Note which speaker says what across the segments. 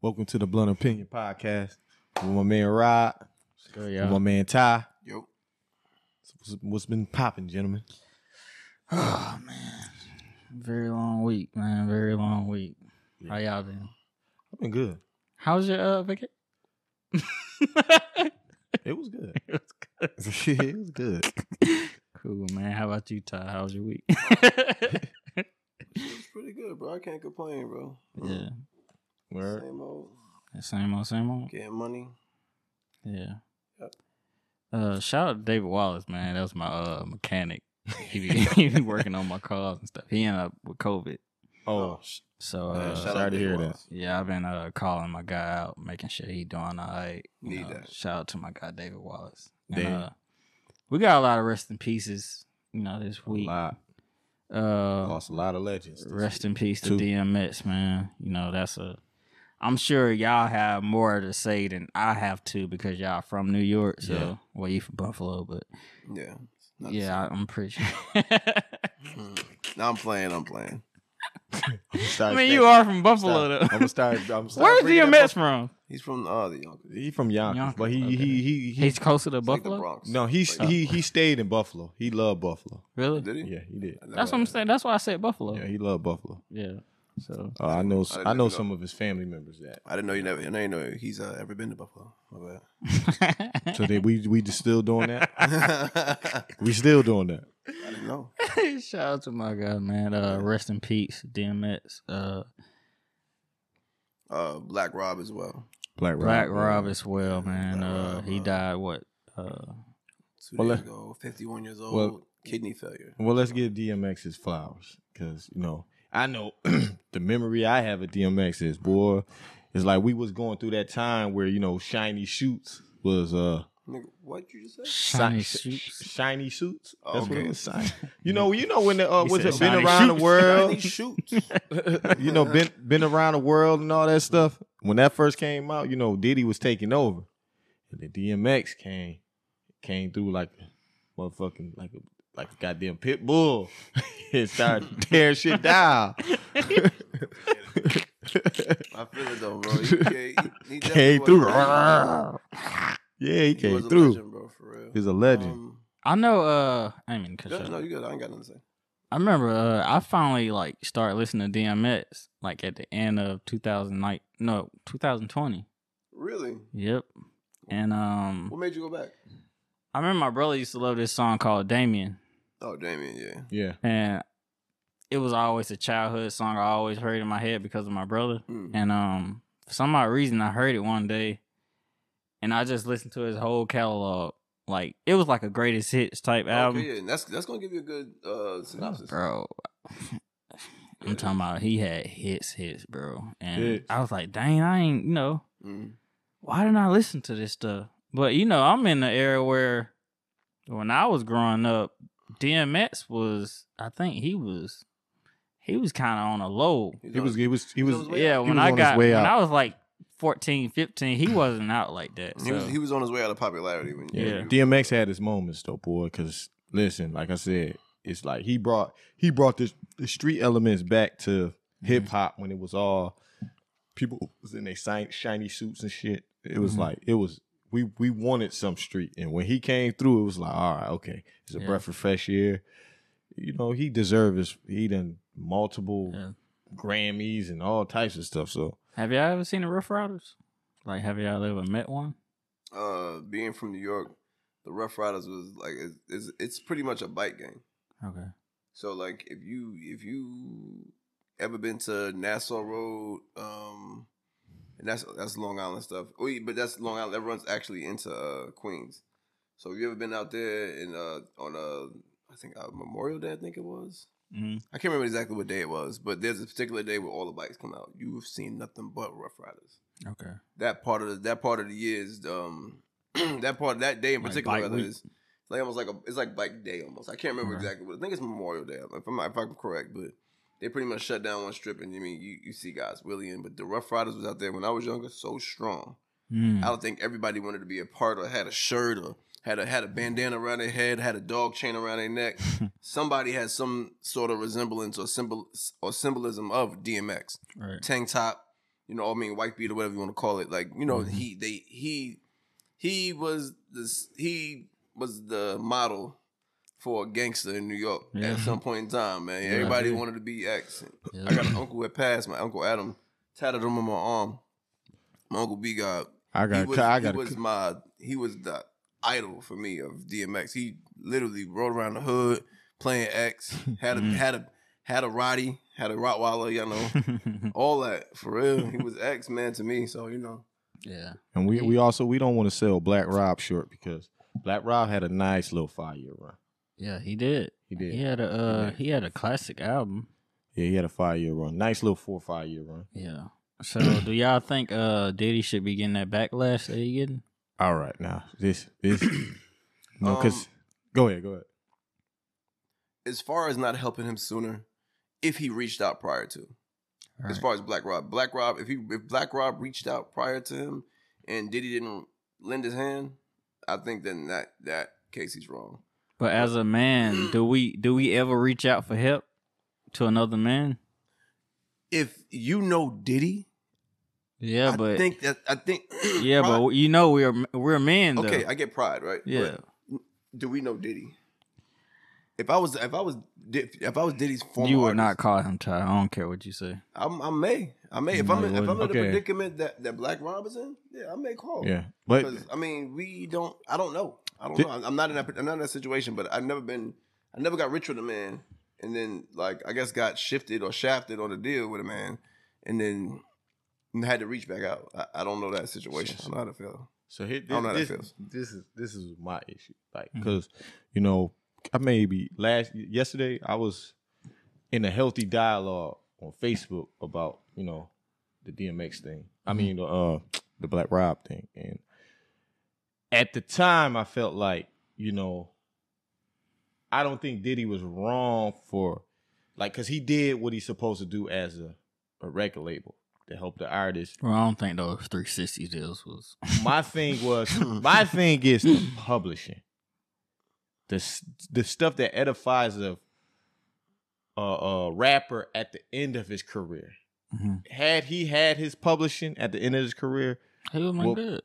Speaker 1: Welcome to the Blunt Opinion Podcast with my man Rod,
Speaker 2: Good,
Speaker 1: with my man Ty. Yo. what's been popping, gentlemen?
Speaker 2: Oh man, very long week, man. Very long week. How y'all been?
Speaker 1: I've been good.
Speaker 2: How's your uh vacation?
Speaker 1: It was good.
Speaker 2: it was good.
Speaker 1: it was good.
Speaker 2: Cool, man. How about you, Ty? How's your week?
Speaker 3: It's pretty good, bro. I can't complain, bro.
Speaker 2: yeah,
Speaker 1: Word.
Speaker 3: Same old.
Speaker 2: same old, same old.
Speaker 3: Getting money.
Speaker 2: Yeah.
Speaker 3: Yep.
Speaker 2: Uh, shout out to David Wallace, man. That was my uh mechanic. He be, he be working on my cars and stuff. He ended up with COVID,
Speaker 1: Oh,
Speaker 2: so
Speaker 3: man,
Speaker 2: uh,
Speaker 3: shout out
Speaker 1: sorry to
Speaker 3: Big
Speaker 1: hear
Speaker 3: Waz.
Speaker 2: Yeah, I've been uh, calling my guy out, making sure he doing all right. You
Speaker 3: Need
Speaker 2: know,
Speaker 3: that.
Speaker 2: Shout out to my guy David Wallace. And,
Speaker 1: Dave.
Speaker 2: uh, we got a lot of rest in pieces, you know, this
Speaker 1: a
Speaker 2: week.
Speaker 1: lot.
Speaker 2: Uh,
Speaker 1: Lost a lot of legends. this
Speaker 2: rest in peace to
Speaker 1: Two.
Speaker 2: DMX, man. You know, that's a. I'm sure y'all have more to say than I have to because y'all from New York. So,
Speaker 1: Yeah.
Speaker 2: well, you from Buffalo, but
Speaker 3: Yeah. It's not the
Speaker 2: yeah, I, I'm pretty sure.
Speaker 3: same. Mm. No, I'm playing. I'm playing.
Speaker 1: week.
Speaker 2: I mean, you are from Buffalo,
Speaker 1: I'm
Speaker 2: though.
Speaker 1: gonna start. I'm gonna start
Speaker 2: Where's
Speaker 1: bringing
Speaker 2: DMX
Speaker 1: that
Speaker 2: from?
Speaker 3: He's from uh, the Yonkers.
Speaker 1: Buff- He from Yonkers,
Speaker 2: Yonkers,
Speaker 1: but he, he
Speaker 2: okay.
Speaker 1: he he
Speaker 2: He's closer to
Speaker 3: It's like the
Speaker 2: Buffalo.
Speaker 3: Bronx.
Speaker 1: no he
Speaker 3: Like-
Speaker 1: he he stayed in Buffalo. He loved Buffalo.
Speaker 2: really?
Speaker 3: Did he?
Speaker 1: Yeah, he did.
Speaker 3: I never-
Speaker 2: That's what I'm saying. That's why I said Buffalo.
Speaker 1: Yeah, he loved Buffalo.
Speaker 2: Yeah. So
Speaker 1: Uh, I know
Speaker 3: I didn't
Speaker 1: I know
Speaker 3: know.
Speaker 1: some of his family members that.
Speaker 3: I didn't know you never. I didn't know he's uh, ever been to Buffalo. My
Speaker 1: So they, we we just still doing that.
Speaker 3: bad.
Speaker 1: We still doing that.
Speaker 3: I didn't know.
Speaker 2: shout out to my guy, man. Uh, rest in peace, DMX. Uh,
Speaker 3: Uh, Black Rob as well.
Speaker 1: Black
Speaker 2: Black Rob as well, man.
Speaker 3: Black
Speaker 2: uh,
Speaker 3: Rob,
Speaker 2: he
Speaker 3: uh,
Speaker 2: died what? Uh,
Speaker 3: Two
Speaker 1: Well,
Speaker 3: days
Speaker 1: let-
Speaker 3: ago, 51 years old,
Speaker 1: well-
Speaker 3: kidney failure.
Speaker 1: Well, let's give DMX his flowers because you know I know the memory I have of DMX is boy, it's like we was going through that time where you know shiny suits was uh
Speaker 3: Nigga, what you just say?
Speaker 2: shiny
Speaker 1: si- sh-
Speaker 2: suits.
Speaker 1: shiny suits.
Speaker 3: Oh,
Speaker 1: That's what
Speaker 3: okay.
Speaker 1: it was. Shiny. You know, you know when the, uh,
Speaker 2: He
Speaker 1: was
Speaker 2: said
Speaker 1: it been
Speaker 2: shiny
Speaker 1: around the
Speaker 2: suits.
Speaker 1: world?
Speaker 3: Shiny shoots.
Speaker 1: you know, been been around the world and all that stuff. When that first came out, you know, Diddy was taking over, and the DMX came came through like a motherfucking like a like a goddamn pit bull and started tearing shit down.
Speaker 3: I feel it though, bro. He, he, he definitely
Speaker 1: came
Speaker 3: was
Speaker 1: through.
Speaker 3: a legend.
Speaker 1: yeah, he
Speaker 3: He was
Speaker 1: came
Speaker 3: a
Speaker 1: through.
Speaker 3: legend, bro, for real.
Speaker 1: He's a legend.
Speaker 3: Um,
Speaker 2: I know. Uh, I mean, cause
Speaker 3: yeah, no, you good. I ain't got nothing to say.
Speaker 2: I remember. Uh, I finally like started listening to DMX like at the end of 2009. No, 2020.
Speaker 3: Really?
Speaker 2: Yep. And um,
Speaker 3: What made you go back?
Speaker 2: I remember my brother used to love this song called Damien.
Speaker 3: Oh, Damien, yeah.
Speaker 1: Yeah,
Speaker 2: and it was always a childhood song I always heard in my head because of my brother.
Speaker 3: Mm.
Speaker 2: And um, for some odd reason, I heard it one day, and I just listened to his whole catalog. Like it was like a greatest hits type album,
Speaker 3: Okay, yeah, and that's that's gonna give you a good uh, synopsis.
Speaker 2: bro. I'm talking about he had hits, hits, bro. And
Speaker 1: Hits.
Speaker 2: I was like, dang, I ain't, you know,
Speaker 3: Mm.
Speaker 2: why didn't I listen to this stuff? But you know, I'm in the era where when I was growing up, DMX was I think he was he was kind of on a low.
Speaker 3: He's
Speaker 1: he
Speaker 3: on-
Speaker 1: was. He was. He
Speaker 3: he's
Speaker 1: was.
Speaker 3: on his way
Speaker 2: Yeah,
Speaker 3: out.
Speaker 1: he
Speaker 2: when
Speaker 1: was
Speaker 2: I
Speaker 1: on his
Speaker 2: got
Speaker 1: way
Speaker 2: when
Speaker 1: out.
Speaker 2: I was like 14, 15, he wasn't out like that.
Speaker 3: he was
Speaker 2: so-
Speaker 3: he was on his way out of popularity when
Speaker 1: Yeah.
Speaker 2: Yeah.
Speaker 3: you,
Speaker 1: DMX had his moments though, boy. Cause listen, like I said, it's like he brought he brought this the street elements back to
Speaker 2: Mm-hmm.
Speaker 1: hip hop when it was all people was in their shi- shiny suits and shit. It was
Speaker 2: Mhm.
Speaker 1: like it was we we wanted some street, and when he came through, it was like all right, okay, it's a
Speaker 2: Yeah.
Speaker 1: breath of fresh air. You know, he deserved his. He done multiple
Speaker 2: Yeah.
Speaker 1: Grammys and all types of stuff. So
Speaker 2: Have y'all ever seen the Rough Riders? Like, have y'all ever met one?
Speaker 3: uh, being from New York, the Rough Riders was like it's, it's it's pretty much a bike gang.
Speaker 2: Okay.
Speaker 3: So like if you if you ever been to Nassau Road, um, and that's that's Long Island stuff. Oh, yeah, but that's Long Island. That runs actually into uh, Queens. So if you ever been out there in uh on uh I think uh, Memorial Day I think it was.
Speaker 2: hmm
Speaker 3: I can't remember exactly what day it was, but there's a particular day where all the bikes come out. You've seen nothing but Rough Riders.
Speaker 2: Okay.
Speaker 3: That part of the that part of the year is um that part that day in
Speaker 2: Like
Speaker 3: particular
Speaker 2: Bike
Speaker 3: rather,
Speaker 2: Week?
Speaker 3: is it's like almost like a it's like bike day almost. I can't remember
Speaker 2: Okay.
Speaker 3: exactly what I think it's Memorial Day if I'm if I'm correct, but they pretty much shut down one strip and you mean you, you see guys William, but the Rough Riders was out there when I was younger so strong.
Speaker 2: Mm.
Speaker 3: I don't think everybody wanted to be a part or had a shirt or had a had a bandana around their head, had a dog chain around their neck. Somebody had some sort of resemblance or symbol or symbolism of DMX.
Speaker 2: Right.
Speaker 3: Tank top, you know, I mean, white beat or whatever you want to call it. Like, you know,
Speaker 2: Mm-hmm.
Speaker 3: he they he he was this he was the model for a gangster in New York
Speaker 2: Yeah.
Speaker 3: at some point in time, man.
Speaker 2: Yeah.
Speaker 3: Everybody wanted to be X.
Speaker 2: Yeah.
Speaker 3: I got an uncle that passed, my uncle Adam tatted him on my arm. My uncle B God
Speaker 1: I
Speaker 3: he
Speaker 1: got.
Speaker 3: was,
Speaker 1: a cu- I
Speaker 3: he
Speaker 1: got. a
Speaker 3: was
Speaker 1: cu-
Speaker 3: my he was the idol for me of DMX. He literally rode around the hood playing X, had a
Speaker 2: Mm.
Speaker 3: had a had a Roddy, had a Rottweiler, you know, all that for real. He was X man to me, so you know.
Speaker 2: yeah.
Speaker 1: and we we also we don't want to sell Black Rob short because Black Rob had a nice little five year run.
Speaker 2: Yeah, he did.
Speaker 1: He did.
Speaker 2: He had a uh,
Speaker 1: did.
Speaker 2: he had a classic album.
Speaker 1: Yeah, he had a five year run. Nice little four five year run.
Speaker 2: Yeah. So do y'all think uh Diddy should be getting that backlash that he getting?
Speaker 1: All right, now this this no, because
Speaker 3: Um,
Speaker 1: go ahead, go ahead.
Speaker 3: As far as not helping him sooner, if he reached out prior to, as far as Black Rob, Black Rob, if he if Black Rob reached out prior to him and Diddy didn't lend his hand, I think then that that case he's wrong.
Speaker 2: But as a man, do we do we ever reach out for help to another man?
Speaker 3: If you know Diddy,
Speaker 2: Yeah,
Speaker 3: I
Speaker 2: but
Speaker 3: think that I think
Speaker 2: yeah, but you know we're we're men though.
Speaker 3: okay, I get pride, right?
Speaker 2: yeah.
Speaker 3: But do we know Diddy? If I was if I was Di- if I was Diddy's former,
Speaker 2: You would
Speaker 3: artist,
Speaker 2: not call him Ty. I don't care what you say.
Speaker 3: I'm, I may, I may. If
Speaker 2: No,
Speaker 3: I'm
Speaker 2: you
Speaker 3: in, if I'm
Speaker 1: wouldn't.
Speaker 3: in the
Speaker 1: Okay.
Speaker 3: predicament that that Black Rob is in, yeah, I may call.
Speaker 1: Yeah, but
Speaker 3: because I mean, we don't. I don't know. I don't
Speaker 1: Did-
Speaker 3: know. I'm- I'm not in that. I'm not in that situation. But I've never been. I never got rich with a man, and then like I guess got shifted or shafted on a deal with a man, and then had to reach back out. I, I don't know that situation. I don't know how to feel.
Speaker 1: so here, this,
Speaker 3: I don't know how that
Speaker 1: this,
Speaker 3: feels.
Speaker 1: this is this is my issue, like
Speaker 2: Mhm.
Speaker 1: because you know I maybe last yesterday I was in a healthy dialogue on Facebook about you know the DMX thing. I
Speaker 2: Mhm.
Speaker 1: mean the uh, the Black Rob thing, and at the time I felt like you know I don't think Diddy was wrong for like because he did what he's supposed to do as a, a record label to help the artist
Speaker 2: Well, I don't think those three sixty deals was.
Speaker 1: my thing was my thing is the publishing. The s- the stuff that edifies a, a a rapper at the end of his career.
Speaker 2: Mhm.
Speaker 1: Had he had his publishing at the end of his career,
Speaker 2: He would have been
Speaker 1: Well-
Speaker 2: good.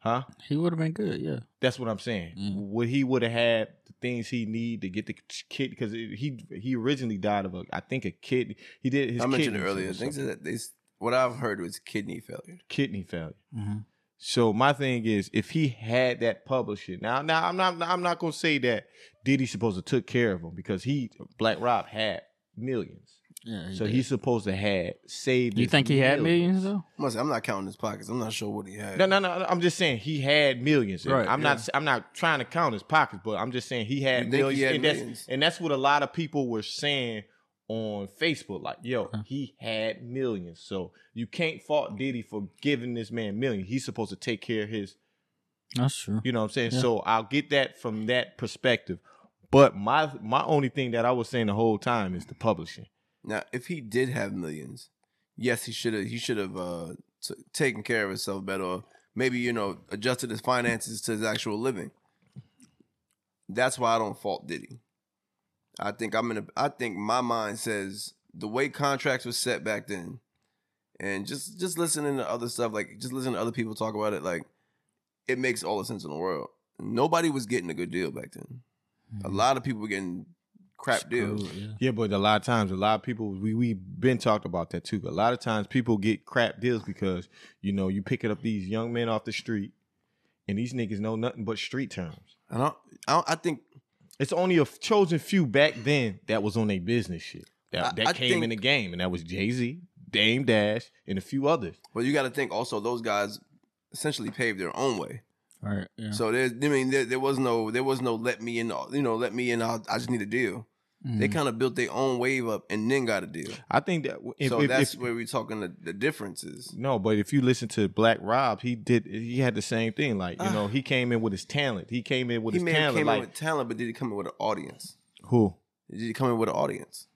Speaker 1: huh?
Speaker 2: He would have been good. Yeah.
Speaker 1: That's what I'm saying.
Speaker 2: Mm.
Speaker 1: What he would have had the things he need to get the kid because he he originally died of a I think a kidney. He did his
Speaker 3: I mentioned it
Speaker 1: kidney
Speaker 3: earlier.
Speaker 1: or
Speaker 3: Things
Speaker 1: something.
Speaker 3: that they, what I've heard was kidney failure.
Speaker 1: kidney failure.
Speaker 2: Mm-hmm.
Speaker 1: So my thing is, if he had that publishing now, now I'm not I'm not gonna say that Diddy supposed to took care of him because he Black Rob had millions,
Speaker 2: Yeah.
Speaker 1: so
Speaker 2: did.
Speaker 1: he's supposed to had saved.
Speaker 2: You
Speaker 1: his
Speaker 2: think he had millions though?
Speaker 3: Must I'm not counting his pockets. I'm not sure what he had.
Speaker 1: No, no, no. no, I'm just saying he had millions. And
Speaker 2: Right,
Speaker 1: I'm not. I'm not trying to count his pockets, but I'm just saying he had
Speaker 3: You think
Speaker 1: millions,
Speaker 3: he had
Speaker 1: and that's
Speaker 3: millions?
Speaker 1: and that's what a lot of people were saying on Facebook. Like, yo,
Speaker 2: Huh.
Speaker 1: he had millions, so you can't fault Diddy for giving this man millions. He's supposed to take care of his
Speaker 2: That's true.
Speaker 1: You know what I'm saying?
Speaker 2: Yeah.
Speaker 1: So I'll get that from that perspective. But my my only thing that I was saying the whole time is the publishing.
Speaker 3: Now, if he did have millions, yes, he should have. He should have uh, t- taken care of himself better. Or maybe you know adjusted his finances to his actual living. That's why I don't fault Diddy. I think I'm in. A, I think my mind says the way contracts were set back then, and just just listening to other stuff, like just listening to other people talk about it, like it makes all the sense in the world. Nobody was getting a good deal back then. A
Speaker 2: Mm-hmm.
Speaker 3: lot of people were getting crap deals.
Speaker 2: Screwed, yeah.
Speaker 1: Yeah, but a lot of times, a lot of people we we been talked about that too. A lot of times, people get crap deals because you know you picking up these young men off the street, and these niggas know nothing but street terms.
Speaker 3: I don't. I, don't, I think
Speaker 1: It's only a f- chosen few back then that was on their business shit that,
Speaker 3: I-
Speaker 1: that
Speaker 3: I
Speaker 1: came in
Speaker 3: think-
Speaker 1: the game, and that was Jay Z, Dame Dash, and a few others.
Speaker 3: But you got to think also those guys essentially paved their own way.
Speaker 2: Right. Yeah.
Speaker 3: So there's, I mean, there, there was no, there was no let me in, you know, let me in. I, I just need a deal. They
Speaker 2: Mhm.
Speaker 1: Mm-hmm.
Speaker 3: kind of built their own wave up and then got a deal.
Speaker 1: I think that if,
Speaker 3: so
Speaker 1: if-
Speaker 3: that's
Speaker 1: if-
Speaker 3: where we're talking the, the differences.
Speaker 1: No, but if you listen to Black Rob, he did he had the same thing. Like, you
Speaker 3: Ah.
Speaker 1: know, he came in with his talent. He came in with
Speaker 3: he
Speaker 1: his
Speaker 3: may have
Speaker 1: talent.
Speaker 3: came in
Speaker 1: Like
Speaker 3: with talent, but did he come in with an audience?
Speaker 1: who?
Speaker 3: Did he come in with an audience?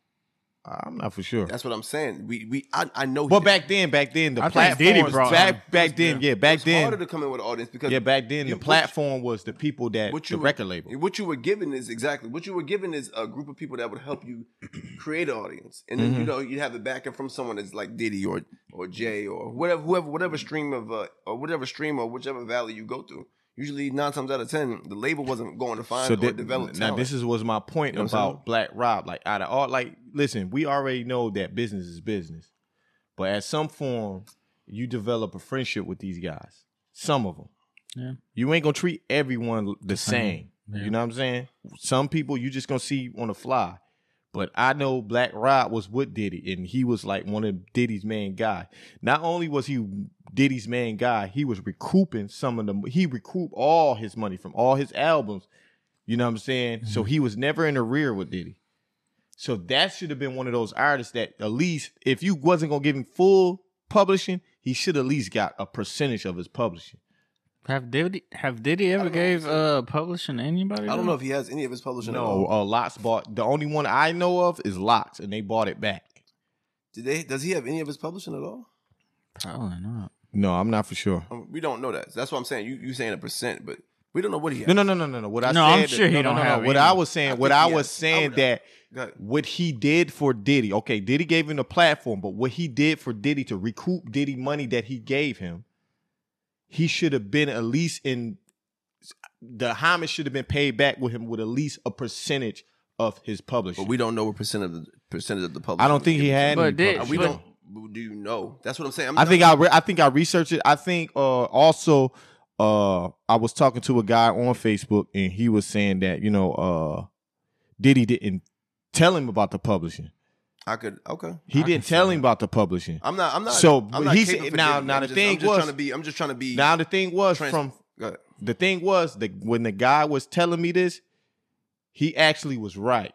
Speaker 1: I'm not for sure.
Speaker 3: That's what I'm saying. We we I, I know. he
Speaker 1: But
Speaker 3: did.
Speaker 1: back then, back then the
Speaker 2: I think Diddy
Speaker 1: platform
Speaker 2: brought
Speaker 1: back back then, yeah, back
Speaker 3: it's
Speaker 1: then,
Speaker 3: harder to come in with an audience because
Speaker 1: yeah, back then
Speaker 3: you-
Speaker 1: the
Speaker 3: what you-
Speaker 1: platform was the people that
Speaker 3: what
Speaker 1: the
Speaker 3: you-
Speaker 1: record label.
Speaker 3: what you were given is exactly what you were given is a group of people that would help you create an audience, and then you
Speaker 1: Mhm.
Speaker 3: know you'd have the backing from someone that's like Diddy or or Jay or whatever whoever whatever
Speaker 1: Mm-hmm.
Speaker 3: stream of uh, or whatever stream or whichever valley you go through. Usually nine times out of ten, the label wasn't going to find or
Speaker 1: that-
Speaker 3: develop.
Speaker 1: now
Speaker 3: talent.
Speaker 1: this is was my point
Speaker 3: You know what I'm saying?
Speaker 1: about Black Rob. Like out of all, like listen, we already know that business is business, but at some form, you develop a friendship with these guys. Some of them,
Speaker 2: Yeah.
Speaker 1: You ain't gonna treat everyone the same.
Speaker 2: Yeah.
Speaker 1: You know what I'm saying? Some people you just gonna see on the fly. But I know Black Rod was with Diddy, and he was like one of Diddy's main guy. Not only was he Diddy's main guy, he was recouping some of the he recouped all his money from all his albums. You know what I'm saying? So he was never in the rear with Diddy. So that should have been one of those artists that at least if you wasn't gonna give him full publishing, he should at least got a percentage of his publishing.
Speaker 2: Have Diddy have Diddy
Speaker 3: I
Speaker 2: ever
Speaker 3: don't know.
Speaker 2: gave uh publishing to anybody?
Speaker 3: I don't
Speaker 2: though?
Speaker 3: know if he has any of his publishing. at
Speaker 1: No,
Speaker 3: all.
Speaker 1: uh, Locks bought the only one I know of is Locks, and they bought it back.
Speaker 3: Did they, does he have any of his publishing at all?
Speaker 2: Probably not.
Speaker 1: No, I'm not for sure.
Speaker 3: Um, we don't know that. That's what I'm saying. You you saying a percent, but we don't know what he has.
Speaker 1: No, no, no, no, no, no. What I said,
Speaker 2: No, I'm sure he
Speaker 1: no, no,
Speaker 2: don't
Speaker 1: no, no.
Speaker 2: have
Speaker 1: What
Speaker 2: any.
Speaker 1: I was saying,
Speaker 3: I
Speaker 1: what
Speaker 3: think
Speaker 1: I
Speaker 3: he
Speaker 1: was
Speaker 3: has. I
Speaker 1: saying
Speaker 3: would-
Speaker 1: that
Speaker 3: Go ahead.
Speaker 1: what he did for Diddy. Okay, Diddy gave him the platform, but what he did for Diddy to recoup Diddy money that he gave him, he should have been at least in the homage should have been paid back with him with at least a percentage of his publishing.
Speaker 3: But we don't know what percent of the percentage of the public.
Speaker 1: I don't think he had.
Speaker 2: But
Speaker 1: any
Speaker 2: did-
Speaker 1: publishing.
Speaker 3: we
Speaker 2: But-
Speaker 3: don't. Do you know? That's what I'm saying. I'm
Speaker 1: I think I re- I think I researched it. I think uh also uh I was talking to a guy on Facebook and he was saying that, you know, uh Diddy didn't tell him about the publishing.
Speaker 3: I could. Okay.
Speaker 1: He
Speaker 2: I
Speaker 1: didn't
Speaker 2: can
Speaker 1: tell
Speaker 2: see
Speaker 1: him about the publishing.
Speaker 3: I'm not. I'm not.
Speaker 1: So,
Speaker 3: I'm
Speaker 1: but
Speaker 3: not
Speaker 1: he
Speaker 3: caping
Speaker 1: said-
Speaker 3: for
Speaker 1: now-
Speaker 3: Diddy.
Speaker 1: now
Speaker 3: I'm
Speaker 1: the
Speaker 3: just,
Speaker 1: thing
Speaker 3: I'm just
Speaker 1: was-
Speaker 3: trying to be. I'm just trying to be.
Speaker 1: Now the thing was
Speaker 3: Trans-
Speaker 1: from
Speaker 3: Go ahead.
Speaker 1: the thing was that when the guy was telling me this, he actually was right.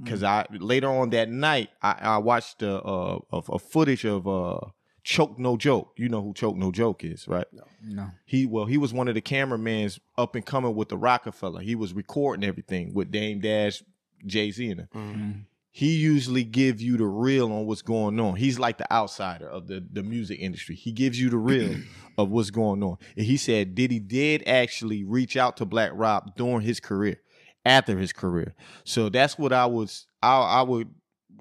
Speaker 2: Mm.
Speaker 1: Cause I later on that night I, I watched a, uh a, a footage of uh Choke No Joke. You know who Choke No Joke is, right?
Speaker 2: No.
Speaker 1: He well, he was one of the cameramans up and coming with the Rockefeller. He was recording everything with Dame Dash, Jay Z, and him.
Speaker 2: Mm.
Speaker 1: he usually give you the real on what's going on. He's like the outsider of the the music industry. He gives you the real of what's going on. And he said Diddy did actually reach out to Black Rob during his career, after his career. So that's what I was I I would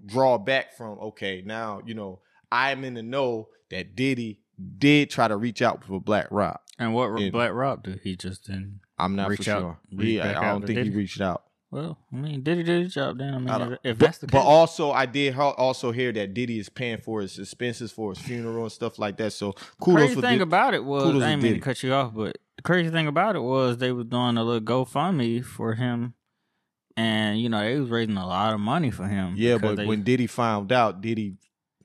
Speaker 1: draw back from. Okay, now you know I'm in the know that Diddy did try to reach out for Black Rob.
Speaker 2: And what
Speaker 1: Yeah.
Speaker 2: Black Rob did he just didn't?
Speaker 1: I'm not
Speaker 2: Reach
Speaker 1: for
Speaker 2: out-
Speaker 1: sure.
Speaker 2: reach
Speaker 1: He, I,
Speaker 2: back
Speaker 1: I
Speaker 2: out
Speaker 1: don't
Speaker 2: to
Speaker 1: think he
Speaker 2: Diddy?
Speaker 1: reached out.
Speaker 2: Well, I mean, Diddy did his job. Then I mean,
Speaker 3: I don't-
Speaker 2: if that's the
Speaker 1: But
Speaker 2: case,
Speaker 1: also, I did hea- also hear that Diddy is paying for his expenses for his funeral and stuff like that. So kudos
Speaker 2: crazy
Speaker 1: for
Speaker 2: thing
Speaker 1: Diddy.
Speaker 2: about it was
Speaker 1: kudos
Speaker 2: I
Speaker 1: to
Speaker 2: didn't mean
Speaker 1: Diddy.
Speaker 2: to cut you off, but the crazy thing about it was they was doing a little GoFundMe for him, and you know they was raising a lot of money for him.
Speaker 1: yeah, but
Speaker 2: because they-
Speaker 1: when Diddy found out, Diddy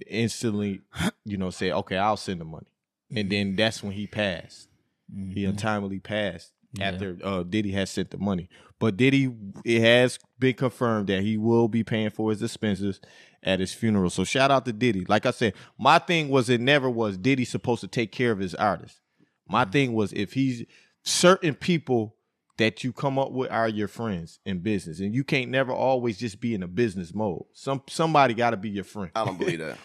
Speaker 1: instantly, you know, said, "Okay, I'll send the money," and then that's when he passed.
Speaker 2: Mhm.
Speaker 1: He untimely passed
Speaker 2: Yeah.
Speaker 1: after uh, Diddy had sent the money. But Diddy, it has been confirmed that he will be paying for his expenses at his funeral. So shout out to Diddy. Like I said, my thing was it never was Diddy supposed to take care of his artists. My
Speaker 2: Mm-hmm.
Speaker 1: thing was if he's certain people that you come up with are your friends in business, and you can't never always just be in a business mode. Some somebody got to be your friend.
Speaker 3: I don't believe that.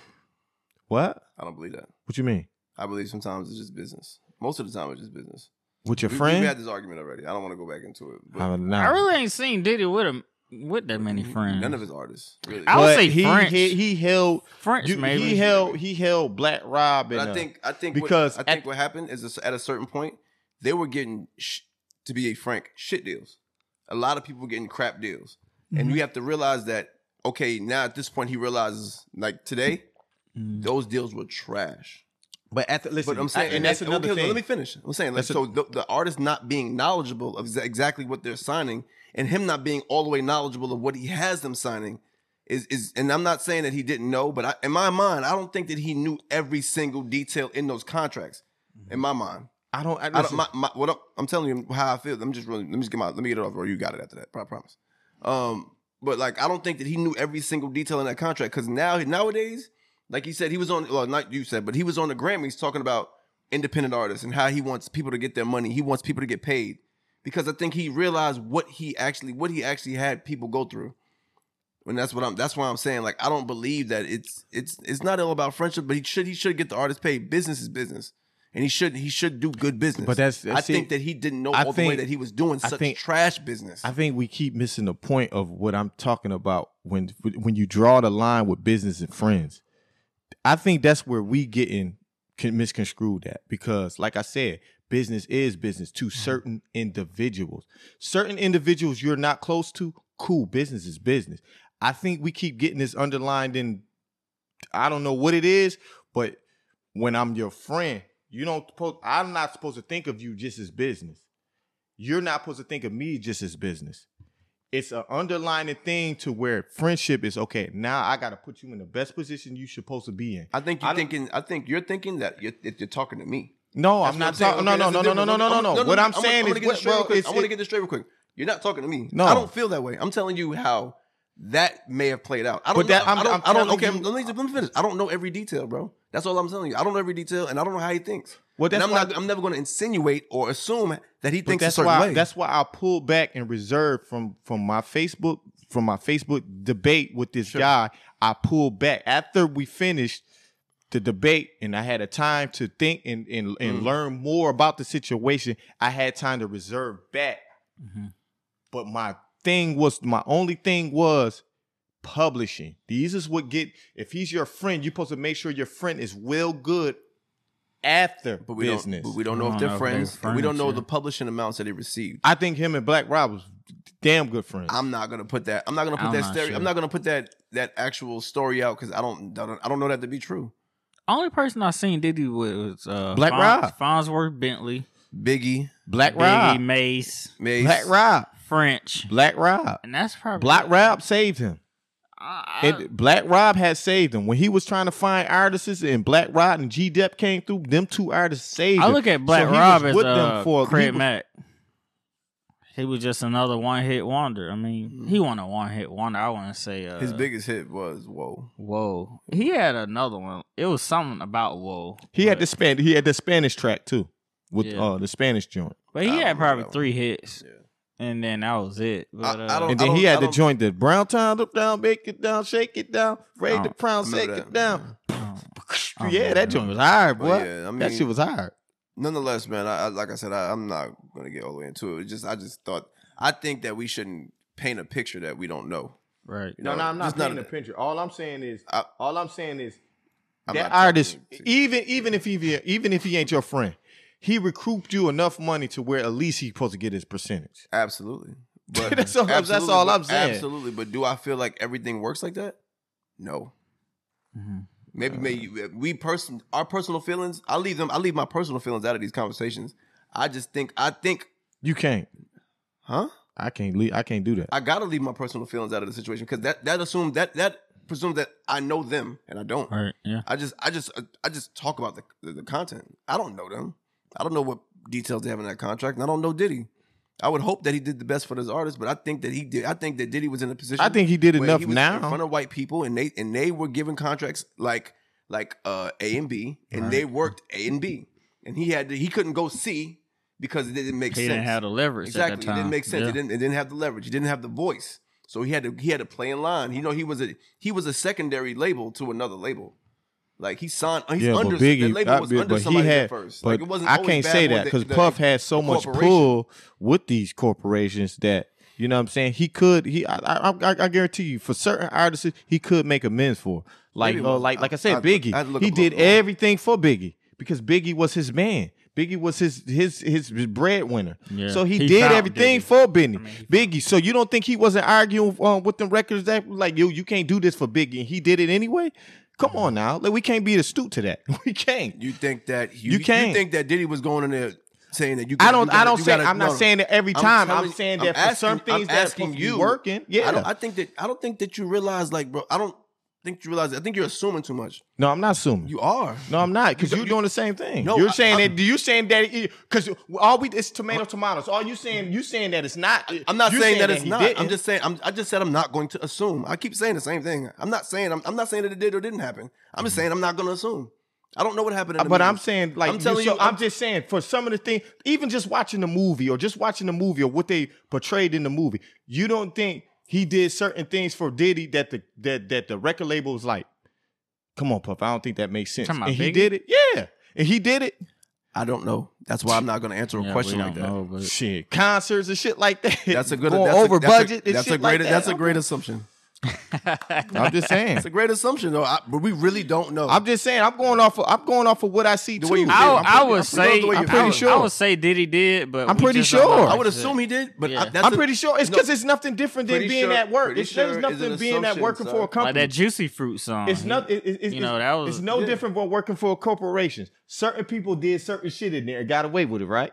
Speaker 1: What?
Speaker 3: I don't believe that.
Speaker 1: What you mean?
Speaker 3: I believe sometimes it's just business. Most of the time, it's just business.
Speaker 1: With your
Speaker 3: We-
Speaker 1: friend?
Speaker 3: We've had this argument already. I don't want to go back into it. but
Speaker 1: I don't know.
Speaker 2: I really ain't seen Diddy with him with that many friends.
Speaker 3: None of his artists. Really.
Speaker 2: I would
Speaker 1: But
Speaker 2: say
Speaker 1: he,
Speaker 2: French.
Speaker 1: he he held
Speaker 2: French
Speaker 1: You-
Speaker 2: maybe.
Speaker 1: He held he held Black Rob and
Speaker 3: But I think I think
Speaker 1: because
Speaker 3: what, I think
Speaker 1: at-
Speaker 3: what happened is this, at a certain point they were getting sh- to be a frank shit deals. A lot of people were getting crap deals,
Speaker 1: Mm-hmm.
Speaker 3: and you have to realize that. Okay, now at this point he realizes like today
Speaker 1: Mm-hmm.
Speaker 2: Mm.
Speaker 3: those deals were trash.
Speaker 1: but at the, listen,
Speaker 3: But I'm saying,
Speaker 1: I- and that's another
Speaker 3: okay,
Speaker 1: thing.
Speaker 3: Let me finish. I'm saying, like,
Speaker 1: That's a-
Speaker 3: so the, the artist not being knowledgeable of exa- exactly what they're signing, and him not being all the way knowledgeable of what he has them signing, is is. And I'm not saying that he didn't know, but I, in my mind, I don't think that he knew every single detail in those contracts. In my mind,
Speaker 1: I don't. I,
Speaker 3: I don't,
Speaker 1: listen,
Speaker 3: my, my, what I'm, I'm telling you how I feel. Let me just really, let me just get my let me get it off, or you got it after that. I promise. Um, but like I don't think that he knew every single detail in that contract because now nowadays, like you said, he was on well not you said, but he was on the Grammys talking about independent artists and how he wants people to get their money. He wants people to get paid because I think he realized what he actually what he actually had people go through. And that's what I'm. That's why I'm saying like I don't believe that it's it's it's not all about friendship. But he should he should get the artist paid. Business is business, and he should he should do good business.
Speaker 1: But that's,
Speaker 3: I think that he didn't know
Speaker 1: I
Speaker 3: all the way
Speaker 1: think-
Speaker 3: that he was doing
Speaker 1: I
Speaker 3: such
Speaker 1: think-
Speaker 3: trash business.
Speaker 1: I think we keep missing the point of what I'm talking about when when you draw the line with business and friends. I think that's where we getting can misconstrued that because, like I said, business is business to certain individuals. Certain individuals you're not close to, cool. Business is business. I think we keep getting this underlined in. I don't know what it is, but when I'm your friend, you don't. Supposed, I'm not supposed to think of you just as business you're not supposed to think of me just as business. It's an underlining thing to where friendship is okay. Now I got to put you in the best position you supposed to be in.
Speaker 3: I think you're
Speaker 1: I don't-
Speaker 3: thinking. I think you're thinking that you're, that you're talking to me.
Speaker 1: No,
Speaker 3: That's
Speaker 1: I'm
Speaker 3: what
Speaker 1: not
Speaker 3: saying.
Speaker 1: talking. No,
Speaker 3: Okay,
Speaker 1: no,
Speaker 3: that's
Speaker 1: no,
Speaker 3: the
Speaker 1: no, no,
Speaker 3: difference.
Speaker 1: no, no, no, no. What I'm
Speaker 3: gonna-
Speaker 1: saying
Speaker 3: I'm
Speaker 1: is,
Speaker 3: gonna get this
Speaker 1: what,
Speaker 3: straight real
Speaker 1: well,
Speaker 3: quick.
Speaker 1: it's,
Speaker 3: I want to get this straight real quick. You're not talking to me.
Speaker 1: No.
Speaker 3: I don't feel that way. I'm telling you how that may have played out. I don't.
Speaker 1: But that-
Speaker 3: know, I
Speaker 1: I'm-
Speaker 3: don't.
Speaker 1: I'm
Speaker 3: I don't
Speaker 1: telling
Speaker 3: okay,
Speaker 1: you-
Speaker 3: let me, let me finish. I don't know every detail, bro. That's all I'm telling you. I don't know every detail, and I don't know how he thinks.
Speaker 1: Well,
Speaker 3: and
Speaker 1: that's
Speaker 3: I'm
Speaker 1: why-
Speaker 3: not. I'm never going to insinuate or assume that he
Speaker 1: but
Speaker 3: thinks
Speaker 1: that's
Speaker 3: a certain
Speaker 1: why.
Speaker 3: way.
Speaker 1: That's why I pull back and reserve from from my Facebook from my Facebook debate with this guy. I pulled back after we finished the debate and I had a time to think and and,
Speaker 3: Mm.
Speaker 1: and learn more about the situation. I had time to reserve back
Speaker 3: Mm-hmm.
Speaker 1: but my thing was my only thing was publishing. These is what get if he's your friend, you're supposed to make sure your friend is well good after
Speaker 3: but we
Speaker 1: business.
Speaker 3: don't. But we don't
Speaker 2: I
Speaker 3: know if
Speaker 2: don't
Speaker 3: they're
Speaker 2: know if they're
Speaker 3: friends. and we don't
Speaker 2: friends,
Speaker 3: know
Speaker 2: yeah.
Speaker 3: the publishing amounts that they received.
Speaker 1: I think him and Black Rob was damn good friends.
Speaker 3: I'm not gonna put that. I'm not gonna put
Speaker 2: I'm
Speaker 3: that
Speaker 2: not
Speaker 3: stereo.
Speaker 2: sure.
Speaker 3: I'm not gonna put that that actual story out because I don't, I don't. I don't know that to be true.
Speaker 2: Only person I seen Diddy with was uh,
Speaker 1: Black
Speaker 2: Fons- Fonsworth Bentley,
Speaker 3: Biggie,
Speaker 1: Black
Speaker 2: Biggie
Speaker 1: Rob,
Speaker 2: Mace,
Speaker 3: Mace,
Speaker 1: Black Rob,
Speaker 2: French,
Speaker 1: Black Rob,
Speaker 2: and that's probably
Speaker 1: Black Rob saved him.
Speaker 2: I, I,
Speaker 1: It, Black Rob had saved him when he was trying to find artists, and Black Rob and G Dep came through. Them two artists saved.
Speaker 2: I
Speaker 1: him.
Speaker 2: look at Black
Speaker 1: So he was
Speaker 2: Rob as
Speaker 1: with them
Speaker 2: uh,
Speaker 1: for- he
Speaker 2: Craig
Speaker 1: was-
Speaker 2: Mack. He was just another one hit wonder. I mean, he won a one hit wonder. I want to say uh,
Speaker 3: Mm. His biggest hit was "Whoa."
Speaker 2: Whoa. He had another one. It was something about whoa.
Speaker 1: He had
Speaker 2: but-
Speaker 1: the span. He had the Spanish track too, with
Speaker 2: Yeah.
Speaker 1: uh, the Spanish joint.
Speaker 2: but he
Speaker 3: I don't
Speaker 2: had
Speaker 3: remember
Speaker 2: probably
Speaker 3: that one.
Speaker 2: three hits, and then that was it. But, uh,
Speaker 3: I don't-
Speaker 1: And then he
Speaker 3: I
Speaker 1: had to
Speaker 3: don't-
Speaker 1: join the brown time up down, make it down, shake it down, raise the
Speaker 2: I don't-
Speaker 1: pound,
Speaker 3: I remember
Speaker 1: shake it
Speaker 3: that. Mm-hmm.
Speaker 1: down.
Speaker 2: um, I don't
Speaker 1: yeah,
Speaker 2: remember
Speaker 1: that
Speaker 2: that.
Speaker 1: joint was hard,
Speaker 3: But
Speaker 1: boy.
Speaker 3: Oh, yeah, I
Speaker 1: that
Speaker 3: mean-
Speaker 1: shit was hard.
Speaker 3: Nonetheless, man, I, I like I said, I, I'm not gonna get all the way into it. It's just I just thought I think that we shouldn't paint a picture that we don't know.
Speaker 2: right.
Speaker 3: You know, just none of that.
Speaker 1: picture. All I'm saying is,
Speaker 3: I-
Speaker 1: all I'm saying is,
Speaker 3: I'm
Speaker 1: that
Speaker 3: not talking
Speaker 1: artist, e-
Speaker 3: to-
Speaker 1: even even if he even if he ain't your friend, he recouped you enough money to where at least he's supposed to get his percentage.
Speaker 3: Absolutely, but
Speaker 1: That's all- that's
Speaker 3: absolutely,
Speaker 1: all
Speaker 3: but-
Speaker 1: I'm saying.
Speaker 3: Absolutely, but do I feel like everything works like that? No.
Speaker 2: Mhm.
Speaker 3: Maybe maybe uh, we person our personal feelings. I leave them. I leave my personal feelings out of these conversations. I just think I think,
Speaker 1: You can't.
Speaker 3: huh?
Speaker 1: I can't. Leave, I can't do that.
Speaker 3: I gotta leave my personal feelings out of the situation because that that assumes that that presumes that I know them and I don't.
Speaker 2: Right. Yeah.
Speaker 3: I just I just I just talk about the, the the content. I don't know them. I don't know what details they have in that contract, and I don't know Diddy. I would hope that he did the best for this artist, but I think that he did. I think that Diddy was in a position.
Speaker 1: I think he did
Speaker 3: where
Speaker 1: enough
Speaker 3: he was in
Speaker 1: now.
Speaker 3: front of white people, and they and they were given contracts like like uh, A and B, and they worked A and B, and he had to, he couldn't go C because it didn't make
Speaker 2: He
Speaker 3: sense.
Speaker 2: didn't have the leverage
Speaker 3: Exactly.
Speaker 2: at that time.
Speaker 3: It didn't make sense.
Speaker 2: Yeah.
Speaker 3: It didn't. It didn't have the leverage. It didn't have the voice. So he had to. He had to play in line. You know, he was a he was a secondary label to another label. Like he signed. He's
Speaker 1: yeah,
Speaker 3: under.
Speaker 1: but Biggie,
Speaker 3: that label
Speaker 1: I-
Speaker 3: was
Speaker 1: but
Speaker 3: under
Speaker 1: he
Speaker 3: somebody
Speaker 1: had-
Speaker 3: at first.
Speaker 1: But
Speaker 3: like it wasn't.
Speaker 1: I
Speaker 3: always
Speaker 1: can't
Speaker 3: Bad
Speaker 1: say
Speaker 3: Boy
Speaker 1: that
Speaker 3: that-
Speaker 1: because
Speaker 3: that-
Speaker 1: Puff had so
Speaker 3: the
Speaker 1: much
Speaker 3: corporation.
Speaker 1: pull with these corporations that you know what I'm saying he could he I I, I, I guarantee you for certain artists he could make amends for like
Speaker 3: Maybe
Speaker 1: uh,
Speaker 3: one.
Speaker 1: like like I
Speaker 3: I-
Speaker 1: said
Speaker 3: I'd look-
Speaker 1: Biggie
Speaker 3: I'd look
Speaker 1: he
Speaker 3: up uh,
Speaker 1: did
Speaker 3: Lil Wayne.
Speaker 1: everything for Biggie because Biggie was his man. Biggie was his his his breadwinner,
Speaker 2: Yeah.
Speaker 1: so he,
Speaker 2: He
Speaker 1: did
Speaker 2: found
Speaker 1: everything
Speaker 2: Biggie.
Speaker 1: for Benny,
Speaker 2: I mean, he
Speaker 1: Biggie. So you don't think he wasn't arguing um, with them records that like yo, you can't do this for Biggie? He did it anyway. Come on now, like we can't be astute to that. We can't.
Speaker 3: You think that you,
Speaker 1: You
Speaker 3: you
Speaker 1: can't.
Speaker 3: think that Diddy was going in there saying that you?
Speaker 1: I
Speaker 3: gotta-
Speaker 1: don't.
Speaker 3: you gotta-
Speaker 1: I don't
Speaker 3: you
Speaker 1: say.
Speaker 3: gotta-
Speaker 1: I'm
Speaker 3: no,
Speaker 1: not
Speaker 3: no.
Speaker 1: saying that every
Speaker 3: I'm
Speaker 1: time. I'm,
Speaker 3: telling-
Speaker 1: saying
Speaker 3: I'm
Speaker 1: that for
Speaker 3: asking-
Speaker 1: some things
Speaker 3: I'm
Speaker 1: that's
Speaker 3: asking
Speaker 1: you
Speaker 3: you.
Speaker 1: working. Yeah.
Speaker 3: I, don't, I think that I don't think that you realize, like, bro. I don't think you realize. I think you're assuming too much.
Speaker 1: no, I'm not assuming.
Speaker 3: You are.
Speaker 1: no, I'm not because
Speaker 3: You-
Speaker 1: you're
Speaker 3: you-
Speaker 1: doing the same thing.
Speaker 3: No,
Speaker 1: you're
Speaker 3: I-
Speaker 1: saying
Speaker 3: I'm-
Speaker 1: that. You're saying that because all we it's tomato tomatoes. All you saying you saying that it's not.
Speaker 3: I'm not
Speaker 1: you're
Speaker 3: saying, that it's
Speaker 1: he
Speaker 3: not.
Speaker 1: didn't.
Speaker 3: I'm just saying. I'm, I just said I'm not going to assume. I keep saying the same thing. I'm not saying. I'm, I'm not saying that it did or didn't happen. I'm just saying I'm not going to assume. I don't know what happened. In the
Speaker 1: Mm-hmm. Uh, But I'm
Speaker 3: meetings.
Speaker 1: saying, like,
Speaker 3: I'm
Speaker 1: you-
Speaker 3: telling
Speaker 1: so
Speaker 3: you,
Speaker 1: I'm,
Speaker 3: I'm-
Speaker 1: just saying for some of the things, even just watching the movie or just watching the movie or what they portrayed in the movie, you don't think he did certain things for Diddy that the that that the record label was like, come on, Puff, I don't think that makes sense.
Speaker 2: Talking
Speaker 1: And
Speaker 2: about
Speaker 1: he
Speaker 2: Biggie?
Speaker 1: did it. Yeah. And he did it.
Speaker 3: I don't know. That's why I'm not going to answer a
Speaker 2: Yeah,
Speaker 3: question
Speaker 2: we
Speaker 3: like
Speaker 2: don't
Speaker 3: that.
Speaker 2: know, but
Speaker 1: Shit. Concerts and shit like that.
Speaker 3: That's a good.
Speaker 1: Going
Speaker 3: That's
Speaker 1: over
Speaker 3: a, that's a-
Speaker 1: budget and
Speaker 3: that's a
Speaker 1: shit
Speaker 3: great.
Speaker 1: like that.
Speaker 3: That's a great assumption.
Speaker 1: I'm just saying.
Speaker 3: That's a great assumption, though. I, but we really don't know.
Speaker 1: I'm just saying. I'm going off. Of, I'm going off of what I see
Speaker 3: The
Speaker 1: too.
Speaker 3: way you feel.
Speaker 2: I,
Speaker 3: I'm pretty-
Speaker 2: I would
Speaker 3: I'm
Speaker 2: say
Speaker 3: pretty sure-
Speaker 2: I'm
Speaker 1: pretty
Speaker 2: pretty sure.
Speaker 1: sure.
Speaker 2: I would say Diddy did, but
Speaker 1: I'm
Speaker 2: we
Speaker 1: pretty
Speaker 2: just don't know
Speaker 1: sure.
Speaker 2: what
Speaker 3: I would
Speaker 2: he
Speaker 3: assume he did, but
Speaker 2: Yeah.
Speaker 3: I, that's
Speaker 1: I'm
Speaker 3: a-
Speaker 1: pretty sure it's
Speaker 3: no.
Speaker 1: because it's nothing different than
Speaker 3: Pretty
Speaker 1: being
Speaker 3: sure-
Speaker 1: at work.
Speaker 3: pretty
Speaker 1: It's, there's
Speaker 3: sure is
Speaker 1: nothing
Speaker 3: an
Speaker 1: being at
Speaker 3: assumption,
Speaker 1: working
Speaker 3: son.
Speaker 1: for a company.
Speaker 2: Like that Juicy Fruit song.
Speaker 1: It's
Speaker 2: He-
Speaker 1: not. It, it, it's-
Speaker 2: Uh-huh. you know, that was-
Speaker 1: It's no
Speaker 3: yeah.
Speaker 1: different from working for a corporation. Certain people did certain shit in there and got away with it, right?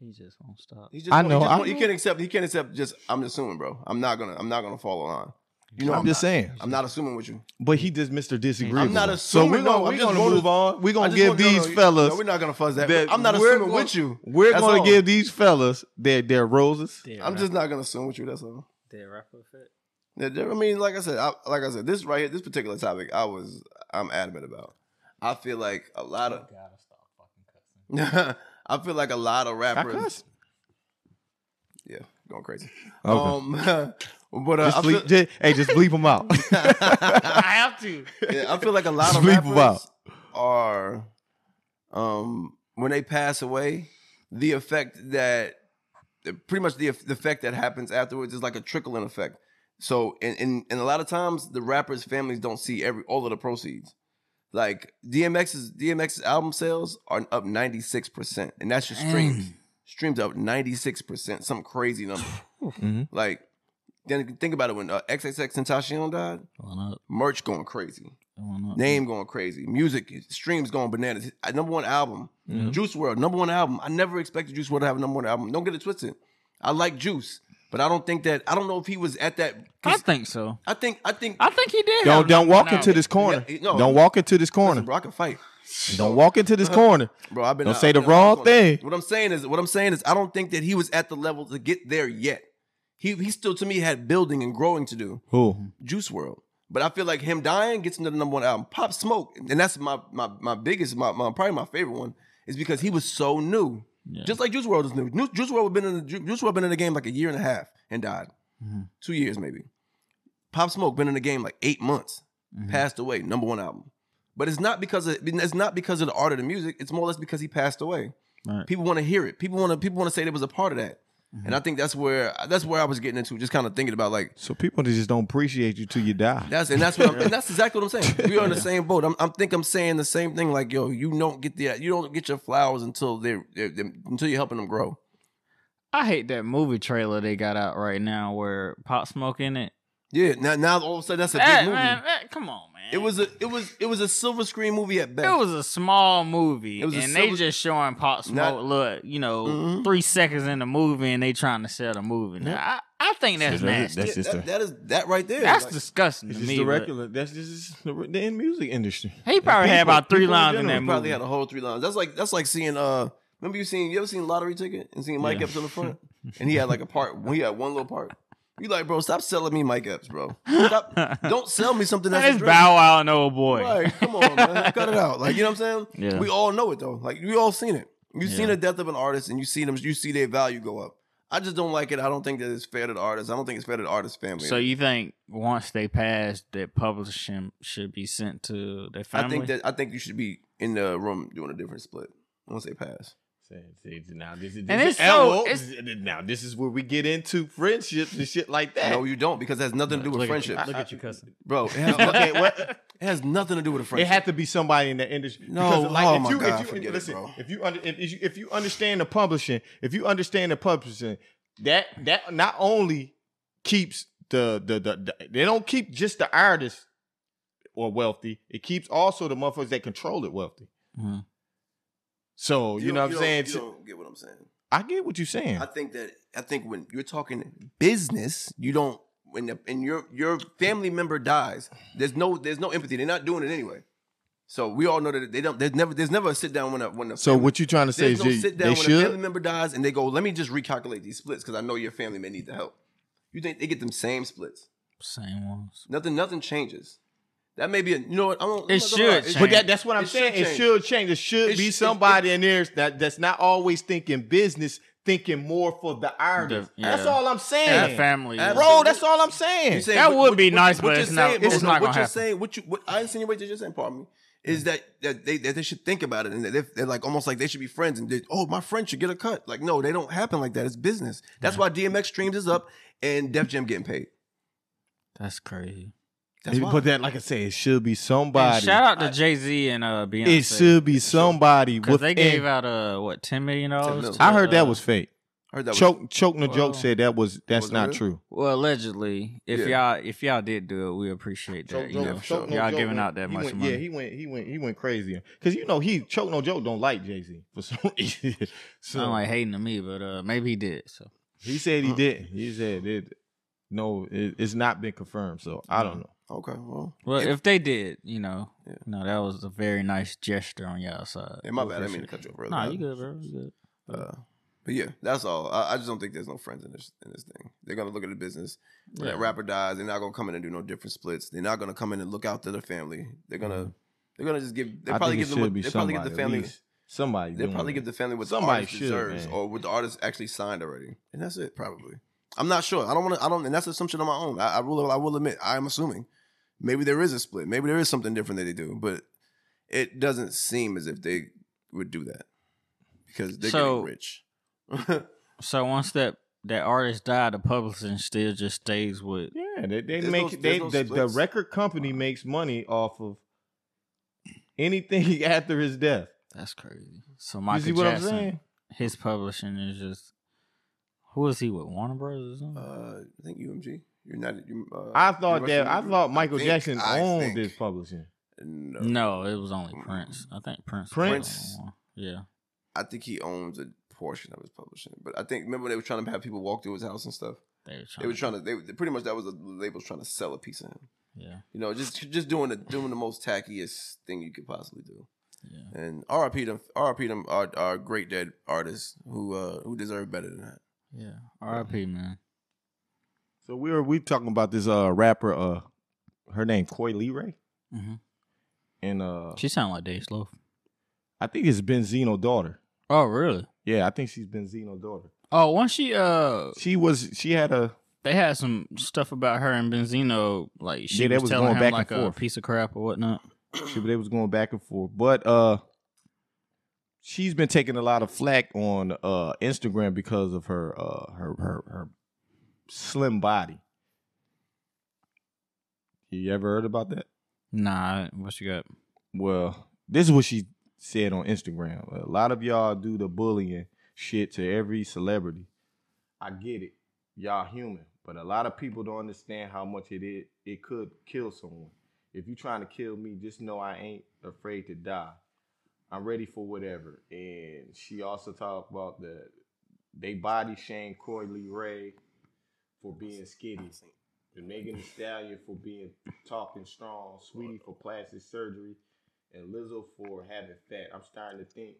Speaker 2: He just won't stop.
Speaker 3: He just
Speaker 1: I
Speaker 3: won't- he
Speaker 1: know,
Speaker 3: just
Speaker 1: I
Speaker 3: won't- He
Speaker 1: know.
Speaker 3: can't accept. He can't accept. Just I'm assuming, bro. I'm not gonna. I'm not gonna follow on. You know,
Speaker 1: I'm just
Speaker 3: not.
Speaker 1: saying.
Speaker 3: I'm not assuming with you.
Speaker 1: But he just Mr. Disagreeable.
Speaker 3: I'm not
Speaker 1: so
Speaker 3: assuming.
Speaker 1: we're
Speaker 3: no,
Speaker 1: gonna
Speaker 3: I'm
Speaker 1: we're
Speaker 3: just
Speaker 1: gonna
Speaker 3: wanna-
Speaker 1: move on. We're
Speaker 3: I
Speaker 1: gonna
Speaker 3: just
Speaker 1: give
Speaker 3: want- no,
Speaker 1: these
Speaker 3: no,
Speaker 1: fellas.
Speaker 3: No, we're not gonna fuzz that.
Speaker 1: that
Speaker 3: I'm not
Speaker 1: we're
Speaker 3: assuming
Speaker 1: gonna-
Speaker 3: with you.
Speaker 1: We're
Speaker 3: That's
Speaker 1: gonna
Speaker 3: all.
Speaker 1: give these fellas their their roses.
Speaker 3: I'm just not gonna assume with you. That's all.
Speaker 2: Did rapper fit?
Speaker 3: Yeah, there- I mean, like I said, I, like I said, this right here, this particular topic, I was, I'm adamant about. I feel like a lot of,
Speaker 2: gotta stop fucking cussing.
Speaker 3: I feel like a lot of
Speaker 1: I
Speaker 3: rappers,
Speaker 1: cuss.
Speaker 3: yeah, going crazy.
Speaker 1: Okay.
Speaker 3: Um, but uh,
Speaker 1: Just
Speaker 3: I, feel,
Speaker 1: bleep, just, hey, just bleep them out.
Speaker 2: I have to.
Speaker 3: yeah, I feel like a lot of
Speaker 1: Bleep 'em out.
Speaker 3: rappers are, um, when they pass away, the effect that, pretty much the the effect that happens afterwards is like a trickling effect. So, and and, and a lot of times the rappers' families don't see every all of the proceeds. Like DMX's DMX's album sales are up ninety six percent, and that's just streams. Streams up ninety six percent, some crazy number.
Speaker 1: Mhm.
Speaker 3: Like, then think about it when uh, XXX Tentacion died,
Speaker 2: Going up,
Speaker 3: merch going crazy,
Speaker 2: going up.
Speaker 1: Mm-hmm.
Speaker 3: name going crazy, music streams going bananas. Uh, Number one album,
Speaker 1: Mhm.
Speaker 3: Juice World, number one album. I never expected Juice World to have a number one album. Don't get it twisted. I like Juice, but I don't think that I don't know if he was at that.
Speaker 2: I
Speaker 3: 'cause
Speaker 2: think so.
Speaker 3: I think I think
Speaker 2: I think he did. have
Speaker 1: Don't don't
Speaker 2: number
Speaker 1: walk
Speaker 2: one
Speaker 1: into
Speaker 2: album.
Speaker 1: this corner.
Speaker 3: Yeah, no.
Speaker 1: Don't walk into this corner.
Speaker 3: bro, I can fight,
Speaker 1: Don't walk into this corner.
Speaker 3: bro. I've been.
Speaker 1: Don't
Speaker 3: I've
Speaker 1: say the
Speaker 3: been out
Speaker 1: wrong
Speaker 3: of this
Speaker 1: thing.
Speaker 3: corner. What I'm saying is, what I'm saying is, I don't think that he was at the level to get there yet. He he still to me had building and growing to do.
Speaker 1: Who?
Speaker 3: Juice World. But I feel like him dying gets him to the number one album. Pop Smoke, and that's my my my biggest, my, my probably my favorite one, is because he was so new.
Speaker 2: Yeah.
Speaker 3: Just like Juice World is new. Ju- Juice World been in the Ju- Juice World been in the game like a year and a half and died,
Speaker 2: Mhm.
Speaker 3: two years maybe. Pop Smoke been in the game like eight months,
Speaker 2: Mhm.
Speaker 3: passed away, number one album. But it's not because of it's not because of the art of the music. It's more or less because he passed away.
Speaker 2: Right. Mm-hmm.
Speaker 3: People want to hear it. People want to people want to say there was a part of that. And I think that's where that's where I was getting into, just kind of thinking about like
Speaker 1: So people that just don't appreciate you till you die.
Speaker 3: that's and that's what I'm, and that's exactly what I'm saying. We are in the same boat. I'm, I'm think I'm saying the same thing. Like yo, you don't get the you don't get your flowers until they're, they're, they're- until you're helping them grow.
Speaker 2: I hate that movie trailer they got out right now where Pop Smoke in it.
Speaker 3: Yeah. Now now all of a sudden that's a
Speaker 2: That-
Speaker 3: big movie.
Speaker 2: man, that- come on, man.
Speaker 3: It was a it was it was a silver screen movie at best.
Speaker 2: It was a small movie,
Speaker 3: It was a
Speaker 2: and they
Speaker 3: silver-
Speaker 2: just showing Pop Smoke.
Speaker 3: Not-
Speaker 2: look, you know,
Speaker 3: Mhm.
Speaker 2: three seconds in the movie, and they trying to sell the movie. Now, I, I think that's
Speaker 1: that-
Speaker 2: nasty.
Speaker 1: that's
Speaker 2: That's,
Speaker 1: just
Speaker 3: that,
Speaker 1: a-
Speaker 3: that is that right there. Like,
Speaker 2: disgusting to
Speaker 1: It's just
Speaker 2: me.
Speaker 1: the
Speaker 2: but
Speaker 1: regular. That's just the, the end music industry.
Speaker 2: He probably had
Speaker 1: people-
Speaker 2: about three
Speaker 1: people in
Speaker 2: lines in,
Speaker 1: general
Speaker 2: that
Speaker 3: you probably
Speaker 2: movie.
Speaker 3: had a whole three lines. That's like that's like seeing uh. Remember you seen you ever seen lottery ticket and seeing Mike
Speaker 2: Yeah.
Speaker 3: Epps on the front, and he had like a part. He had one little part. You like, bro, stop selling me Mike Epps, bro. Stop, don't sell me something that's a
Speaker 2: That is
Speaker 3: drink.
Speaker 2: Bow Wow and old boy.
Speaker 3: Right, come on, man. Cut it out. Like, you know what I'm saying?
Speaker 2: Yeah.
Speaker 3: We all know it though. Like we all seen it. You've
Speaker 2: Yeah.
Speaker 3: seen the death of an artist and you see them you see their value go up. I just don't like it. I don't think that it's fair to the artist. I don't think it's fair to the artist's family.
Speaker 2: So you think once they pass, that publishing should be sent to their
Speaker 3: I
Speaker 2: family?
Speaker 3: think that I think you should be in the room doing a different split once they pass.
Speaker 1: Now this is
Speaker 2: And
Speaker 1: this
Speaker 2: it's so-
Speaker 1: is- now this is where we get into friendships and shit like that.
Speaker 3: No, you don't because it has nothing to do with friendship.
Speaker 2: Look at you, cousin.
Speaker 3: Bro, it has,
Speaker 1: okay, well,
Speaker 3: it has nothing to do with a
Speaker 1: it
Speaker 3: friendship.
Speaker 1: had to be somebody in the industry.
Speaker 3: No,
Speaker 1: because,
Speaker 3: oh
Speaker 1: if
Speaker 3: my
Speaker 1: you,
Speaker 3: God,
Speaker 1: if you,
Speaker 3: forget it,
Speaker 1: listen,
Speaker 3: bro.
Speaker 1: if you under, if you if you understand the publishing, if you understand the publishing, that that not only keeps the the the, the they don't keep just the artists or wealthy, it keeps also the motherfuckers that control it wealthy.
Speaker 2: Mhm.
Speaker 1: So you, know what I'm
Speaker 3: don't-
Speaker 1: saying.
Speaker 3: Mm-hmm. You don't get what I'm saying.
Speaker 1: I get what you're saying.
Speaker 3: I think that I think when you're talking business, you don't when the, and your your family member dies, there's no there's no empathy. They're not doing it anyway. So we all know that they don't. There's never there's never a sit down when a when a
Speaker 1: so
Speaker 3: family,
Speaker 1: what you trying to say
Speaker 3: there's
Speaker 1: is
Speaker 3: no
Speaker 1: they,
Speaker 3: sit down
Speaker 1: they
Speaker 3: when a family
Speaker 1: should?
Speaker 3: member dies and they go, let me just recalculate these splits because I know your family may need the help. You think they get them same splits?
Speaker 2: Same ones.
Speaker 3: Nothing nothing changes. That may be a you know what I don't.
Speaker 2: It
Speaker 3: I'm not gonna lie.
Speaker 2: should
Speaker 1: But
Speaker 2: change.
Speaker 1: that, that's what I'm
Speaker 3: It should
Speaker 1: saying. It
Speaker 3: change.
Speaker 1: should change. It should
Speaker 3: It
Speaker 1: be
Speaker 3: should-
Speaker 1: somebody in there that, that's not always thinking business, thinking more for the artist.
Speaker 2: The-
Speaker 1: That's
Speaker 2: yeah.
Speaker 1: all I'm
Speaker 2: That
Speaker 1: saying,
Speaker 2: family.
Speaker 3: Ab-
Speaker 1: bro. That's all I'm saying.
Speaker 3: You saying
Speaker 2: That
Speaker 3: what-
Speaker 2: would
Speaker 3: what-
Speaker 2: be
Speaker 3: what-
Speaker 2: nice,
Speaker 3: what
Speaker 2: but
Speaker 3: you're
Speaker 2: it's not-
Speaker 3: saying-
Speaker 2: it's
Speaker 3: what-
Speaker 2: not gonna
Speaker 3: What you're
Speaker 2: happen.
Speaker 3: saying, what you, what I understand what you're just saying, pardon me, is that that they that they should think about it and that they're, they're like almost like they should be friends and they, oh my friend should get a cut. Like no, they don't happen like that. It's business. That's why DMX streams is up and Def Jam getting paid.
Speaker 2: That's crazy.
Speaker 3: That's why.
Speaker 1: But that, like I said, it should be
Speaker 2: And
Speaker 1: somebody.
Speaker 2: shout out to Jay Z and uh, Beyonce.
Speaker 1: it should be somebody.
Speaker 2: because
Speaker 1: With
Speaker 2: they gave out uh what ten million dollars. uh,
Speaker 3: mil.
Speaker 1: I heard that was fake.
Speaker 3: I heard that was-
Speaker 1: Choke, choking the
Speaker 2: Well,
Speaker 1: joke said that was that's
Speaker 3: was it
Speaker 1: not
Speaker 3: really?
Speaker 1: true.
Speaker 2: well allegedly. If
Speaker 3: Yeah.
Speaker 2: y'all if y'all did do it, we appreciate that.
Speaker 1: Choke
Speaker 2: you
Speaker 1: no-
Speaker 2: know,
Speaker 3: for sure.
Speaker 1: Choke No
Speaker 2: y'all
Speaker 1: Joke
Speaker 2: giving
Speaker 1: went-
Speaker 2: out that
Speaker 1: he
Speaker 2: much
Speaker 1: went-
Speaker 2: money.
Speaker 1: Yeah, he went, he went, he went crazy. Cause you know he choke no joke don't like Jay Z for some reason. so
Speaker 2: Sound like hating to me, but uh, maybe he did. So
Speaker 1: he said
Speaker 3: Uh-uh.
Speaker 1: he did. He said it. No, it, it's not been confirmed. So I don't know.
Speaker 3: okay. Well,
Speaker 2: well,
Speaker 3: yeah,
Speaker 2: if they did, you know,
Speaker 3: Yeah.
Speaker 2: no, that was a very nice gesture on y'all side.
Speaker 3: yeah, my
Speaker 2: We
Speaker 3: bad. I didn't mean to
Speaker 2: appreciate
Speaker 3: cut you off, brother.
Speaker 2: it. Nah, you good, bro? You good?
Speaker 3: Uh, but yeah, that's all. I, I just don't think there's no friends in this in this thing. They're gonna look at the business. When that rapper dies, they're not gonna come in and do no different splits. They're not gonna come in and look out to the family. They're gonna they're gonna just give. They
Speaker 1: I
Speaker 3: probably
Speaker 1: think
Speaker 3: give
Speaker 1: it
Speaker 3: them.
Speaker 1: should
Speaker 3: What,
Speaker 1: be
Speaker 3: they probably give
Speaker 1: somebody,
Speaker 3: the
Speaker 1: at
Speaker 3: family.
Speaker 1: least Somebody.
Speaker 3: They
Speaker 1: doing
Speaker 3: probably
Speaker 1: it.
Speaker 3: give the family what
Speaker 1: Somebody
Speaker 3: the artist
Speaker 1: should,
Speaker 3: deserves
Speaker 1: man.
Speaker 3: or what the artist actually signed already, and that's it probably. I'm not sure. I don't want to. I don't. And that's assumption on my own. I, I will. I will admit. I'm assuming. Maybe there is a split. Maybe there is something different that they do, but it doesn't seem as if they would do that because they're
Speaker 2: So-
Speaker 3: getting rich.
Speaker 2: So once that that artist died, the publishing still just stays with.
Speaker 1: Yeah, they, they
Speaker 3: There's
Speaker 1: make
Speaker 3: no-
Speaker 1: they
Speaker 3: there's no
Speaker 1: the, the
Speaker 3: splits.
Speaker 1: record company makes money off of anything after his death.
Speaker 2: That's crazy. So
Speaker 1: You
Speaker 2: Michael
Speaker 1: see what
Speaker 2: Jackson,
Speaker 1: I'm saying?
Speaker 2: his publishing is just. Who is he with? Warner Brothers or something?
Speaker 3: Uh, I think UMG. You're not. you uh,
Speaker 1: I thought
Speaker 3: Universal
Speaker 1: that I
Speaker 3: Music-
Speaker 1: thought Michael
Speaker 3: think-
Speaker 1: Jackson
Speaker 3: I
Speaker 1: owned
Speaker 3: think-
Speaker 1: this publishing.
Speaker 3: No,
Speaker 2: no, it was only
Speaker 3: Mm.
Speaker 2: Prince. I think Prince. was
Speaker 1: Prince?
Speaker 2: the only one. Yeah.
Speaker 3: I think he owns a portion of his publishing. But I think remember when they were trying to have people walk through his house and stuff.
Speaker 2: They were trying.
Speaker 3: They were
Speaker 2: to-
Speaker 3: trying to. They were- pretty much that was the labels trying to sell a piece of him.
Speaker 2: Yeah.
Speaker 3: You know, just just doing the doing the most tackiest thing you could possibly do.
Speaker 2: Yeah.
Speaker 3: And R.I.P. them. R.I.P. them. Our, our great dead artists who uh who deserve better than that.
Speaker 2: Yeah. R.I.P.
Speaker 1: Mm-hmm.
Speaker 2: Man.
Speaker 1: So we were we talking about this uh rapper uh her name Koi Lee Ray
Speaker 2: hmm
Speaker 1: and uh
Speaker 2: She sounded like Dave Sloaf.
Speaker 1: I think it's Benzino daughter.
Speaker 2: Oh really?
Speaker 1: Yeah, I think she's Benzino daughter.
Speaker 2: Oh, once she uh,
Speaker 1: She was she had a
Speaker 2: they had some stuff about her and Benzino. Like she
Speaker 1: Yeah, they
Speaker 2: was,
Speaker 1: was
Speaker 2: telling
Speaker 1: going
Speaker 2: him
Speaker 1: back and
Speaker 2: like a
Speaker 1: forth.
Speaker 2: piece of crap or whatnot.
Speaker 1: she they was going back and forth. But uh she's been taking a lot of flack on uh Instagram because of her uh her her, her slim body. You ever heard about that?
Speaker 2: Nah, I- what you got?
Speaker 1: Well, this is what she said on Instagram. A lot of y'all do the bullying shit to every celebrity. I get it. Y'all human, but a lot of people don't understand how much it is. It could kill someone. If you trying to kill me, just know I ain't afraid to die. I'm ready for whatever. And she also talked about the they body shame Corey Lee Ray for being skinny. The Megan Thee Stallion for being talking strong, Sweetie for plastic surgery, and Lizzo for having fat. I'm starting to think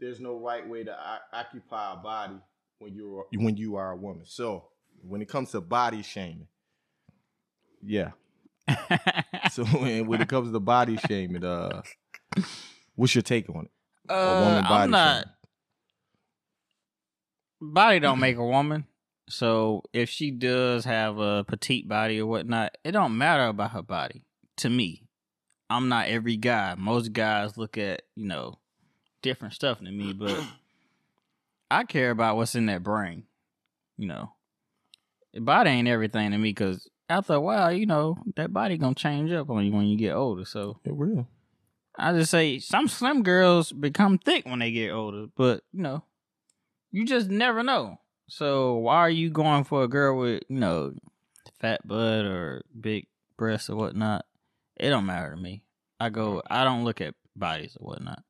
Speaker 1: there's no right way to o- occupy a body when you're when you are a woman. So when it comes to body shaming, yeah. So and when it comes to body shaming, uh, what's your take on it? A
Speaker 2: Uh,
Speaker 1: woman
Speaker 2: I'm
Speaker 1: body
Speaker 2: not.
Speaker 1: shaming.
Speaker 2: Body don't make a woman. So if she does have a petite body or whatnot, it don't matter about her body to me. I'm not every guy. Most guys look at you know different stuff than me, but I care about what's in that brain. You know, body ain't everything to me because after a while, you know, that body gonna change up on you when you get older. So
Speaker 1: It will.
Speaker 2: I just say some slim girls become thick when they get older, but you know, you just never know. So why are you going for a girl with you know fat butt or big breasts or whatnot? It don't matter to me. I go. I don't look at bodies or whatnot.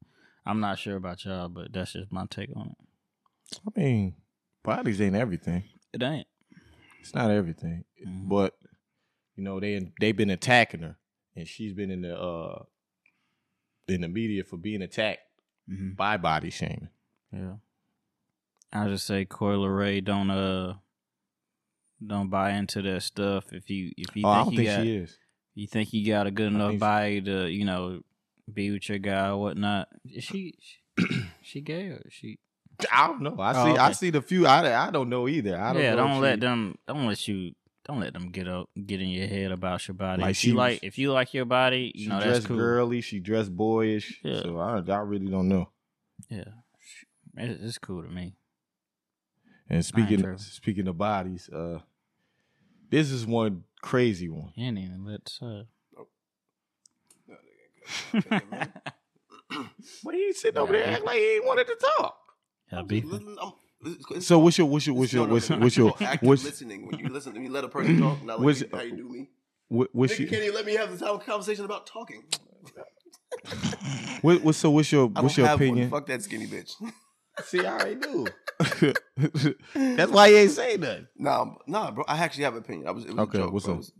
Speaker 2: I'm not sure about y'all, but that's just my take on it.
Speaker 1: I mean, bodies ain't everything.
Speaker 2: It ain't.
Speaker 1: It's not everything,
Speaker 2: Mhm.
Speaker 1: but you know they they've been attacking her, and she's been in the uh in the media for being attacked
Speaker 2: Mm-hmm.
Speaker 1: by body shaming.
Speaker 2: Yeah. I just say Coil Ray don't uh don't buy into that stuff. If you if you
Speaker 1: Oh, I
Speaker 2: think
Speaker 1: don't
Speaker 2: you
Speaker 1: think
Speaker 2: got,
Speaker 1: she is.
Speaker 2: You think you got a good enough
Speaker 1: think so.
Speaker 2: body to, you know, be with your guy or whatnot? She, she, she gay or she?
Speaker 1: I don't know. I
Speaker 2: Oh,
Speaker 1: see. I
Speaker 2: okay.
Speaker 1: see the few. I, I don't know either. I don't
Speaker 2: yeah,
Speaker 1: know if
Speaker 2: don't let
Speaker 1: she-
Speaker 2: them. Don't let you. Don't let them get up, get in your head about your body.
Speaker 1: Like
Speaker 2: if
Speaker 1: she
Speaker 2: you
Speaker 1: was-
Speaker 2: like, if you like your body, you
Speaker 1: She
Speaker 2: know that's
Speaker 1: dressed
Speaker 2: cool.
Speaker 1: girly. She dressed boyish.
Speaker 2: Yeah.
Speaker 1: So I, I really don't know.
Speaker 2: Yeah, It- it's cool to me.
Speaker 1: And speaking
Speaker 2: true.
Speaker 1: speaking of bodies, uh, this is one crazy one.
Speaker 2: You ain't even let. Uh...
Speaker 1: What are you sitting
Speaker 2: over there acting
Speaker 1: like he ain't wanted to talk?
Speaker 2: Yeah, be-
Speaker 1: So what's your what's your what's your what's your what's your
Speaker 3: what's
Speaker 1: what's,
Speaker 3: listening when you listen to me let a person talk not like
Speaker 1: What's- uh,
Speaker 3: you, how you do me
Speaker 1: what- what's
Speaker 3: Nigga,
Speaker 1: your
Speaker 3: can't even let me have this whole conversation about talking
Speaker 1: what, what's so what's your
Speaker 3: I
Speaker 1: what's
Speaker 3: don't
Speaker 1: your
Speaker 3: have
Speaker 1: opinion?
Speaker 3: one. fuck that skinny bitch
Speaker 1: See, I already do. That's why he ain't say nothing.
Speaker 3: nah b- nah bro I actually have an opinion I was, it was
Speaker 1: Okay,
Speaker 3: a joke,
Speaker 1: what's
Speaker 3: bro.
Speaker 1: up?
Speaker 3: It was-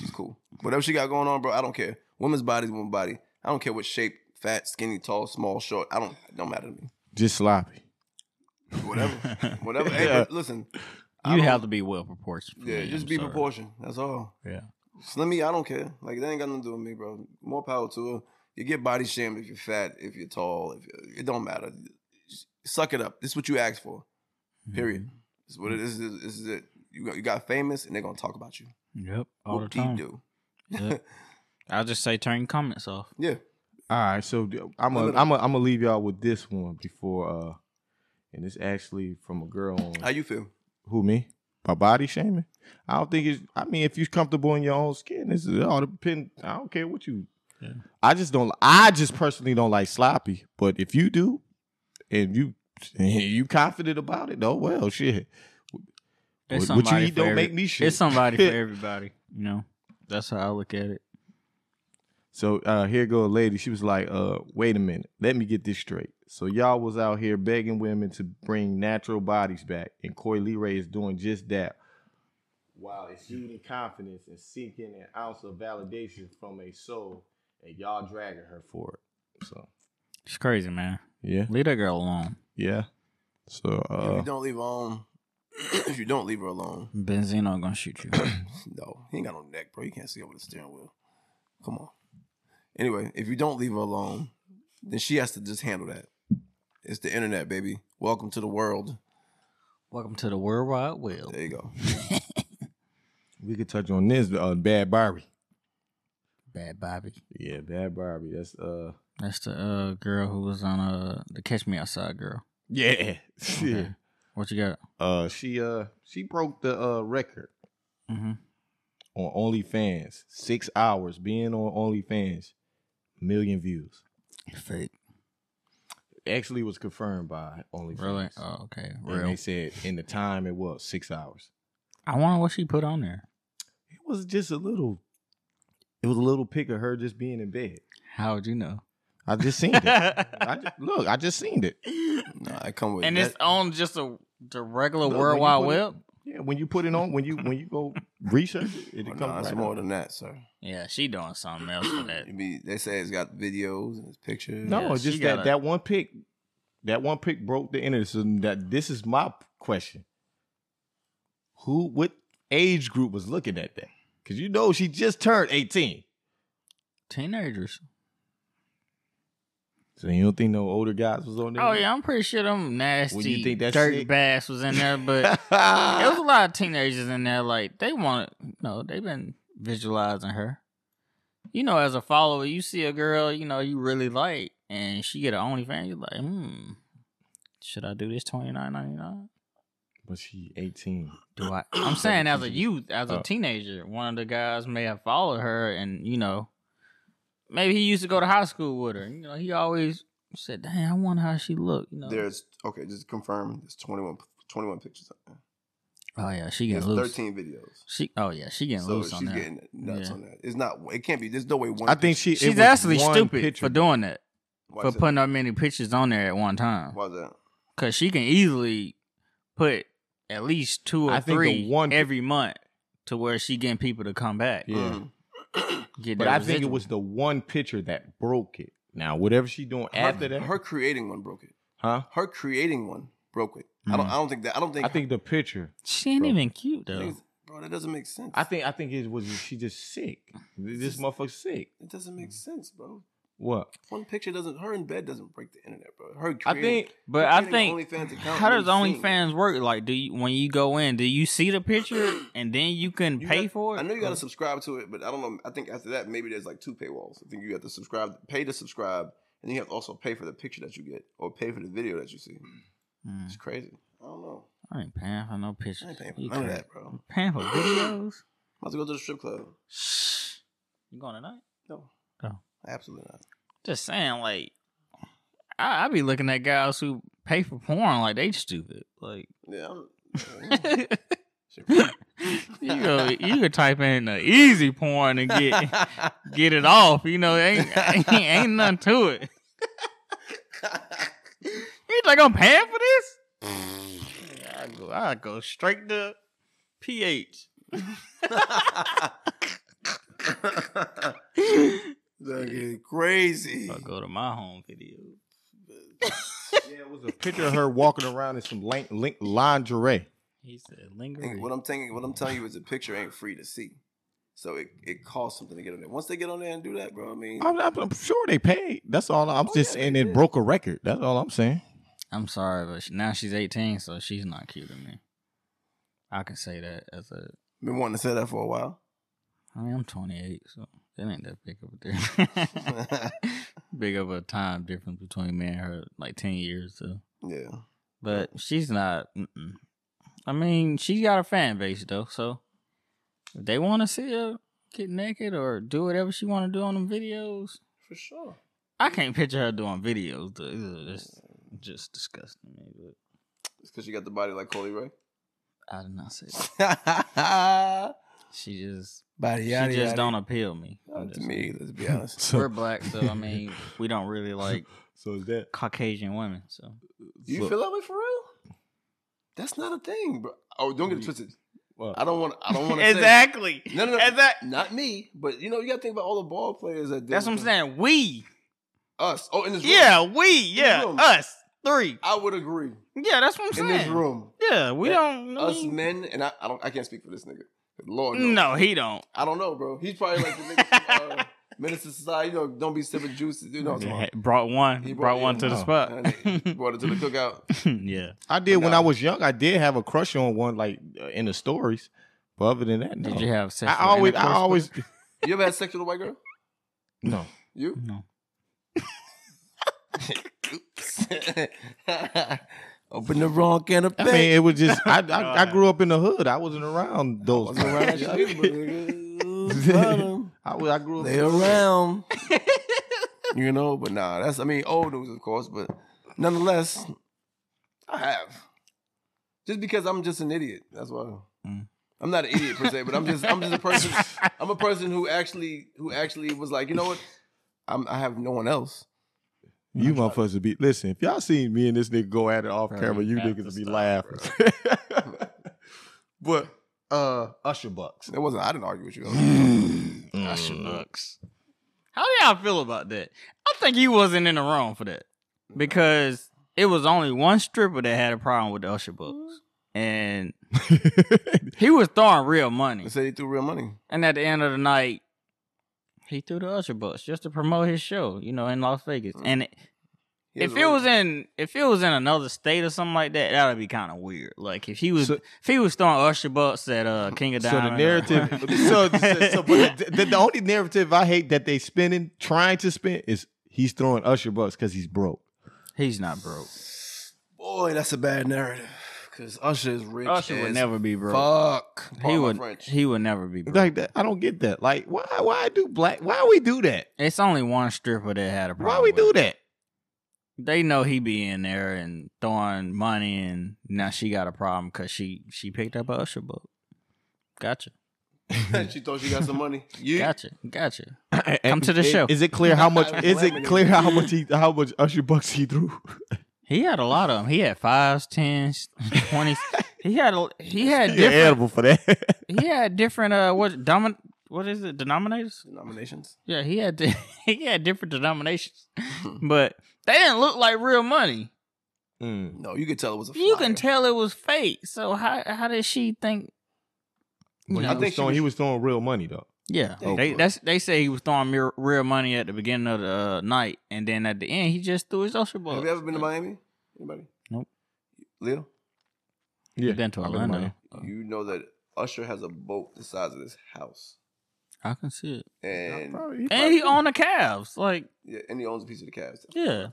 Speaker 3: she's cool whatever she got going on bro I don't care woman's body is woman's body I don't care what shape fat skinny tall small short I don't it don't matter to me
Speaker 1: Just sloppy.
Speaker 3: whatever whatever hey,
Speaker 1: Yeah.
Speaker 3: but listen I
Speaker 2: you
Speaker 3: don't-
Speaker 2: have to be well proportioned. for
Speaker 3: yeah
Speaker 2: me,
Speaker 3: just
Speaker 2: I'm
Speaker 3: be
Speaker 2: sorry.
Speaker 3: proportioned that's all
Speaker 2: Yeah.
Speaker 3: Slimmy, I don't care. Like that ain't got nothing to do with me, bro. More power to her. You get body shamed if you're fat, if you're tall, if you're, it don't matter. Suck it up. This is what you asked for. Period. This is what it is. This is, this is it. You got, you got famous, and they're gonna talk about you.
Speaker 2: Mm-hmm. Yep. All
Speaker 3: what
Speaker 2: the time.
Speaker 3: do you do?
Speaker 2: Yep. I'll just say turn your comments off.
Speaker 3: Yeah.
Speaker 1: All right, so d- I'm a, I'm a, I'm gonna leave y'all with this one before uh, and it's actually from a girl on
Speaker 3: How you feel?
Speaker 1: Who me? My body shaming? I don't think it's. I mean, if you're comfortable in your own skin, this is it all depend. I don't care what you.
Speaker 2: Yeah.
Speaker 1: I just don't. I just personally don't like sloppy. But if you do, and you you confident about it, oh well, shit.
Speaker 2: It's
Speaker 1: What- what you
Speaker 2: somebody
Speaker 1: eat
Speaker 2: for
Speaker 1: don't
Speaker 2: every-
Speaker 1: make me shit.
Speaker 2: It's somebody for everybody. You know, that's how I look at it.
Speaker 1: So uh here go a lady. She was like, uh, wait a minute, let me get this straight. So y'all was out here begging women to bring natural bodies back, and Coy Leray is doing just that. While exuding confidence and seeking an ounce of validation from a soul, and y'all dragging her for it. So
Speaker 2: It's crazy, man.
Speaker 1: yeah,
Speaker 2: Leave that girl alone.
Speaker 1: yeah. So
Speaker 3: if
Speaker 1: uh
Speaker 3: you don't leave her alone, if you don't leave her alone,
Speaker 2: Benzino gonna shoot you.
Speaker 3: no, he ain't got no neck, bro. You can't see over the steering wheel. Come on. Anyway, if you don't leave her alone, then she has to just handle that. It's the internet, baby. Welcome to the world.
Speaker 2: Welcome to the World Wide Web.
Speaker 3: There you go.
Speaker 1: we could touch on this. Uh, Bad Barbie.
Speaker 2: Bad Bobby.
Speaker 1: Yeah, Bad Barbie. That's uh.
Speaker 2: That's the uh, girl who was on uh, the Catch Me Outside girl.
Speaker 1: Yeah. Yeah.
Speaker 2: Okay. What you got?
Speaker 1: Uh, she uh she broke the uh record.
Speaker 2: Mm-hmm.
Speaker 1: on OnlyFans, six hours being on OnlyFans, million views.
Speaker 2: Fake.
Speaker 1: Actually, it was confirmed by OnlyFans.
Speaker 2: Really? Oh, okay.
Speaker 1: And they
Speaker 2: Real.
Speaker 1: said in the time it was six hours.
Speaker 2: I wonder what she put on there.
Speaker 1: It was just a little. It was a little pic of her just being in bed.
Speaker 2: How would you know?
Speaker 1: I just seen it. I just, look, I just seen it.
Speaker 3: Nah, I come with
Speaker 2: and
Speaker 3: that.
Speaker 2: it's on just a the regular
Speaker 1: Look,
Speaker 2: World Wide
Speaker 1: when you put
Speaker 2: Web.
Speaker 1: Yeah, when you put it on, when you when you go research it, it
Speaker 3: Oh,
Speaker 1: comes
Speaker 3: nah, it's
Speaker 1: right
Speaker 3: more
Speaker 1: up.
Speaker 3: than that, sir.
Speaker 2: Yeah, she doing something else for that.
Speaker 3: It be, they say it's got videos and it's pictures.
Speaker 1: No,
Speaker 2: Yeah,
Speaker 1: it's
Speaker 2: she
Speaker 1: just
Speaker 2: got
Speaker 1: that
Speaker 2: a-
Speaker 1: that one pick, that one pick broke the internet. So that this is my question: Who, what age group was looking at that? Because you know she just turned eighteen.
Speaker 2: Teenagers.
Speaker 1: So you don't think no older guys was on there?
Speaker 2: Oh yeah, I'm pretty sure them nasty
Speaker 1: Well, you think that's
Speaker 2: dirt
Speaker 1: sick?
Speaker 2: bass was in there, but there was a
Speaker 1: yeah.
Speaker 2: lot of teenagers in there. Like they want, no, they've been visualizing her. You know, as a follower, you see a girl you know you really like, and she get an OnlyFans. You're like, hmm, should I do this twenty nine ninety nine?
Speaker 1: but she eighteen.
Speaker 2: Do I? I'm saying as a youth, as a
Speaker 1: Oh.
Speaker 2: teenager, one of the guys may have followed her, and you know, maybe he used to go to high school with her. You know, he always said, "Dang, I wonder how she looked." You know,
Speaker 3: There's, okay, just confirm there's 21, 21 pictures. up there.
Speaker 2: oh yeah, she
Speaker 3: There's
Speaker 2: getting loose.
Speaker 3: 13 videos.
Speaker 2: She, oh yeah, she getting
Speaker 3: So
Speaker 2: loose
Speaker 3: she's
Speaker 2: on that.
Speaker 3: getting nuts
Speaker 2: Yeah.
Speaker 3: on that. It's not, it can't be, there's no way one.
Speaker 1: I think
Speaker 3: picture-
Speaker 1: she. it
Speaker 2: She's
Speaker 1: was
Speaker 2: actually
Speaker 1: one
Speaker 2: stupid
Speaker 1: picture.
Speaker 2: for doing that,
Speaker 3: Why
Speaker 2: for
Speaker 3: is that?
Speaker 2: putting up many pictures on there at one time.
Speaker 3: Why is that?
Speaker 2: Because she can easily put at least two or
Speaker 1: I think the
Speaker 2: three
Speaker 1: one-
Speaker 2: every month to where she getting people to come back.
Speaker 1: Yeah.
Speaker 2: Get
Speaker 1: But
Speaker 2: that
Speaker 1: I think it
Speaker 2: residual.
Speaker 1: was the one picture that broke it. Now whatever she doing after
Speaker 3: her,
Speaker 1: that,
Speaker 3: her creating one broke it.
Speaker 1: huh?
Speaker 3: Her creating one broke it. I
Speaker 2: Mm.
Speaker 3: don't. I don't think that. I don't think.
Speaker 1: I think the picture.
Speaker 2: she ain't
Speaker 1: Bro.
Speaker 2: even cute though.
Speaker 3: things- bro, that doesn't make sense.
Speaker 1: I think I think it was she just sick. This motherfucker sick.
Speaker 3: it doesn't make sense, bro.
Speaker 1: What?
Speaker 3: One picture doesn't. Her in bed doesn't break the internet, bro. Her.
Speaker 1: I
Speaker 3: creating-
Speaker 1: think
Speaker 2: But I
Speaker 3: creating
Speaker 2: think
Speaker 3: OnlyFans account
Speaker 2: how does
Speaker 3: and you seeing it.
Speaker 2: OnlyFans work? Like, do you when you go in, do you see the picture and then you can
Speaker 3: You
Speaker 2: pay
Speaker 3: got-
Speaker 2: for it?
Speaker 3: I know you got to subscribe to it, but I don't know. I think after that, maybe there's like two paywalls. I think you have to subscribe, pay to subscribe, and then you have to also pay for the picture that you get or pay for the video that you see.
Speaker 2: Mm,
Speaker 3: It's crazy. I don't know.
Speaker 2: I ain't paying for no
Speaker 3: I
Speaker 2: pictures.
Speaker 3: ain't paying for
Speaker 2: You
Speaker 3: none of
Speaker 2: crazy.
Speaker 3: that, bro. I'm
Speaker 2: Paying for videos?
Speaker 3: about to go to the strip club.
Speaker 2: Shh. You going tonight?
Speaker 3: No.
Speaker 2: Oh.
Speaker 3: Absolutely not.
Speaker 2: Just saying, like, I, I be looking at guys who pay for porn like they stupid. Like,
Speaker 3: Yeah. I'm-
Speaker 2: you go, you could type in the easy porn and get get it off. You know, ain't ain't, ain't nothing to it. You think I'm paying for this? I go, I go straight to PH.
Speaker 3: That is crazy.
Speaker 2: I go to my home video.
Speaker 1: Yeah, it was a picture of her walking around in some link, link lingerie.
Speaker 2: He said,
Speaker 3: Think-
Speaker 2: "Lingering."
Speaker 3: what I'm thinking, what I'm telling you is the picture ain't free to see, so it, it costs something to get on there. Once they get on there and do that, bro, I mean,
Speaker 1: I'm, I'm, I'm sure they paid. That's all. I'm
Speaker 3: Oh,
Speaker 1: just
Speaker 3: yeah,
Speaker 1: and
Speaker 3: they
Speaker 1: it
Speaker 3: did.
Speaker 1: broke a record. That's all I'm saying.
Speaker 2: I'm sorry, but she, now she's 18, so she's not cute to me. I can say that as a.
Speaker 3: been wanting to say that for a while.
Speaker 2: I mean, I'm 28, so that ain't that big of a difference. big of a time difference between me and her, like 10 years. So.
Speaker 3: yeah,
Speaker 2: But she's not. Mm-mm. I mean, she's got a fan base though, so if they want to see her get naked or do whatever she want to do on them videos,
Speaker 3: for sure.
Speaker 2: I can't picture her doing videos. Though. Ugh, That's just disgusting to me. But
Speaker 3: It's because you got the body like Coley Ray.
Speaker 2: I did not say that. She just
Speaker 3: body,
Speaker 2: she just don't appeal me. I'm
Speaker 3: to
Speaker 2: just-
Speaker 3: me. Let's be honest.
Speaker 1: So,
Speaker 2: We're black, so I mean, we don't really like
Speaker 1: so is that
Speaker 2: Caucasian women. So
Speaker 3: Do you
Speaker 1: so-
Speaker 3: feel that way for real? That's not a thing, bro. Oh, don't
Speaker 2: Mm.
Speaker 3: get it twisted.
Speaker 1: what?
Speaker 3: I don't want. I don't want to
Speaker 2: exactly.
Speaker 3: No, no, no.
Speaker 2: Exact-
Speaker 3: Not me, but you know you gotta think about all the ball players that. did
Speaker 2: That's what I'm saying. We,
Speaker 3: Us. Oh, in this room.
Speaker 2: yeah, we, yeah,
Speaker 3: room.
Speaker 2: us three.
Speaker 3: I would agree.
Speaker 2: Yeah, that's what I'm
Speaker 3: in
Speaker 2: saying.
Speaker 3: this room,
Speaker 2: Yeah, we
Speaker 3: Yeah,
Speaker 2: don't. I
Speaker 3: us
Speaker 2: mean-
Speaker 3: men, and I, I don't, I can't speak for this nigga. Lord, knows.
Speaker 2: no, he don't.
Speaker 3: I don't know, bro. He's probably like the nigga from, uh, Minister Society. You know, don't be sipping juice. You know, what I'm talking about.
Speaker 2: brought one.
Speaker 3: He
Speaker 2: brought,
Speaker 3: brought-
Speaker 2: one
Speaker 3: yeah,
Speaker 2: to the
Speaker 1: no.
Speaker 2: spot.
Speaker 3: And he brought it to the cookout.
Speaker 2: yeah.
Speaker 1: I did when
Speaker 3: No.
Speaker 1: I was young. I did have a crush on one, like uh, in the stories. But other than that, no.
Speaker 2: Did you have sex?
Speaker 1: I always, I always,
Speaker 3: You ever had sex with a white girl?
Speaker 1: no.
Speaker 3: You?
Speaker 2: No.
Speaker 3: Open the wrong can of
Speaker 1: I
Speaker 3: paint.
Speaker 1: mean, it was just I, I, I
Speaker 2: God.
Speaker 1: grew up in the hood. I wasn't around
Speaker 3: I
Speaker 1: those.
Speaker 3: wasn't around that shit either, but nigga, found 'em.
Speaker 1: I, was, I grew up.
Speaker 3: They around. you know, but nah, that's I mean old news, of course, but nonetheless, I have. Just because I'm just an idiot. That's why.
Speaker 2: Mm.
Speaker 3: I'm not an idiot per se, but I'm just I'm just a person I'm a person who actually who actually was like, you know what? I'm I have no one else.
Speaker 1: You motherfuckers would be listen. If y'all seen me and this nigga go at it off
Speaker 2: Bro,
Speaker 1: camera,
Speaker 2: you
Speaker 1: you
Speaker 2: have
Speaker 1: niggas
Speaker 2: to
Speaker 1: would be
Speaker 2: stop,
Speaker 1: laughing. but uh, Usher bucks. Mm.
Speaker 3: It wasn't I didn't argue with you.
Speaker 2: I should
Speaker 3: Mm.
Speaker 2: looks. How do y'all feel about that? I think he wasn't in the wrong for that because it was only one stripper that had a problem with the Usher books, and he was throwing real money.
Speaker 3: They said he threw real money.
Speaker 2: And at the end of the night, he threw the Usher bus just to promote his show, you know, in Las Vegas.
Speaker 1: Mm.
Speaker 2: And
Speaker 3: He
Speaker 2: if
Speaker 3: a
Speaker 2: it was
Speaker 3: rapist.
Speaker 2: in if it was in another state or something like that, that would be kind of weird. Like if he was
Speaker 1: So-
Speaker 2: if he was throwing Usher bucks at uh King of
Speaker 1: So the
Speaker 2: Diamond.
Speaker 1: narrative, so, so, so- but the, the, the only narrative I hate that they spinning, trying to spin, is he's throwing Usher bucks because he's broke.
Speaker 2: he's not broke.
Speaker 3: Boy, that's a bad narrative. Cause Usher is rich.
Speaker 2: Usher would
Speaker 3: as
Speaker 2: never be broke.
Speaker 3: Fuck.
Speaker 2: He
Speaker 3: Pardon my
Speaker 2: would
Speaker 3: French.
Speaker 2: he would never be broke.
Speaker 1: Like that, I don't get that. Like why, why do black? Why we do that?
Speaker 2: it's only one stripper that had a problem.
Speaker 1: Why we
Speaker 2: with
Speaker 1: do
Speaker 2: it.
Speaker 1: that?
Speaker 2: They know he be in there and throwing money, and now she got a problem because she she picked up a Usher book. Gotcha.
Speaker 3: she thought she got some money. You
Speaker 2: Gotcha. Gotcha.
Speaker 1: And
Speaker 2: to the
Speaker 1: is-
Speaker 2: show.
Speaker 1: Is it clear how much?
Speaker 3: I'm
Speaker 1: Is it
Speaker 3: lemonade.
Speaker 1: clear how much he, how much Usher bucks he threw?
Speaker 2: He had a lot of them. He had fives, tens, twenties. he had a, he had
Speaker 1: You're
Speaker 2: different,
Speaker 1: edible for that.
Speaker 2: he had different uh what domin what is it denominators?
Speaker 3: denominations.
Speaker 2: Yeah, he had di- he had different denominations, but they didn't look like real money. Mm.
Speaker 3: No, you could tell it was a.
Speaker 2: You can
Speaker 3: flyer.
Speaker 2: tell it was fake. So how how did she think?
Speaker 1: But
Speaker 2: You
Speaker 1: he
Speaker 2: know,
Speaker 1: was throwing, he was throwing real money though.
Speaker 2: Yeah,
Speaker 3: Yeah,
Speaker 2: they
Speaker 3: but-
Speaker 2: that's they say he was throwing mir- real money at the beginning of the uh, night, and then at the end he just threw his usher bucks.
Speaker 3: Have you ever been to Miami? Anybody?
Speaker 2: Nope.
Speaker 3: Leo,
Speaker 1: Yeah,
Speaker 2: been to
Speaker 1: I've been to
Speaker 2: Orlando.
Speaker 1: Miami.
Speaker 3: you know that Usher has a boat the size of this house,
Speaker 2: I can see it,
Speaker 3: and
Speaker 1: Probably-
Speaker 2: and he owned the Cavs. Like,
Speaker 3: yeah, and he owns a piece of the Cavs.
Speaker 2: yeah,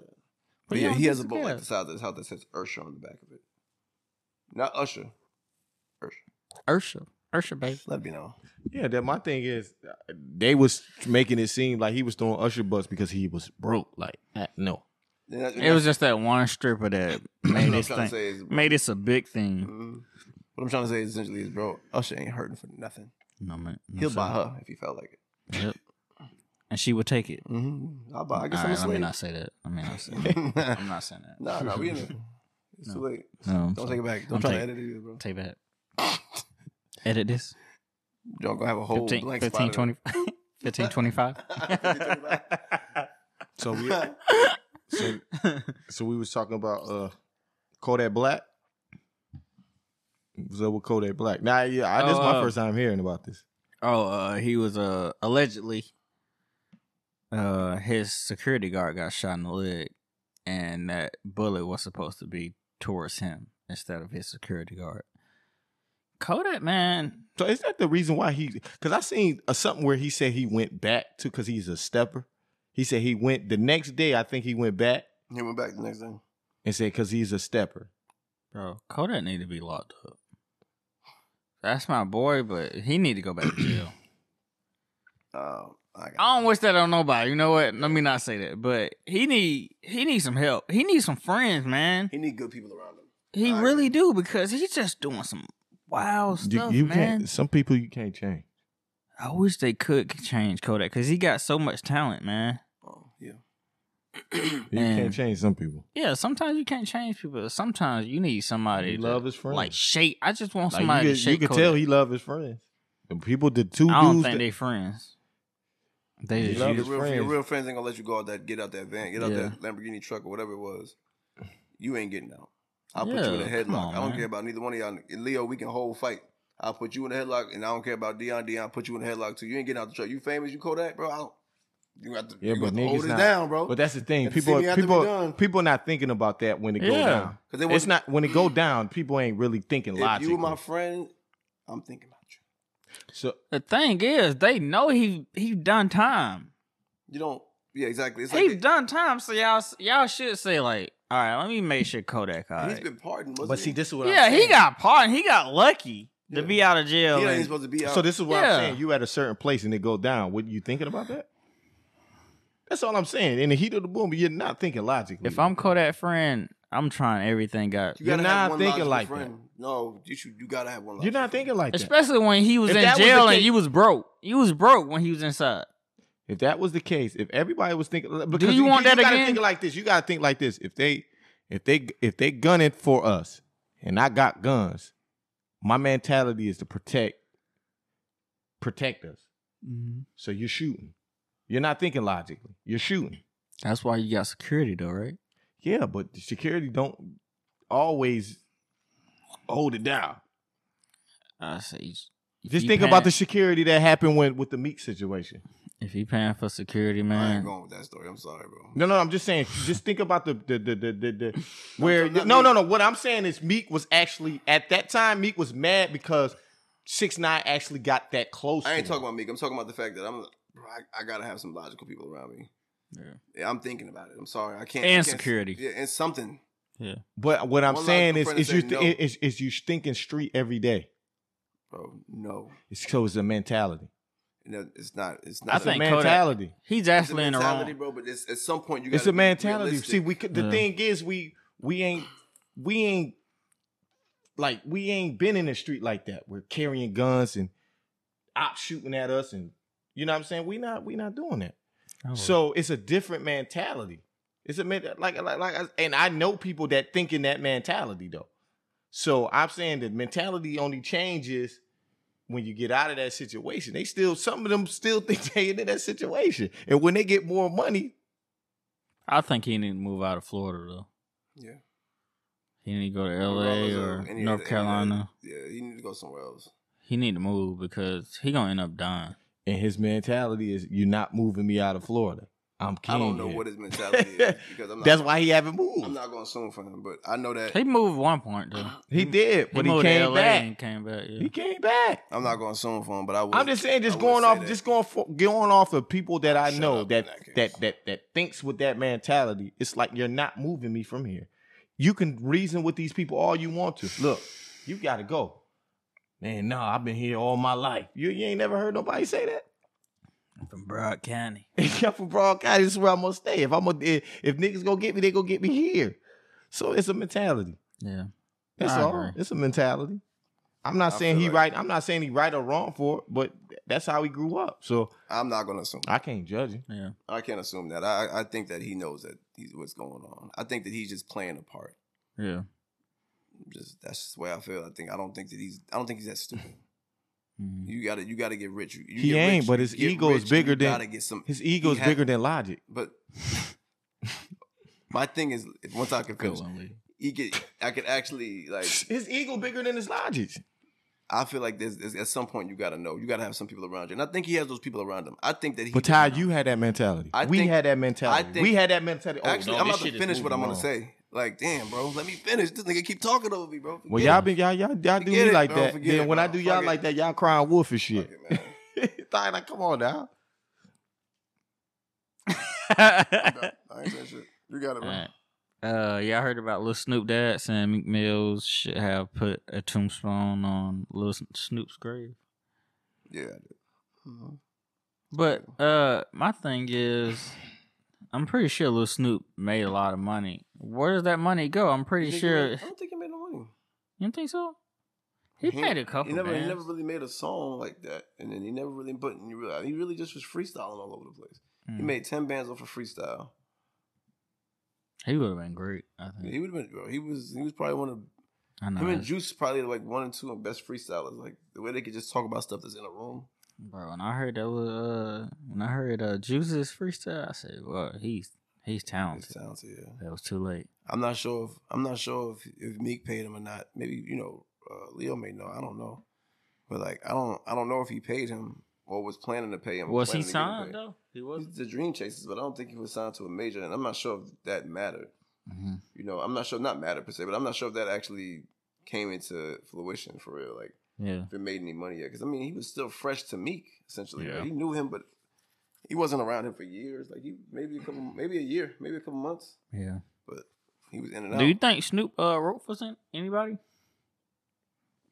Speaker 3: But yeah,
Speaker 2: owned
Speaker 3: he has a
Speaker 2: the
Speaker 3: boat like the
Speaker 2: Cavs.
Speaker 3: size of this house that says Usher on the back of it. Not Usher.
Speaker 2: Ursha, Ursha, baby.
Speaker 3: Let me know.
Speaker 1: Yeah, that my thing is uh, they was making it seem like he was throwing Usher butts because he was broke. Like uh, no,
Speaker 3: And that- and
Speaker 2: It was
Speaker 3: that's-
Speaker 2: just that one stripper that
Speaker 3: that's
Speaker 2: made
Speaker 3: what I'm
Speaker 2: this
Speaker 3: trying to
Speaker 2: thing,
Speaker 3: say is,
Speaker 2: made this a big thing.
Speaker 3: Mhm. What I'm trying to say is essentially is, bro, Usher ain't hurting for nothing.
Speaker 2: No man, no,
Speaker 3: He'll
Speaker 2: sir.
Speaker 3: buy her if he felt like it.
Speaker 2: Yep. and she would take it.
Speaker 3: Mm-hmm. I'll buy. I guess
Speaker 2: All right, let
Speaker 3: I'm
Speaker 2: me
Speaker 3: a
Speaker 2: not say that. Let me not say that.
Speaker 3: slave.
Speaker 2: I'm not saying that.
Speaker 3: No, no, we in it. It's
Speaker 2: No.
Speaker 3: too late.
Speaker 2: No, I'm
Speaker 3: Don't
Speaker 2: sorry.
Speaker 3: take it back. Don't
Speaker 2: I'm
Speaker 3: try to
Speaker 2: taking-
Speaker 3: edit it either, bro.
Speaker 2: Take that. Edit this.
Speaker 3: Don't go have a whole
Speaker 2: 15,
Speaker 3: blank
Speaker 2: 15,
Speaker 3: spot.
Speaker 2: 20, 15, 25.
Speaker 3: 15,
Speaker 1: so we so, so we was talking about uh Kodak Black. What's up with Kodak Black? Nah, yeah, I, this is my
Speaker 2: Oh, uh,
Speaker 1: first time hearing about this.
Speaker 2: Oh, uh, he was uh allegedly uh his security guard got shot in the leg and that bullet was supposed to be towards him instead of his security guard. Kodak man,
Speaker 1: So is that the reason why he? Because I seen uh, something where he said he went back to because he's a stepper. He said he went the next day. I think he went back
Speaker 3: He went back the next day.
Speaker 1: and said because he's a stepper.
Speaker 2: bro, Kodak need to be locked up. That's my boy, but he need to go back to jail.
Speaker 3: Um, I got
Speaker 2: I don't wish that on nobody. You know what? Let me not say that. But he need he needs some help. He needs some friends, man.
Speaker 3: He need good people around him.
Speaker 2: He
Speaker 3: I
Speaker 2: really do because he's just doing some wild
Speaker 1: You,
Speaker 2: stuff,
Speaker 1: you
Speaker 2: man.
Speaker 1: can't. Some people you can't change.
Speaker 2: I wish they could change Kodak because he got so much talent, man.
Speaker 3: Oh, yeah.
Speaker 1: You
Speaker 2: Man.
Speaker 1: can't change some people.
Speaker 2: Yeah, sometimes you can't change people. Sometimes you need somebody
Speaker 1: He
Speaker 2: to,
Speaker 1: love his friends.
Speaker 2: like shake. I just want
Speaker 1: Like,
Speaker 2: somebody
Speaker 1: you
Speaker 2: to
Speaker 1: could, you
Speaker 2: shake.
Speaker 1: could
Speaker 2: Kodak.
Speaker 1: tell he love his friends. The people, the two
Speaker 2: I don't
Speaker 1: dudes.
Speaker 2: think
Speaker 1: that-
Speaker 2: they friends. They
Speaker 1: He
Speaker 2: just
Speaker 1: love
Speaker 2: use-
Speaker 3: your,
Speaker 1: his
Speaker 3: real, your
Speaker 1: friends.
Speaker 3: real friends ain't gonna let you go out that get out that van, get out
Speaker 2: Yeah.
Speaker 3: that Lamborghini truck or whatever it was. You ain't getting out. I'll put you in a
Speaker 2: Yeah, come
Speaker 3: headlock.
Speaker 2: on,
Speaker 3: I don't
Speaker 2: man.
Speaker 3: care about neither one of y'all. Leo, we can hold fight. I'll put you in a headlock, and I don't care about Dion. Dion put you in a headlock too. You ain't getting out the truck. You famous? You Kodak, bro? I don't. You got to,
Speaker 1: Yeah,
Speaker 3: you
Speaker 1: but
Speaker 3: got to hold
Speaker 1: niggas
Speaker 3: it
Speaker 1: not-
Speaker 3: down, bro.
Speaker 1: but that's the thing.
Speaker 3: If you see
Speaker 1: People,
Speaker 3: me, I
Speaker 1: are,
Speaker 3: have to be
Speaker 1: people, are,
Speaker 3: done.
Speaker 1: people are not thinking about that when it goes
Speaker 2: Yeah.
Speaker 1: down.
Speaker 3: because they want
Speaker 1: It's not when it go down. People ain't really thinking
Speaker 3: If
Speaker 1: logically.
Speaker 3: you were my friend, I'm thinking about you.
Speaker 1: so
Speaker 2: The thing is, they know he he done time.
Speaker 3: You don't. Yeah, exactly. It's like
Speaker 2: He done time, so y'all y'all should say like, all right, let me make sure Kodak. All
Speaker 3: he's
Speaker 2: right.
Speaker 3: been pardoned, wasn't
Speaker 1: But see,
Speaker 3: he?
Speaker 1: this is what
Speaker 2: yeah,
Speaker 1: I'm
Speaker 2: he
Speaker 1: saying.
Speaker 2: got pardoned. He got lucky
Speaker 3: Yeah.
Speaker 2: to be out of jail.
Speaker 3: he ain't
Speaker 2: and-
Speaker 3: supposed to be out.
Speaker 1: So this is what
Speaker 2: Yeah.
Speaker 1: I'm saying. You at a certain place and it go down. What you thinking about that? That's all I'm saying. In the heat of the moment, you're not thinking logically.
Speaker 2: if I'm Kodak friend, I'm trying everything out.
Speaker 3: you
Speaker 1: you're
Speaker 3: gotta
Speaker 1: not
Speaker 3: have one
Speaker 1: thinking
Speaker 3: logical
Speaker 1: like
Speaker 3: friend. No, you should. You gotta have one.
Speaker 1: you're not
Speaker 3: logical friend.
Speaker 1: thinking like that.
Speaker 2: Especially when he was
Speaker 1: If
Speaker 2: in
Speaker 1: that was the
Speaker 2: jail
Speaker 1: case-
Speaker 2: and you was broke. You was broke when he was inside.
Speaker 1: If that was the case, if everybody was thinking, because
Speaker 2: you want that
Speaker 1: gotta
Speaker 2: again?
Speaker 1: Think like this. You gotta think like this. If they, if they, if they gun it for us, and I got guns, my mentality is to protect, protect us. So you're shooting. You're not thinking logically. You're shooting.
Speaker 2: That's why you got security though, right?
Speaker 1: Yeah, but the security don't always hold it down.
Speaker 2: I see. If
Speaker 1: Just
Speaker 2: you
Speaker 1: think about
Speaker 2: paying-
Speaker 1: the security that happened when with the Meek situation.
Speaker 2: If you paying for security,
Speaker 3: I ain't
Speaker 2: man.
Speaker 3: going with that story. I'm sorry, bro.
Speaker 1: No, no, I'm just saying. Just think about the the the the, the, the where.
Speaker 3: I'm not
Speaker 1: No,
Speaker 3: Meek.
Speaker 1: no, no. What I'm saying is Meek was actually at that time. Meek was mad because Six Nine actually got that close.
Speaker 3: I ain't
Speaker 1: to him.
Speaker 3: talking about Meek. I'm talking about the fact that I'm. Bro, I, I gotta have some logical people around me.
Speaker 2: Yeah.
Speaker 3: Yeah, I'm thinking about it. I'm sorry. I can't.
Speaker 2: And
Speaker 3: I can't-
Speaker 2: security.
Speaker 3: Yeah, and something.
Speaker 1: But what I'm
Speaker 3: One
Speaker 1: saying is,
Speaker 3: logical
Speaker 1: is you
Speaker 3: friend
Speaker 1: th-
Speaker 3: said no.
Speaker 1: is, is you thinking street every day.
Speaker 3: Bro, no,
Speaker 1: It's so it's a mentality.
Speaker 3: no, it's not. It's
Speaker 2: I
Speaker 3: not.
Speaker 1: It's a
Speaker 2: think Kodak-
Speaker 1: mentality.
Speaker 2: He's
Speaker 3: it's a
Speaker 2: actually in the
Speaker 3: mentality,
Speaker 2: wrong.
Speaker 3: bro. But it's, at some point, you.
Speaker 1: It's
Speaker 3: gotta
Speaker 1: a
Speaker 3: be
Speaker 1: mentality.
Speaker 3: realistic.
Speaker 1: See, we could- the
Speaker 2: Yeah.
Speaker 1: thing is, we we ain't we ain't like we ain't been in the street like that. We're carrying guns and ops shooting at us, and you know what I'm saying. We not we not doing that.
Speaker 2: Oh,
Speaker 1: So it's a different mentality. It's a men- like like like, I- and I know people that think in that mentality though. So I'm saying that mentality only changes when you get out of that situation. They still some of them still think they in that situation, and when they get more money,
Speaker 2: I think he need to move out of Florida though.
Speaker 3: Yeah.
Speaker 2: He need to go to
Speaker 3: Regardless
Speaker 2: L.A.
Speaker 3: of
Speaker 2: or
Speaker 3: any of the- any
Speaker 2: North
Speaker 3: of the-
Speaker 2: Carolina.
Speaker 3: Yeah, he need to go somewhere else.
Speaker 2: He need to move because he gonna end up dying.
Speaker 1: and his mentality is, "You're not moving me out of Florida. I'm king."
Speaker 3: I don't know
Speaker 1: here."
Speaker 3: what his mentality is because I'm not.
Speaker 1: That's why he haven't
Speaker 3: I'm
Speaker 1: moved.
Speaker 3: not going to assume for him, but I know that
Speaker 2: He moved one point though.
Speaker 1: He did, but he,
Speaker 2: Mm. moved to
Speaker 1: came
Speaker 2: LA
Speaker 1: back.
Speaker 2: and came back. Yeah.
Speaker 1: He came back.
Speaker 3: I'm not going to assume for him. But I would.
Speaker 1: I'm just saying, just
Speaker 3: I
Speaker 1: going
Speaker 3: wouldn't say
Speaker 1: off,
Speaker 3: that.
Speaker 1: just going for, going off of people that I
Speaker 3: Shut
Speaker 1: know
Speaker 3: up
Speaker 1: that
Speaker 3: in that
Speaker 1: that
Speaker 3: case.
Speaker 1: that that thinks with that mentality. It's like you're not moving me from here. You can reason with these people all you want to. Look, you got to go. Man, no, I've been here all my life. You you ain't never heard nobody say that.
Speaker 2: From Broad County.
Speaker 1: I'm from Broad County. This is where I'm gonna stay. If I'm gonna, if, if niggas gonna get me, they gonna get me here. So it's a mentality.
Speaker 2: Yeah.
Speaker 1: That's
Speaker 2: I
Speaker 1: all.
Speaker 2: agree.
Speaker 1: It's a mentality. I'm not
Speaker 3: I
Speaker 1: saying
Speaker 3: feel
Speaker 1: he
Speaker 3: like-
Speaker 1: right. I'm not saying he right or wrong for it, but that's how he grew up. So
Speaker 3: I'm not going to assume.
Speaker 1: I can't judge him.
Speaker 2: Yeah.
Speaker 3: I can't assume that. I I think that he knows that he's what's going on. I think that he's just playing a part.
Speaker 2: Yeah.
Speaker 3: Just that's just the way I feel. I think I don't think that he's. I don't think he's that stupid.
Speaker 2: Mhm.
Speaker 3: You gotta you gotta get rich. You
Speaker 1: He
Speaker 3: get
Speaker 1: ain't,
Speaker 3: rich,
Speaker 1: but
Speaker 3: you
Speaker 1: his
Speaker 3: get
Speaker 1: ego is
Speaker 3: rich,
Speaker 1: bigger
Speaker 3: you
Speaker 1: than-
Speaker 3: Gotta get some.
Speaker 1: His ego's
Speaker 3: had-
Speaker 1: bigger than logic.
Speaker 3: But my thing is, if once I can
Speaker 2: Good
Speaker 3: finish,
Speaker 2: one, Lee.
Speaker 3: he get. I could actually like.
Speaker 1: His ego bigger than his logic.
Speaker 3: I feel like there's, there's at some point you gotta know. You gotta have some people around you, and I think he has those people around him. I think that he.
Speaker 1: But Ty, you had that mentality.
Speaker 3: I
Speaker 1: we
Speaker 3: think-
Speaker 1: had that mentality.
Speaker 3: I think-
Speaker 1: we had that mentality. Oh,
Speaker 3: actually,
Speaker 1: no,
Speaker 3: I'm
Speaker 1: this
Speaker 3: about to
Speaker 1: shit is
Speaker 3: finish what I'm
Speaker 1: moving
Speaker 3: gonna
Speaker 1: wrong.
Speaker 3: say. Like, damn, bro, let me finish. This nigga keep talking over me, bro.
Speaker 1: Well,
Speaker 3: Forget
Speaker 1: y'all been y'all y'all, y'all do
Speaker 3: Forget
Speaker 1: me
Speaker 3: it,
Speaker 1: like
Speaker 3: bro.
Speaker 1: that.
Speaker 3: Forget
Speaker 1: then
Speaker 3: it,
Speaker 1: when
Speaker 3: bro.
Speaker 1: I do y'all
Speaker 3: Fuck it.
Speaker 1: like that, y'all crying wolf and shit.
Speaker 3: it. Fuck it, man.
Speaker 1: Ty, like, come on now.
Speaker 3: No, I ain't saying shit. You got it, bro.
Speaker 2: Alright. Uh, y'all heard about little Snoop Dogg saying Meek Mills should have put a tombstone on little Snoop's grave.
Speaker 3: Yeah. I did.
Speaker 2: But uh, my thing is, I'm pretty sure little Snoop made a lot of money. Where does that money go? I'm pretty
Speaker 3: You think he
Speaker 2: sure.
Speaker 3: made- I don't think he made no money.
Speaker 2: You don't think so? He, made a couple.
Speaker 3: He never, he
Speaker 2: bands.
Speaker 3: never really made a song like that, and then he never really put. He really, he really just was freestyling all over the place. He
Speaker 2: Mm.
Speaker 3: made ten bands off of freestyle.
Speaker 2: He would have been great. I think.
Speaker 3: He would have been, bro. He was, he was probably one of
Speaker 2: I know.
Speaker 3: him and
Speaker 2: that's-
Speaker 3: Juice probably like one and two of best freestylers. Like the way they could just talk about stuff that's in a room.
Speaker 2: Bro, when I heard that was uh, when I heard uh, Juice's freestyle, I said, "Well, he's he's
Speaker 3: It
Speaker 2: talented."
Speaker 3: sounds yeah.
Speaker 2: That was too late.
Speaker 3: I'm not sure if I'm not sure if, if Meek paid him or not. Maybe you know uh, Leo may know. I don't know, but like I don't I don't know if he paid him or was planning to pay him. or
Speaker 2: Was he
Speaker 3: planning to get him paid.
Speaker 2: signed though? He
Speaker 3: He's
Speaker 2: wasn't.
Speaker 3: the Dream Chasers, but I don't think he was signed to a major, and I'm not sure if that mattered.
Speaker 2: Mhm.
Speaker 3: You know, I'm not sure, not matter per se, but I'm not sure if that actually came into fruition for real. Like,
Speaker 2: Yeah.
Speaker 3: if it made any money yet. Because, I mean, he was still fresh to Meek, essentially.
Speaker 2: Yeah.
Speaker 3: Like, he knew him, but he wasn't around him for years. Like, he maybe a couple, maybe a year, maybe a couple months,
Speaker 2: Yeah.
Speaker 3: but he was in and out.
Speaker 2: Do you think Snoop uh, wrote for some- anybody?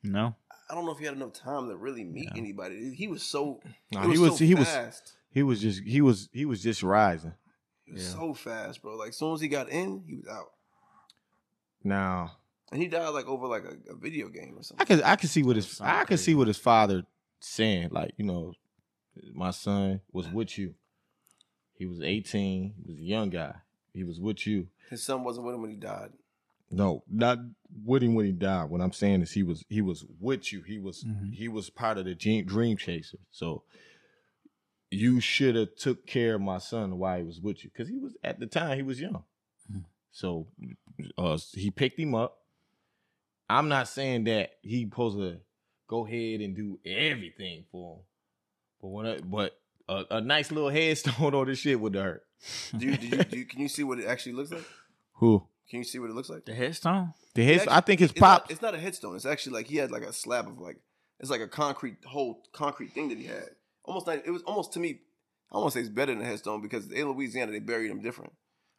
Speaker 2: No.
Speaker 3: I don't know if he had enough time to really meet
Speaker 2: Yeah.
Speaker 3: anybody. He was so,
Speaker 1: Nah,
Speaker 3: it was
Speaker 1: he was
Speaker 3: so
Speaker 1: he was
Speaker 3: fast.
Speaker 1: he was just he was he was just rising.
Speaker 3: He was
Speaker 2: Yeah.
Speaker 3: so fast, bro. Like, as soon as he got in, he was out.
Speaker 1: Now
Speaker 3: And he died, like, over, like, a, a video game or something.
Speaker 1: I can I can see what his
Speaker 2: Sound
Speaker 1: I can
Speaker 2: crazy.
Speaker 1: see what his father saying. Like you know, my son was with you. He was eighteen. He was a young guy. He was with you.
Speaker 3: His son wasn't with him when he died.
Speaker 1: No, not with him when he died. What I'm saying is he was he was with you. He was
Speaker 2: Mhm.
Speaker 1: he was part of the dream, dream chaser. So you should have took care of my son while he was with you because he was at the time he was young. Mm-hmm.
Speaker 2: Mhm.
Speaker 1: So uh, he picked him up. I'm not saying that he supposed to go ahead and do everything for him, but when I, but a, a nice little headstone on this shit would hurt.
Speaker 3: Do you, do you, do you, can you see what it actually looks like?
Speaker 1: Who
Speaker 3: Can you see what it looks like?
Speaker 2: The headstone.
Speaker 1: the head?
Speaker 3: actually-
Speaker 1: I think his
Speaker 3: It's not-
Speaker 1: pops.
Speaker 3: It's not, a headstone. It's actually like he had like a slab of like it's like a concrete whole concrete thing that he had. Almost like it was almost to me. I want to say it's better than a headstone because in Louisiana they buried him different.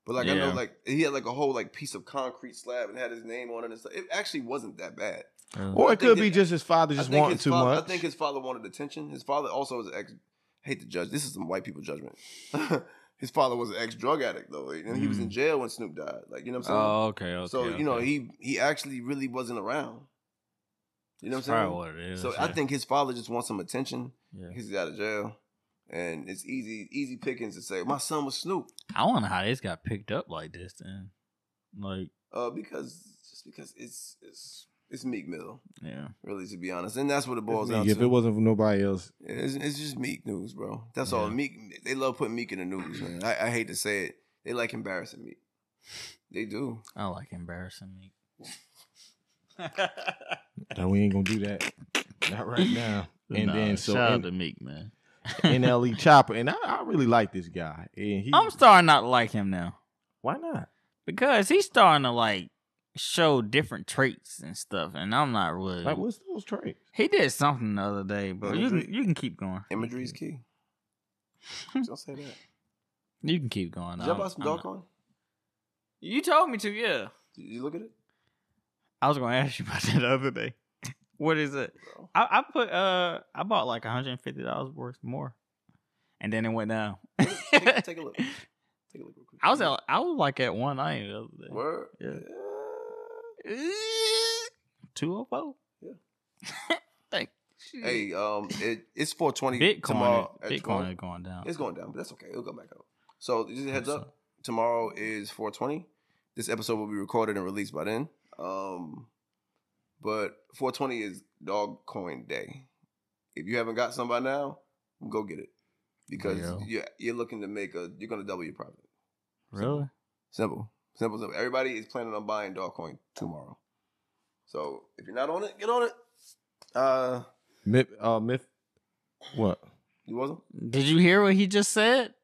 Speaker 3: But like I know
Speaker 2: Yeah.
Speaker 3: like he had like a whole like piece of concrete slab and had his name on it and stuff. It actually wasn't that bad.
Speaker 2: Uh,
Speaker 1: Or
Speaker 3: I
Speaker 1: it
Speaker 3: think
Speaker 1: could
Speaker 3: that-
Speaker 1: be just his father
Speaker 3: I
Speaker 1: just
Speaker 3: think
Speaker 1: wanting
Speaker 3: his
Speaker 1: too
Speaker 3: father,
Speaker 1: much.
Speaker 3: I think his father wanted attention. His father also was an ex. I hate to judge. This is some white people judgment. his father was an ex drug addict though, and he was
Speaker 1: Mm.
Speaker 3: in jail when Snoop died. Like you know what I'm saying?
Speaker 2: oh, okay. okay
Speaker 3: so you know
Speaker 2: okay.
Speaker 3: he he actually really wasn't around. You know
Speaker 2: That's
Speaker 3: what I'm saying?
Speaker 2: probably what it is.
Speaker 3: So I
Speaker 2: yeah.
Speaker 3: think his father just wants some attention
Speaker 2: Yeah.
Speaker 3: because he's out of jail, and it's easy easy pickings to say my son was Snoop
Speaker 2: I wonder how this got picked up like this. Then, like,
Speaker 3: uh, because just because it's it's it's Meek Mill
Speaker 2: yeah,
Speaker 3: really to be honest, and that's what it boils down
Speaker 1: If
Speaker 3: to.
Speaker 1: it wasn't for nobody else,
Speaker 3: it's, it's just Meek news, bro. That's all
Speaker 2: Yeah.
Speaker 3: Meek. They love putting Meek in the news, man. I, I hate to say it, they like embarrassing Meek. They do.
Speaker 2: I like embarrassing me.
Speaker 1: no, we ain't gonna do that. Not right now. And
Speaker 2: Nah,
Speaker 1: then so
Speaker 2: shout out
Speaker 1: and,
Speaker 2: to Meek, man.
Speaker 1: NLE E Chopper, and I, I really like this guy. And he,
Speaker 2: I'm starting not to like him now
Speaker 1: why not?
Speaker 2: because he's starting to like show different traits and stuff, and I'm not really.
Speaker 1: Like, what's those traits?
Speaker 2: he did something the other day, but you can, you can keep going.
Speaker 3: Imagery is key. Don't say that. Did
Speaker 2: You can keep going.
Speaker 3: y'all
Speaker 2: I'm-
Speaker 3: buy some
Speaker 2: I'm not-
Speaker 3: Dogecoin?
Speaker 2: You told me to, yeah.
Speaker 3: Did you look at it?
Speaker 2: I was gonna ask you about that the other day. What is it?
Speaker 3: Bro.
Speaker 2: I, I put uh I bought like $150 worth more. And then it went down.
Speaker 3: Take, take a look. Take a look. Real quick.
Speaker 2: I was at, I was like at one ninety the other day.
Speaker 3: Word.
Speaker 2: Yeah.
Speaker 3: Yeah.
Speaker 2: Two oh four.
Speaker 3: Yeah.
Speaker 2: Thank.
Speaker 3: Hey, um, it, it's 420
Speaker 2: Bitcoin,
Speaker 3: tomorrow. at
Speaker 2: Bitcoin
Speaker 3: 12.
Speaker 2: is going down.
Speaker 3: It's going down, but that's okay. It'll go back up. So just a heads
Speaker 2: Hope
Speaker 3: up, tomorrow is 420. This episode will be recorded and released by then. Um, but 420 is Dogcoin Day. If you haven't got some by now, go get it because
Speaker 1: Yo.
Speaker 3: you're, you're looking to make a. You're gonna double your profit.
Speaker 2: Really?
Speaker 3: Simple, simple, simple. Everybody is planning on buying Dogcoin tomorrow. So if you're not on it, get on it. Uh,
Speaker 1: Myth, uh, myth. What?
Speaker 3: you wasn't.
Speaker 2: Did you hear what he just said?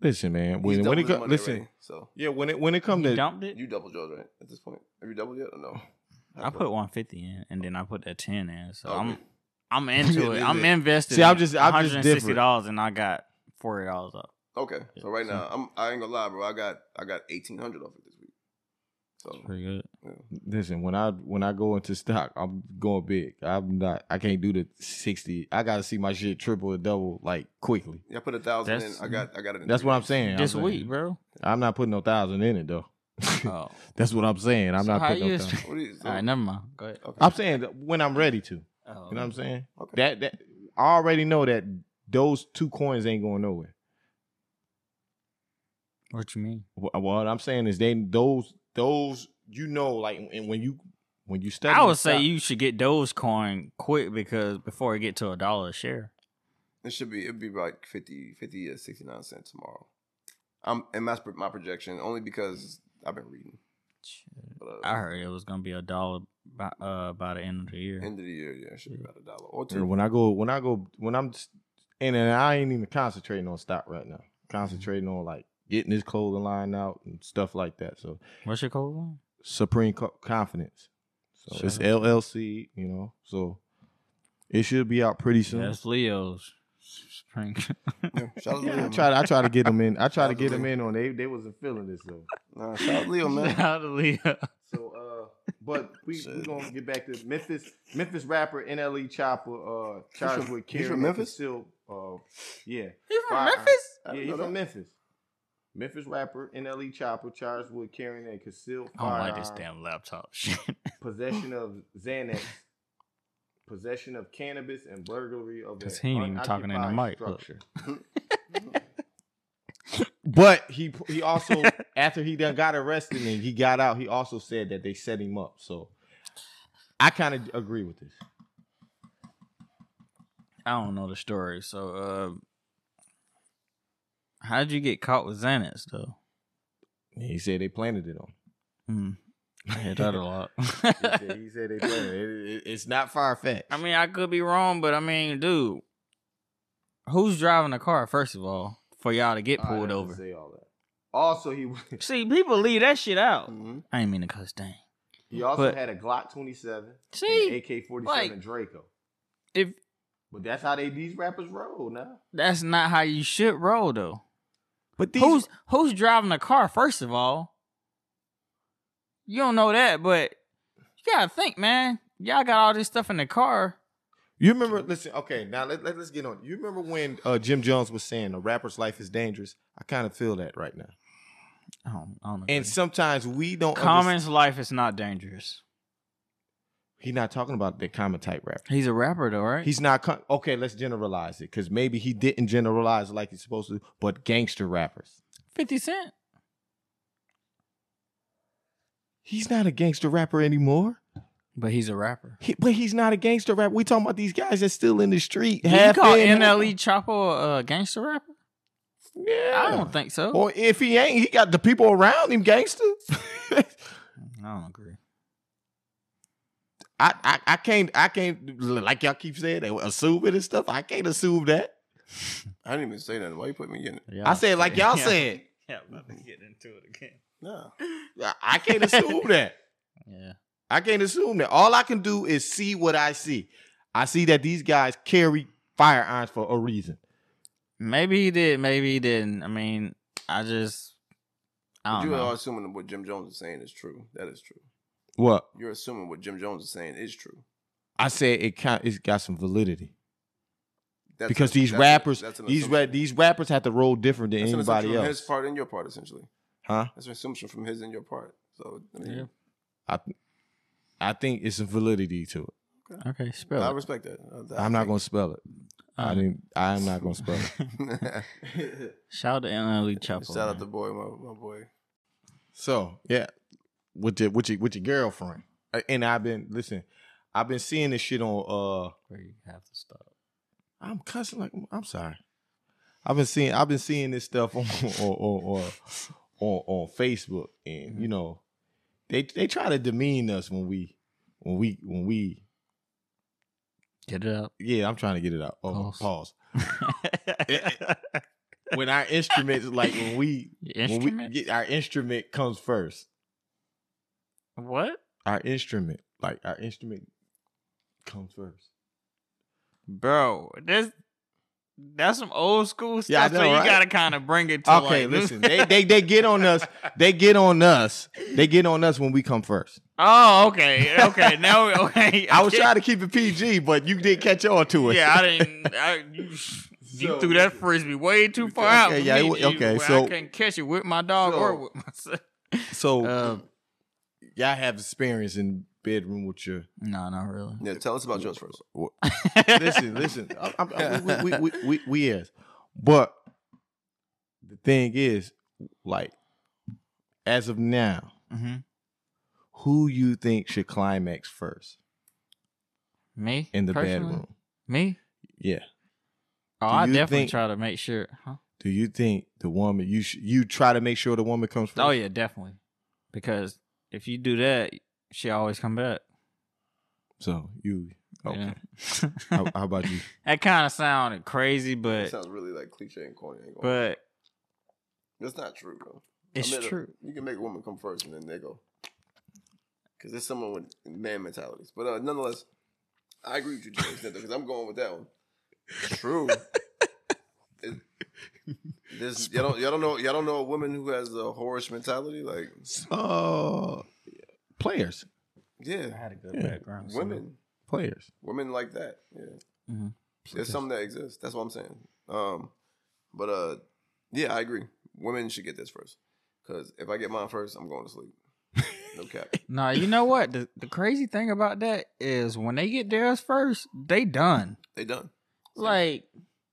Speaker 1: Listen, man. When,
Speaker 3: He's
Speaker 1: when
Speaker 3: doubled
Speaker 1: it
Speaker 3: his
Speaker 1: co-
Speaker 3: money
Speaker 1: listen,
Speaker 3: already, so
Speaker 1: yeah, when it when it comes
Speaker 2: He
Speaker 1: to
Speaker 2: dumped it.
Speaker 3: You doubled yours, right? At this point, have you doubled yet or no?
Speaker 2: I put one fifty in, and then I put that ten in. So
Speaker 3: Okay.
Speaker 2: I'm I'm into it.
Speaker 3: Yeah,
Speaker 2: I'm
Speaker 3: yeah.
Speaker 2: invested.
Speaker 1: See, I'm
Speaker 2: in it.
Speaker 1: just- I'm just different.
Speaker 2: $160, and I got forty dollars up.
Speaker 3: Okay,
Speaker 2: Yeah,
Speaker 3: so right
Speaker 2: so-
Speaker 3: now I'm I ain't gonna lie, bro. I got I got eighteen hundred off it this week. So
Speaker 2: Pretty good.
Speaker 3: yeah.
Speaker 1: listen when I when I go into stock, I'm going big. I'm not. I can't do the sixty. I gotta see my shit triple or double like quickly.
Speaker 3: yeah, I put a thousand in.
Speaker 2: That's-
Speaker 3: I got I got it. In
Speaker 1: That's
Speaker 3: three
Speaker 1: what I'm
Speaker 3: days.
Speaker 1: saying. I'm
Speaker 2: this
Speaker 1: saying-
Speaker 2: week, bro.
Speaker 1: I'm not putting no thousand in it though.
Speaker 3: Uh,
Speaker 2: Oh,
Speaker 1: That's what I'm saying. I'm
Speaker 2: So
Speaker 1: not
Speaker 2: how
Speaker 1: putting
Speaker 2: you
Speaker 1: no
Speaker 2: expect-
Speaker 1: thousand.
Speaker 3: What is
Speaker 2: all right. Never mind. Go ahead.
Speaker 3: okay.
Speaker 1: I'm saying that when I'm ready to.
Speaker 2: Oh,
Speaker 1: You know what I'm saying?
Speaker 3: Okay.
Speaker 1: That that I already know that those two coins ain't going nowhere.
Speaker 2: what you mean?
Speaker 1: Wh- What I'm saying is they those those you know like and when you when you study,
Speaker 2: I would
Speaker 1: the
Speaker 2: say
Speaker 1: stock-
Speaker 2: you should get Dogecoin quick because before it get to a dollar a share.
Speaker 3: It should be it'd be like 50, 50 or sixty nine cents tomorrow. I'm and that's my projection only because I've been reading. But, uh,
Speaker 2: I heard it was gonna be a dollar by uh by the end of the year.
Speaker 3: End of the year, yeah, it should be about a dollar or
Speaker 1: Yeah,
Speaker 3: two.
Speaker 1: when I go, when I go, when I'm, s- and, and I ain't even concentrating on stock right now. Concentrating on like getting this clothing line out and stuff like that. So
Speaker 2: What's your code? one?
Speaker 1: supreme co- confidence. So
Speaker 2: Shout
Speaker 1: it's
Speaker 2: out.
Speaker 1: LLC, you know. So it should be out pretty soon.
Speaker 2: Yeah, that's Leo's spring.
Speaker 3: Yeah, shout out to
Speaker 1: Yeah,
Speaker 3: Leo.
Speaker 1: I try. I try to get them in. I try to
Speaker 3: Shout
Speaker 1: get
Speaker 3: out
Speaker 1: them
Speaker 3: to
Speaker 1: in on. They they wasn't feeling this though.
Speaker 3: Nah, shout out to Leo, man.
Speaker 2: Shout out to Leo.
Speaker 1: So, uh, but we we
Speaker 3: Shit.
Speaker 1: gonna get back to Memphis. Memphis rapper NLE Chopper uh, charged
Speaker 3: from-
Speaker 1: with
Speaker 3: he's from
Speaker 1: carrying
Speaker 3: Memphis?
Speaker 1: Still, uh, yeah.
Speaker 2: You
Speaker 1: Fire.
Speaker 3: I
Speaker 1: Yeah,
Speaker 3: didn't
Speaker 1: he's
Speaker 3: know
Speaker 1: from
Speaker 3: that.
Speaker 1: Memphis. Memphis rapper NLE Chopper charged with carrying a concealed
Speaker 3: Oh
Speaker 2: I don't like this
Speaker 1: firearm,
Speaker 2: damn laptop shit.
Speaker 1: possession of Xanax, possession of cannabis, and burglary of
Speaker 2: Cause
Speaker 1: an
Speaker 2: he ain't even talking in the
Speaker 1: unoccupied
Speaker 2: mic, look.
Speaker 1: structure. but he he also after he done got arrested and he got out, he also said that they set him up. So I kind of agree with this.
Speaker 2: I don't know the story. So, uh, how'd you get caught with Xanax though?
Speaker 1: He said they planted it on. him.
Speaker 2: Mm. I hear that a lot.
Speaker 1: He said, he said they planted it. It- it- It's not far fetched.
Speaker 2: I mean, I could be wrong, but I mean, dude, who's driving the car first of all for y'all to get
Speaker 1: I
Speaker 2: pulled
Speaker 1: have to
Speaker 2: over?
Speaker 1: Say all that. Also, he
Speaker 2: See, people leave that shit out.
Speaker 3: hmm
Speaker 2: I ain't mean to cuss, dang.
Speaker 1: he also
Speaker 2: But-
Speaker 1: had a Glock twenty seven.
Speaker 2: See,
Speaker 1: AK forty
Speaker 2: like-
Speaker 1: seven Draco.
Speaker 2: if
Speaker 1: But that's how they these rappers roll now.
Speaker 2: that's not how you should roll though.
Speaker 1: But
Speaker 2: who's who's driving the car first of all? You don't know that, but you gotta think, man. Y'all got all this stuff in the car.
Speaker 1: you remember? Listen, okay, now let, let, us get on. You remember when uh, Jim Jones was saying a rapper's life is dangerous? I kind of feel that right now.
Speaker 2: I don't, I don't know.
Speaker 1: And sometimes we don't.
Speaker 2: Common's life is not dangerous.
Speaker 1: He's not talking about the common type rapper.
Speaker 2: He's a rapper though, right?
Speaker 1: He's not con- okay. Let's generalize it because maybe he didn't generalize like he's supposed to. But gangster rappers,
Speaker 2: Fifty Cent.
Speaker 1: he's not a gangster rapper anymore.
Speaker 2: But he's a rapper.
Speaker 1: He, but he's not a gangster rapper. We talking about these guys that's still in the street.
Speaker 2: Do you
Speaker 1: half
Speaker 2: call
Speaker 1: in, half-
Speaker 2: NLE Chapo a gangster rapper?
Speaker 1: Yeah.
Speaker 2: E. I don't think so.
Speaker 1: Or if he ain't, he got the people around him gangster.
Speaker 2: I don't agree.
Speaker 1: I, I I can't I can't like y'all keep saying they assume it and stuff. I can't assume that.
Speaker 3: I didn't even say that. Why you put me in it?
Speaker 1: I said like y'all said.
Speaker 2: Yeah, I'm about to get into it again.
Speaker 3: No.
Speaker 1: I- I can't assume that.
Speaker 2: Yeah.
Speaker 1: I can't assume that. All I can do is see what I see. I see that these guys carry firearms for a reason.
Speaker 2: Maybe he did. Maybe he didn't. I mean, I just. I
Speaker 3: But
Speaker 2: don't
Speaker 3: you
Speaker 2: know.
Speaker 3: are assuming that what Jim Jones is saying is true. That is true.
Speaker 1: What
Speaker 3: You're assuming what Jim Jones is saying is true.
Speaker 1: I said, it kind it's got some validity
Speaker 3: That's
Speaker 1: because
Speaker 3: a-
Speaker 1: these
Speaker 3: that's a-
Speaker 1: rappers,
Speaker 3: that's an
Speaker 1: these
Speaker 3: assumption.
Speaker 1: ra- these rappers have to roll different than
Speaker 3: That's an
Speaker 1: anybody
Speaker 3: assumption from His
Speaker 1: else,
Speaker 3: part and your part, essentially.
Speaker 1: huh?
Speaker 3: That's an assumption from his and your part. So I mean,
Speaker 2: Yeah.
Speaker 1: I think it's some validity to it.
Speaker 2: Okay,
Speaker 3: I
Speaker 2: spell it. Uh,
Speaker 3: respect that. I- I
Speaker 1: I'm not
Speaker 3: think-
Speaker 1: gonna spell it. I didn't. I am not gonna spell it.
Speaker 2: Shout out to NLE Chapel.
Speaker 3: Shout out the boy, my, my boy.
Speaker 1: So yeah, with your with your with your girlfriend, Uh, and I've been listen. I've been seeing this shit on. uh
Speaker 2: where you have to stop.
Speaker 1: I'm cussing like I'm sorry. I've been seeing I've been seeing this stuff on on on on, on, on Facebook, and
Speaker 2: Mm-hmm.
Speaker 1: you know, they they try to demean us when we when we when we
Speaker 2: Get it up.
Speaker 1: yeah. I'm trying to get it out. Oh,
Speaker 2: Pause.
Speaker 1: pause. When our instruments like when we
Speaker 2: Your
Speaker 1: when
Speaker 2: instrument?
Speaker 1: we get our instrument comes first.
Speaker 2: what?
Speaker 1: Our instrument like our instrument comes first.
Speaker 2: Bro, that's that's some old school stuff.
Speaker 1: Yeah, I know,
Speaker 2: so you
Speaker 1: right?
Speaker 2: gotta kind of bring it to
Speaker 1: okay,
Speaker 2: like,
Speaker 1: listen. they, they they get on us. They get on us. They get on us when we come first.
Speaker 2: Oh, okay, okay. Now, okay.
Speaker 1: I was trying to keep it PG, but you did catch on to it.
Speaker 2: Yeah, I didn't. I, you, you
Speaker 1: So-
Speaker 2: threw that frisbee way too far out.
Speaker 1: Okay,
Speaker 2: for
Speaker 1: yeah,
Speaker 2: me,
Speaker 1: it wa-
Speaker 2: G,
Speaker 1: okay,
Speaker 2: where I
Speaker 1: so-
Speaker 2: can't catch it with my dog
Speaker 1: So-
Speaker 2: or with myself.
Speaker 1: So
Speaker 2: Uh,
Speaker 1: y'all have experience in bedroom with your.
Speaker 2: no, not really.
Speaker 3: Yeah, tell us about yours first.
Speaker 1: Listen, listen. I'm, I'm, I'm- we, we, we, we, we is, but the thing is, like, as of now,
Speaker 2: hmm
Speaker 1: who you think should climax first
Speaker 2: Me
Speaker 1: in the
Speaker 2: personally?
Speaker 1: bedroom?
Speaker 2: Me?
Speaker 1: Yeah.
Speaker 2: Oh,
Speaker 1: Do
Speaker 2: I
Speaker 1: you
Speaker 2: definitely
Speaker 1: think-
Speaker 2: try to make sure. Huh?
Speaker 1: Do you think the woman you sh- you try to make sure the woman comes first?
Speaker 2: Oh yeah, definitely. Because if you do that, she always come back.
Speaker 1: So you okay? Oh.
Speaker 2: Yeah.
Speaker 1: How, how about you?
Speaker 2: that kind of sounded crazy,
Speaker 3: That
Speaker 2: but
Speaker 3: sounds really like cliche and corny. I ain't gonna-
Speaker 2: but
Speaker 3: That's not true, bro. I
Speaker 2: it's
Speaker 3: mean,
Speaker 2: true.
Speaker 3: you can make a woman come first and then they go. Because there's someone with man mentalities. But uh, nonetheless, I agree with you, James, because I'm going with that one. True. It- This, y'all, don't, y'all don't know y'all don't know a woman who has a whorish mentality like
Speaker 1: Uh, players,
Speaker 3: yeah
Speaker 2: had a good
Speaker 1: Yeah.
Speaker 2: background.
Speaker 3: women
Speaker 1: players.
Speaker 3: women like that yeah
Speaker 2: Mhm.
Speaker 3: there's some that exist that's what I'm saying um but uh yeah I agree women should get this first because if I get mine first I'm going to sleep no cap
Speaker 2: No, you know what? The, the crazy thing about that is when they get theirs first, they done.
Speaker 3: they done
Speaker 2: Like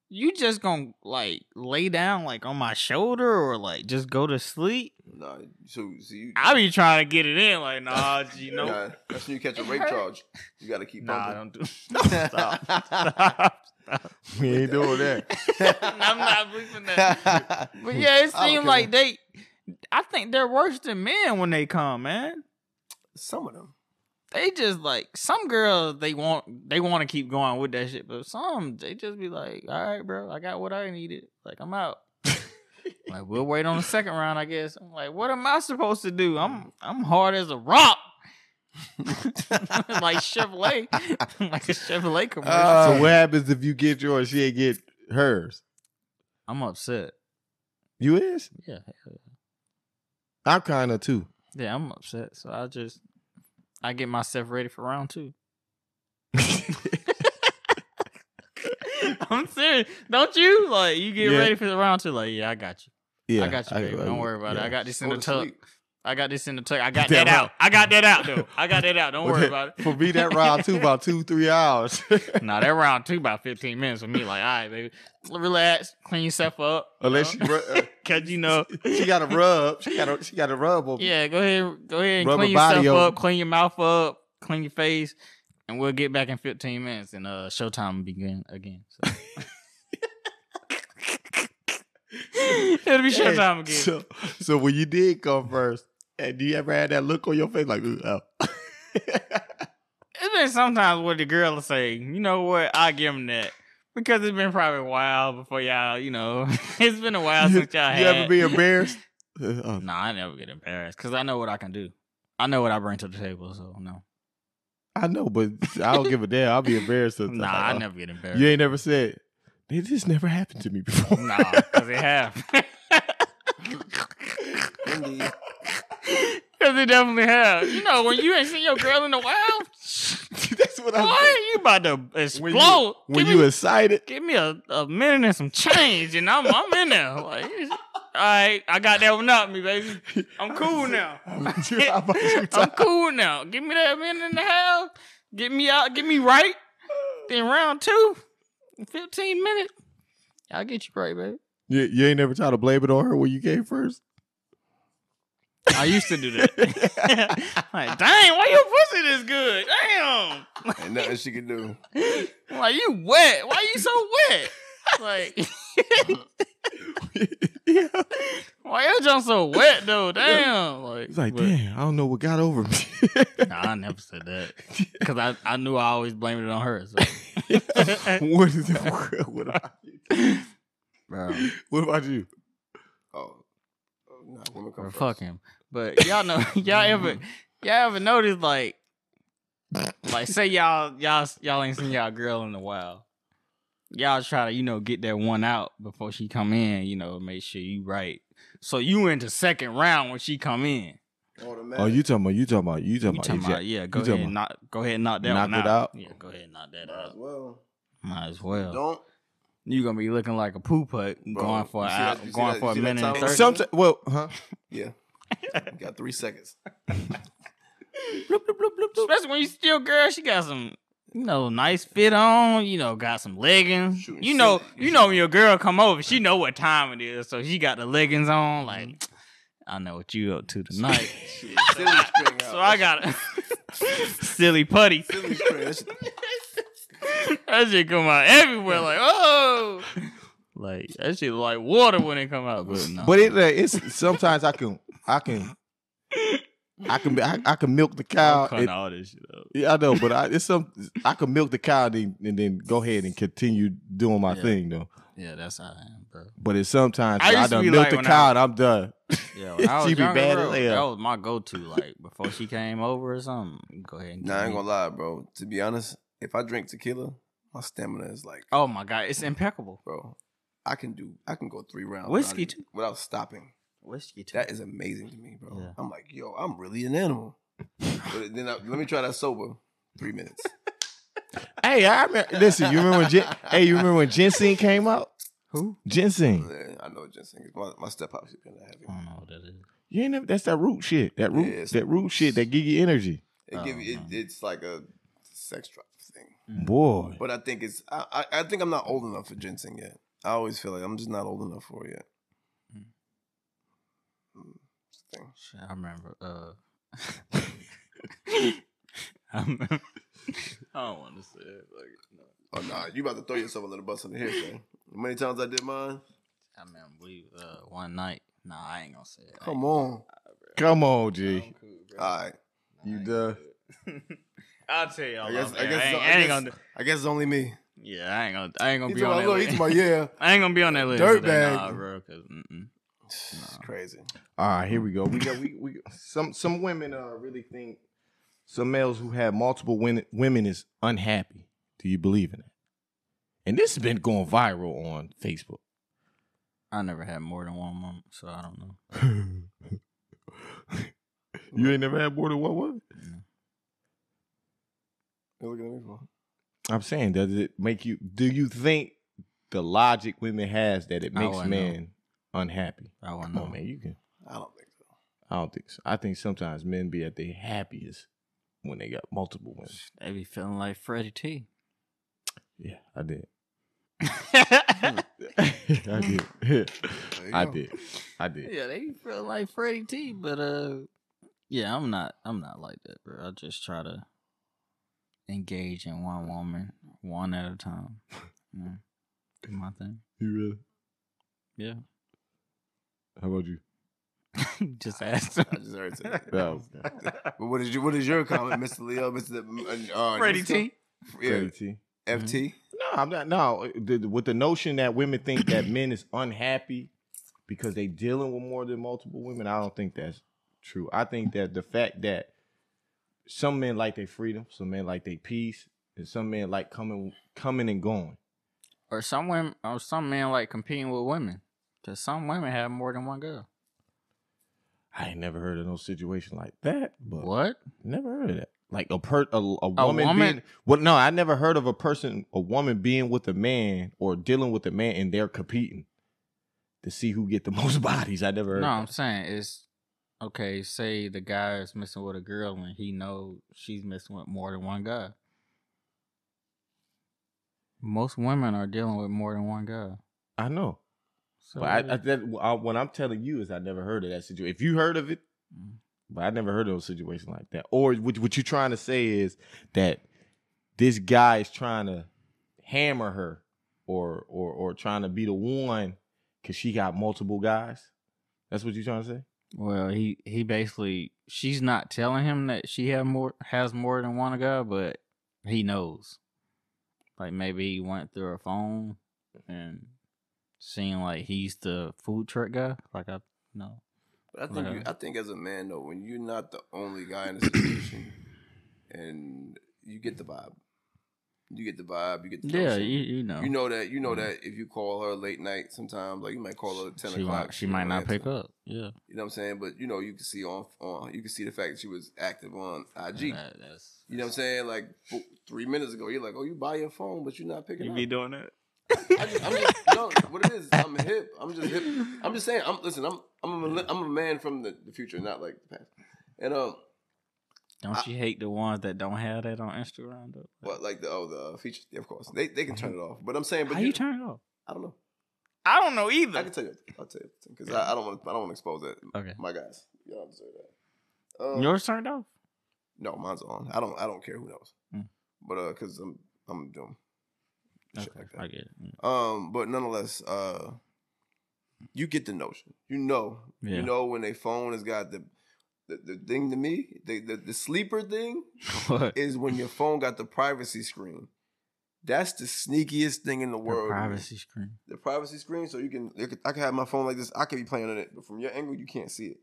Speaker 2: you just gonna like lay down like on my shoulder or like just go to sleep.
Speaker 3: Nah, so, so you.
Speaker 2: I be trying to get it in like nah, you know.
Speaker 3: Nah, that's when you catch a
Speaker 2: It
Speaker 3: rape
Speaker 2: hurt.
Speaker 3: charge. You gotta keep
Speaker 2: Nah,
Speaker 3: pumping.
Speaker 2: don't do. Stop. Stop. Stop.
Speaker 1: We ain't doing that.
Speaker 2: I'm not believing that. But yeah, it
Speaker 3: I don't
Speaker 2: seemed
Speaker 3: care.
Speaker 2: like they. I think they're worse than men when they come, man.
Speaker 3: Some of them.
Speaker 2: They just like some girls. They want they want to keep going with that shit, but some they just be like, "All right, bro, I got what I needed. Like I'm out. like we'll wait on the second round, I guess." I'm like, "What am I supposed to do? I'm I'm hard as a rock."
Speaker 1: Um,
Speaker 2: like Chevrolet, like a
Speaker 3: Uh,
Speaker 2: Chevrolet commercial.
Speaker 1: so what happens if you get yours, she ain't get hers?
Speaker 2: I'm upset.
Speaker 1: You is?
Speaker 2: Yeah,
Speaker 1: I'm kind of too.
Speaker 2: yeah, I'm upset. So I just I get myself ready for round two. I'm serious. Don't you like you get
Speaker 1: Yeah.
Speaker 2: ready for the round two? Like, yeah, I got you.
Speaker 1: yeah,
Speaker 2: I got you, baby. Don't worry about it. I got this in
Speaker 3: Go
Speaker 2: the
Speaker 3: to
Speaker 2: tuck.
Speaker 3: sleep.
Speaker 2: I got this in the tuck. I got
Speaker 1: Damn
Speaker 2: that
Speaker 1: right.
Speaker 2: out. I got that out though. I got that out. Don't worry about it.
Speaker 1: For me, that round two about two, three hours.
Speaker 2: Nah, that round two about 15 minutes for me. Like, all right, baby, relax, clean yourself up. you
Speaker 1: Unless
Speaker 2: know?
Speaker 1: she, ru- uh,
Speaker 2: cause you know,
Speaker 1: she got a rub, she got a she got a rub. on-
Speaker 2: yeah, go ahead, go ahead and
Speaker 1: Rub
Speaker 2: clean
Speaker 1: her body
Speaker 2: yourself
Speaker 1: over.
Speaker 2: up, clean your mouth up, clean your face, and we'll get back in 15 minutes and uh, showtime will begin again. So. It'll be
Speaker 1: Hey,
Speaker 2: showtime again.
Speaker 1: So, so when you did come first, and do you ever had that look on your face like, "Ooh, oh.
Speaker 2: It's been sometimes what the girl will say, you know what, I give him that. Because it's been probably a while before y'all, you know, it's been a while since y'all
Speaker 1: you
Speaker 2: had.
Speaker 1: ever be embarrassed? Uh,
Speaker 2: Nah, I never get embarrassed because I know what I can do. I know what I bring to the table, so no.
Speaker 1: I know, but I don't give a damn. I'll be embarrassed. sometimes.
Speaker 2: Nah, I
Speaker 1: Uh,
Speaker 2: never get embarrassed.
Speaker 1: You ain't never said "Dude, this never happened to me before.
Speaker 2: Nah, because it have.
Speaker 3: Indeed.
Speaker 2: Because it definitely have. You know, when you ain't seen your girl in a while,
Speaker 1: That's what
Speaker 2: boy,
Speaker 1: I
Speaker 2: you about to
Speaker 1: said.
Speaker 2: explode.
Speaker 1: When you, when
Speaker 2: Give
Speaker 1: you
Speaker 2: me-
Speaker 1: excited,
Speaker 2: give me a, a minute and some change, and I'm I'm in there. Like, all right, I got that one up me, baby. I'm cool now.
Speaker 1: How about you- how about you
Speaker 2: I'm
Speaker 1: talk?
Speaker 2: cool now. Give me that minute and a half. Get me out. Get me right. Then round two, 15 minutes. I'll get you right, baby.
Speaker 1: You, you ain't never tried to blame it on her when you came first.
Speaker 2: I used to do that. like, dang, why your pussy this good? Damn.
Speaker 3: Ain't nothing she can do.
Speaker 2: Like, you wet. Why you so wet? Like,
Speaker 1: yeah.
Speaker 2: why your junk so wet, though? Damn. Like,
Speaker 1: He's like,
Speaker 2: but-
Speaker 1: damn, I don't know what got over me.
Speaker 2: Nah, I never said that. Because I, I knew I always blamed it on her. So.
Speaker 1: what is it? What about,
Speaker 2: Bro,
Speaker 1: what about you?
Speaker 3: Oh, Oh, nah, women come
Speaker 2: bro,
Speaker 3: first.
Speaker 2: fuck him. But y'all know, y'all ever, y'all ever noticed like, like say y'all y'all y'all ain't seen y'all girl in a while. Y'all try to you know get that one out before she come in. You know, make sure you right. So you into second round when she come in.
Speaker 3: Automatic.
Speaker 1: Oh, you talking about? You talking about? You talking
Speaker 2: You
Speaker 1: about?
Speaker 2: talking
Speaker 1: eject-
Speaker 2: about yeah? Go
Speaker 1: you talking
Speaker 2: ahead, and knock. Go ahead, and knock that
Speaker 1: Knock
Speaker 2: one
Speaker 1: it out?
Speaker 2: Yeah, go ahead, and knock that
Speaker 3: Might as
Speaker 2: out.
Speaker 3: well.
Speaker 2: Might as well.
Speaker 3: Don't.
Speaker 2: You gonna be looking like a poo putt
Speaker 3: Bro,
Speaker 2: going for
Speaker 3: you
Speaker 2: an
Speaker 3: see that-
Speaker 2: hour,
Speaker 3: you see
Speaker 2: going
Speaker 3: that-
Speaker 2: for
Speaker 3: you
Speaker 2: a
Speaker 3: see that
Speaker 2: minute and
Speaker 3: time
Speaker 2: thirty.
Speaker 3: Some-
Speaker 1: Sometimes, well, huh?
Speaker 3: Yeah. You got three seconds.
Speaker 2: Especially when you still girl, she got some, you know, nice fit on. You know, got some leggings.
Speaker 3: Shooting
Speaker 2: you know,
Speaker 3: silly.
Speaker 2: you know when your girl come over, she know what time it is, so she got the leggings on. Like, I know what you up to tonight.
Speaker 3: Shit, silly string out.
Speaker 2: so I got a silly putty.
Speaker 3: silly string. That's-
Speaker 2: that shit come out everywhere. Like, oh, like that shit like water when it come out. But no,
Speaker 1: But it, uh, it's sometimes I can, I can, I can, I, I can milk the cow.
Speaker 2: I'm cutting
Speaker 1: and-
Speaker 2: all this shit up.
Speaker 1: yeah, I know, but I, it's some I can milk the cow and then, and then go ahead and continue doing my
Speaker 2: Yeah.
Speaker 1: thing though.
Speaker 2: Yeah, that's how I am, bro.
Speaker 1: But it's sometimes
Speaker 2: I
Speaker 1: I,
Speaker 2: used to
Speaker 1: done
Speaker 2: be
Speaker 1: milk
Speaker 2: like
Speaker 1: the
Speaker 2: when I-
Speaker 1: cow and I'm done.
Speaker 2: Yeah, when I
Speaker 1: She
Speaker 2: was
Speaker 1: be
Speaker 2: younger,
Speaker 1: bad
Speaker 2: bro,
Speaker 1: as hell.
Speaker 2: that was my go-to. Like before she came over or something, go ahead. And
Speaker 3: Nah, I ain't
Speaker 2: get
Speaker 3: gonna
Speaker 2: me.
Speaker 3: lie, bro. To be honest, if I drink tequila, my stamina is like,
Speaker 2: Oh my god, it's impeccable.
Speaker 3: bro, I can do, I can go three rounds
Speaker 2: Whiskey,
Speaker 3: without, even- without stopping.
Speaker 2: Whiskey too.
Speaker 3: That is amazing to me, bro.
Speaker 2: Yeah.
Speaker 3: I'm like, yo, I'm really an animal. but then I, let me try that sober. Three minutes.
Speaker 1: hey, I remember. Listen, you remember when? Gen, hey, you remember when ginseng came out?
Speaker 2: Who?
Speaker 1: Ginseng.
Speaker 3: Yeah, I know ginseng. is- My, my step pops been heavy.
Speaker 2: I don't know what that is.
Speaker 1: You ain't never. That's that root shit. That root.
Speaker 3: Yes.
Speaker 1: That root shit. That give you energy.
Speaker 3: It give you, it,
Speaker 2: Um,
Speaker 3: it's like a sex drive thing.
Speaker 1: Boy.
Speaker 3: But I think it's I, I, I think I'm not old enough for ginseng yet. I always feel like I'm just not old enough for it yet.
Speaker 2: Mm.
Speaker 3: Mm, it's a thing.
Speaker 2: Shit, I remember. Uh, I remember. I don't want to say it. Like, no.
Speaker 3: Oh nah, you about to throw yourself under the bus on the here thing. Many times I did mine.
Speaker 2: I remember we uh, one night. Nah, I ain't gonna say it.
Speaker 3: Come on.
Speaker 1: Come on, G.
Speaker 2: I'm cool, bro.
Speaker 3: All right.
Speaker 2: Nah, I
Speaker 1: You
Speaker 2: ain't
Speaker 1: done?
Speaker 2: gonna do it. I'll tell y'all.
Speaker 3: I guess-
Speaker 2: off
Speaker 3: I
Speaker 2: air.
Speaker 3: guess-
Speaker 2: I ain't,
Speaker 3: I
Speaker 2: I ain't
Speaker 3: guess-
Speaker 2: gonna. do-
Speaker 3: I guess it's only me.
Speaker 2: Yeah, I ain't gonna. I ain't gonna
Speaker 3: He's
Speaker 2: be on
Speaker 3: my
Speaker 2: that
Speaker 3: look. He's
Speaker 2: list.
Speaker 3: my yeah.
Speaker 2: I ain't gonna be on that list.
Speaker 3: Dirtbag.
Speaker 2: today, Nah, bro. Cause, mm-mm.
Speaker 3: It's crazy.
Speaker 1: All right, Ah, here we go. We got we, we some some women uh really think some males who have multiple women women is unhappy. Do you believe in that? And this has been going viral on Facebook.
Speaker 2: I never had more than one month, so I don't know.
Speaker 1: you ain't never had more than one woman.
Speaker 3: You looking at me for?
Speaker 1: I'm saying, does it make you? Do you think the logic women has that it
Speaker 2: I
Speaker 1: makes
Speaker 2: wouldn't know.
Speaker 1: men unhappy?
Speaker 2: I wouldn't
Speaker 1: Come
Speaker 2: know.
Speaker 1: on, man, you can.
Speaker 3: I don't think so.
Speaker 1: I don't think so. I think sometimes men be at their happiest when they got multiple women.
Speaker 2: They be feeling like Freddie T.
Speaker 1: Yeah, I did.
Speaker 2: yeah,
Speaker 1: I did.
Speaker 3: There you
Speaker 1: I
Speaker 3: go.
Speaker 1: did. I did.
Speaker 2: they be feeling like Freddie T. But uh, yeah, I'm not. I'm not like that, bro. I just try to engage in one woman, one at a time. You know, do my thing.
Speaker 1: You really?
Speaker 2: Yeah,
Speaker 1: How about you?
Speaker 2: just ask them.
Speaker 3: I just heard it.
Speaker 1: No.
Speaker 3: But what is your what is your comment, Mr. Leo, Mr. Uh,
Speaker 2: Freddie
Speaker 3: Mr.
Speaker 2: T.
Speaker 3: uh,
Speaker 2: Mm-hmm.
Speaker 3: Yeah,
Speaker 1: Freddie T.
Speaker 3: FT.
Speaker 1: No, No, I'm not. No, the, the- with the notion that women think that men is unhappy because they dealing with more than multiple women, I don't think that's true. I think that the fact that some men like their freedom, some men like their peace, and some men like coming, coming and going.
Speaker 2: Or some women, or some men like competing with women, because some women have more than one girl.
Speaker 1: I ain't never heard of no situation like that, but
Speaker 2: What?
Speaker 1: never heard of that. Like a per a, a, woman,
Speaker 2: woman-
Speaker 1: being well, no, I never heard of a person, a woman being with a man or dealing with a man and they're competing to see who get the most bodies. I never heard.
Speaker 2: No,
Speaker 1: that.
Speaker 2: I'm saying it's okay. Say the guy is missing with a girl, and he knows she's missing with more than one guy. Most women are dealing with more than one guy.
Speaker 1: I know,
Speaker 2: So
Speaker 1: but I,
Speaker 2: it-
Speaker 1: I, that, I, what I'm telling you is I never heard of that situation. If you heard of it,
Speaker 2: Mm.
Speaker 1: but I never heard of a situation like that. Or what, what you're trying to say is that this guy is trying to hammer her, or or or trying to be the one because she got multiple guys. That's what you're trying to say.
Speaker 2: Well, he he basically she's not telling him that she have more has more than one guy, but he knows. Like maybe he went through her phone and seeing like he's the food truck guy. Like I no.
Speaker 3: But I think
Speaker 2: Okay.
Speaker 3: you, I think as a man though, when you're not the only guy in a situation, and you get the vibe, you get the vibe, you get the
Speaker 2: Yeah,
Speaker 3: notion.
Speaker 2: you, you know.
Speaker 3: You know that you know
Speaker 2: Mhm.
Speaker 3: that if you call her late night sometimes, like you might call her at ten
Speaker 2: she
Speaker 3: o'clock.
Speaker 2: might, she might
Speaker 3: won't
Speaker 2: not
Speaker 3: answer.
Speaker 2: pick up. Yeah.
Speaker 3: You know what I'm saying? But you know, you can see on on you can see the fact that she was active on IG.
Speaker 2: That- that's,
Speaker 3: You know what I'm saying? Like fo- three minutes ago, you're like, "Oh, you buy your phone, but you're not picking
Speaker 4: You
Speaker 3: up."
Speaker 4: be doing that?
Speaker 3: I just, I'm just, no, what it is, I'm hip. I'm just hip. I'm just saying. I'm listen. I'm I'm a, I'm a man from the, the future, not like the past. And um,
Speaker 2: Don't you hate the ones that don't have that on Instagram though?
Speaker 3: what like the oh the uh, feature? Yeah, of course, they they can turn it off. But I'm saying, but
Speaker 2: How
Speaker 3: you,
Speaker 2: you turn it off?
Speaker 3: I don't know.
Speaker 4: I don't know
Speaker 3: I
Speaker 4: either.
Speaker 3: can tell you. I'll tell you because I, I don't want I don't want to expose that.
Speaker 2: Okay.
Speaker 3: My guys, y'all don't deserve that. Um,
Speaker 2: Yours turned off?
Speaker 3: No, mine's on. I don't. I don't care who knows.
Speaker 2: Mm.
Speaker 3: But uh, cause I'm I'm dumb.
Speaker 2: Okay.
Speaker 3: Shit like that.
Speaker 2: I get it. Mm.
Speaker 3: Um, but nonetheless, uh, you get the notion. You know,
Speaker 2: Yeah.
Speaker 3: you know when they phone has got the the, the thing to me, the, the the sleeper thing
Speaker 2: What?
Speaker 3: is when your phone got the privacy screen. That's the sneakiest thing in the
Speaker 2: Your
Speaker 3: world. to me.
Speaker 2: privacy screen.
Speaker 3: The privacy screen, so you can, you can I can have my phone like this. I could be playing on it, but from your angle, you can't see it.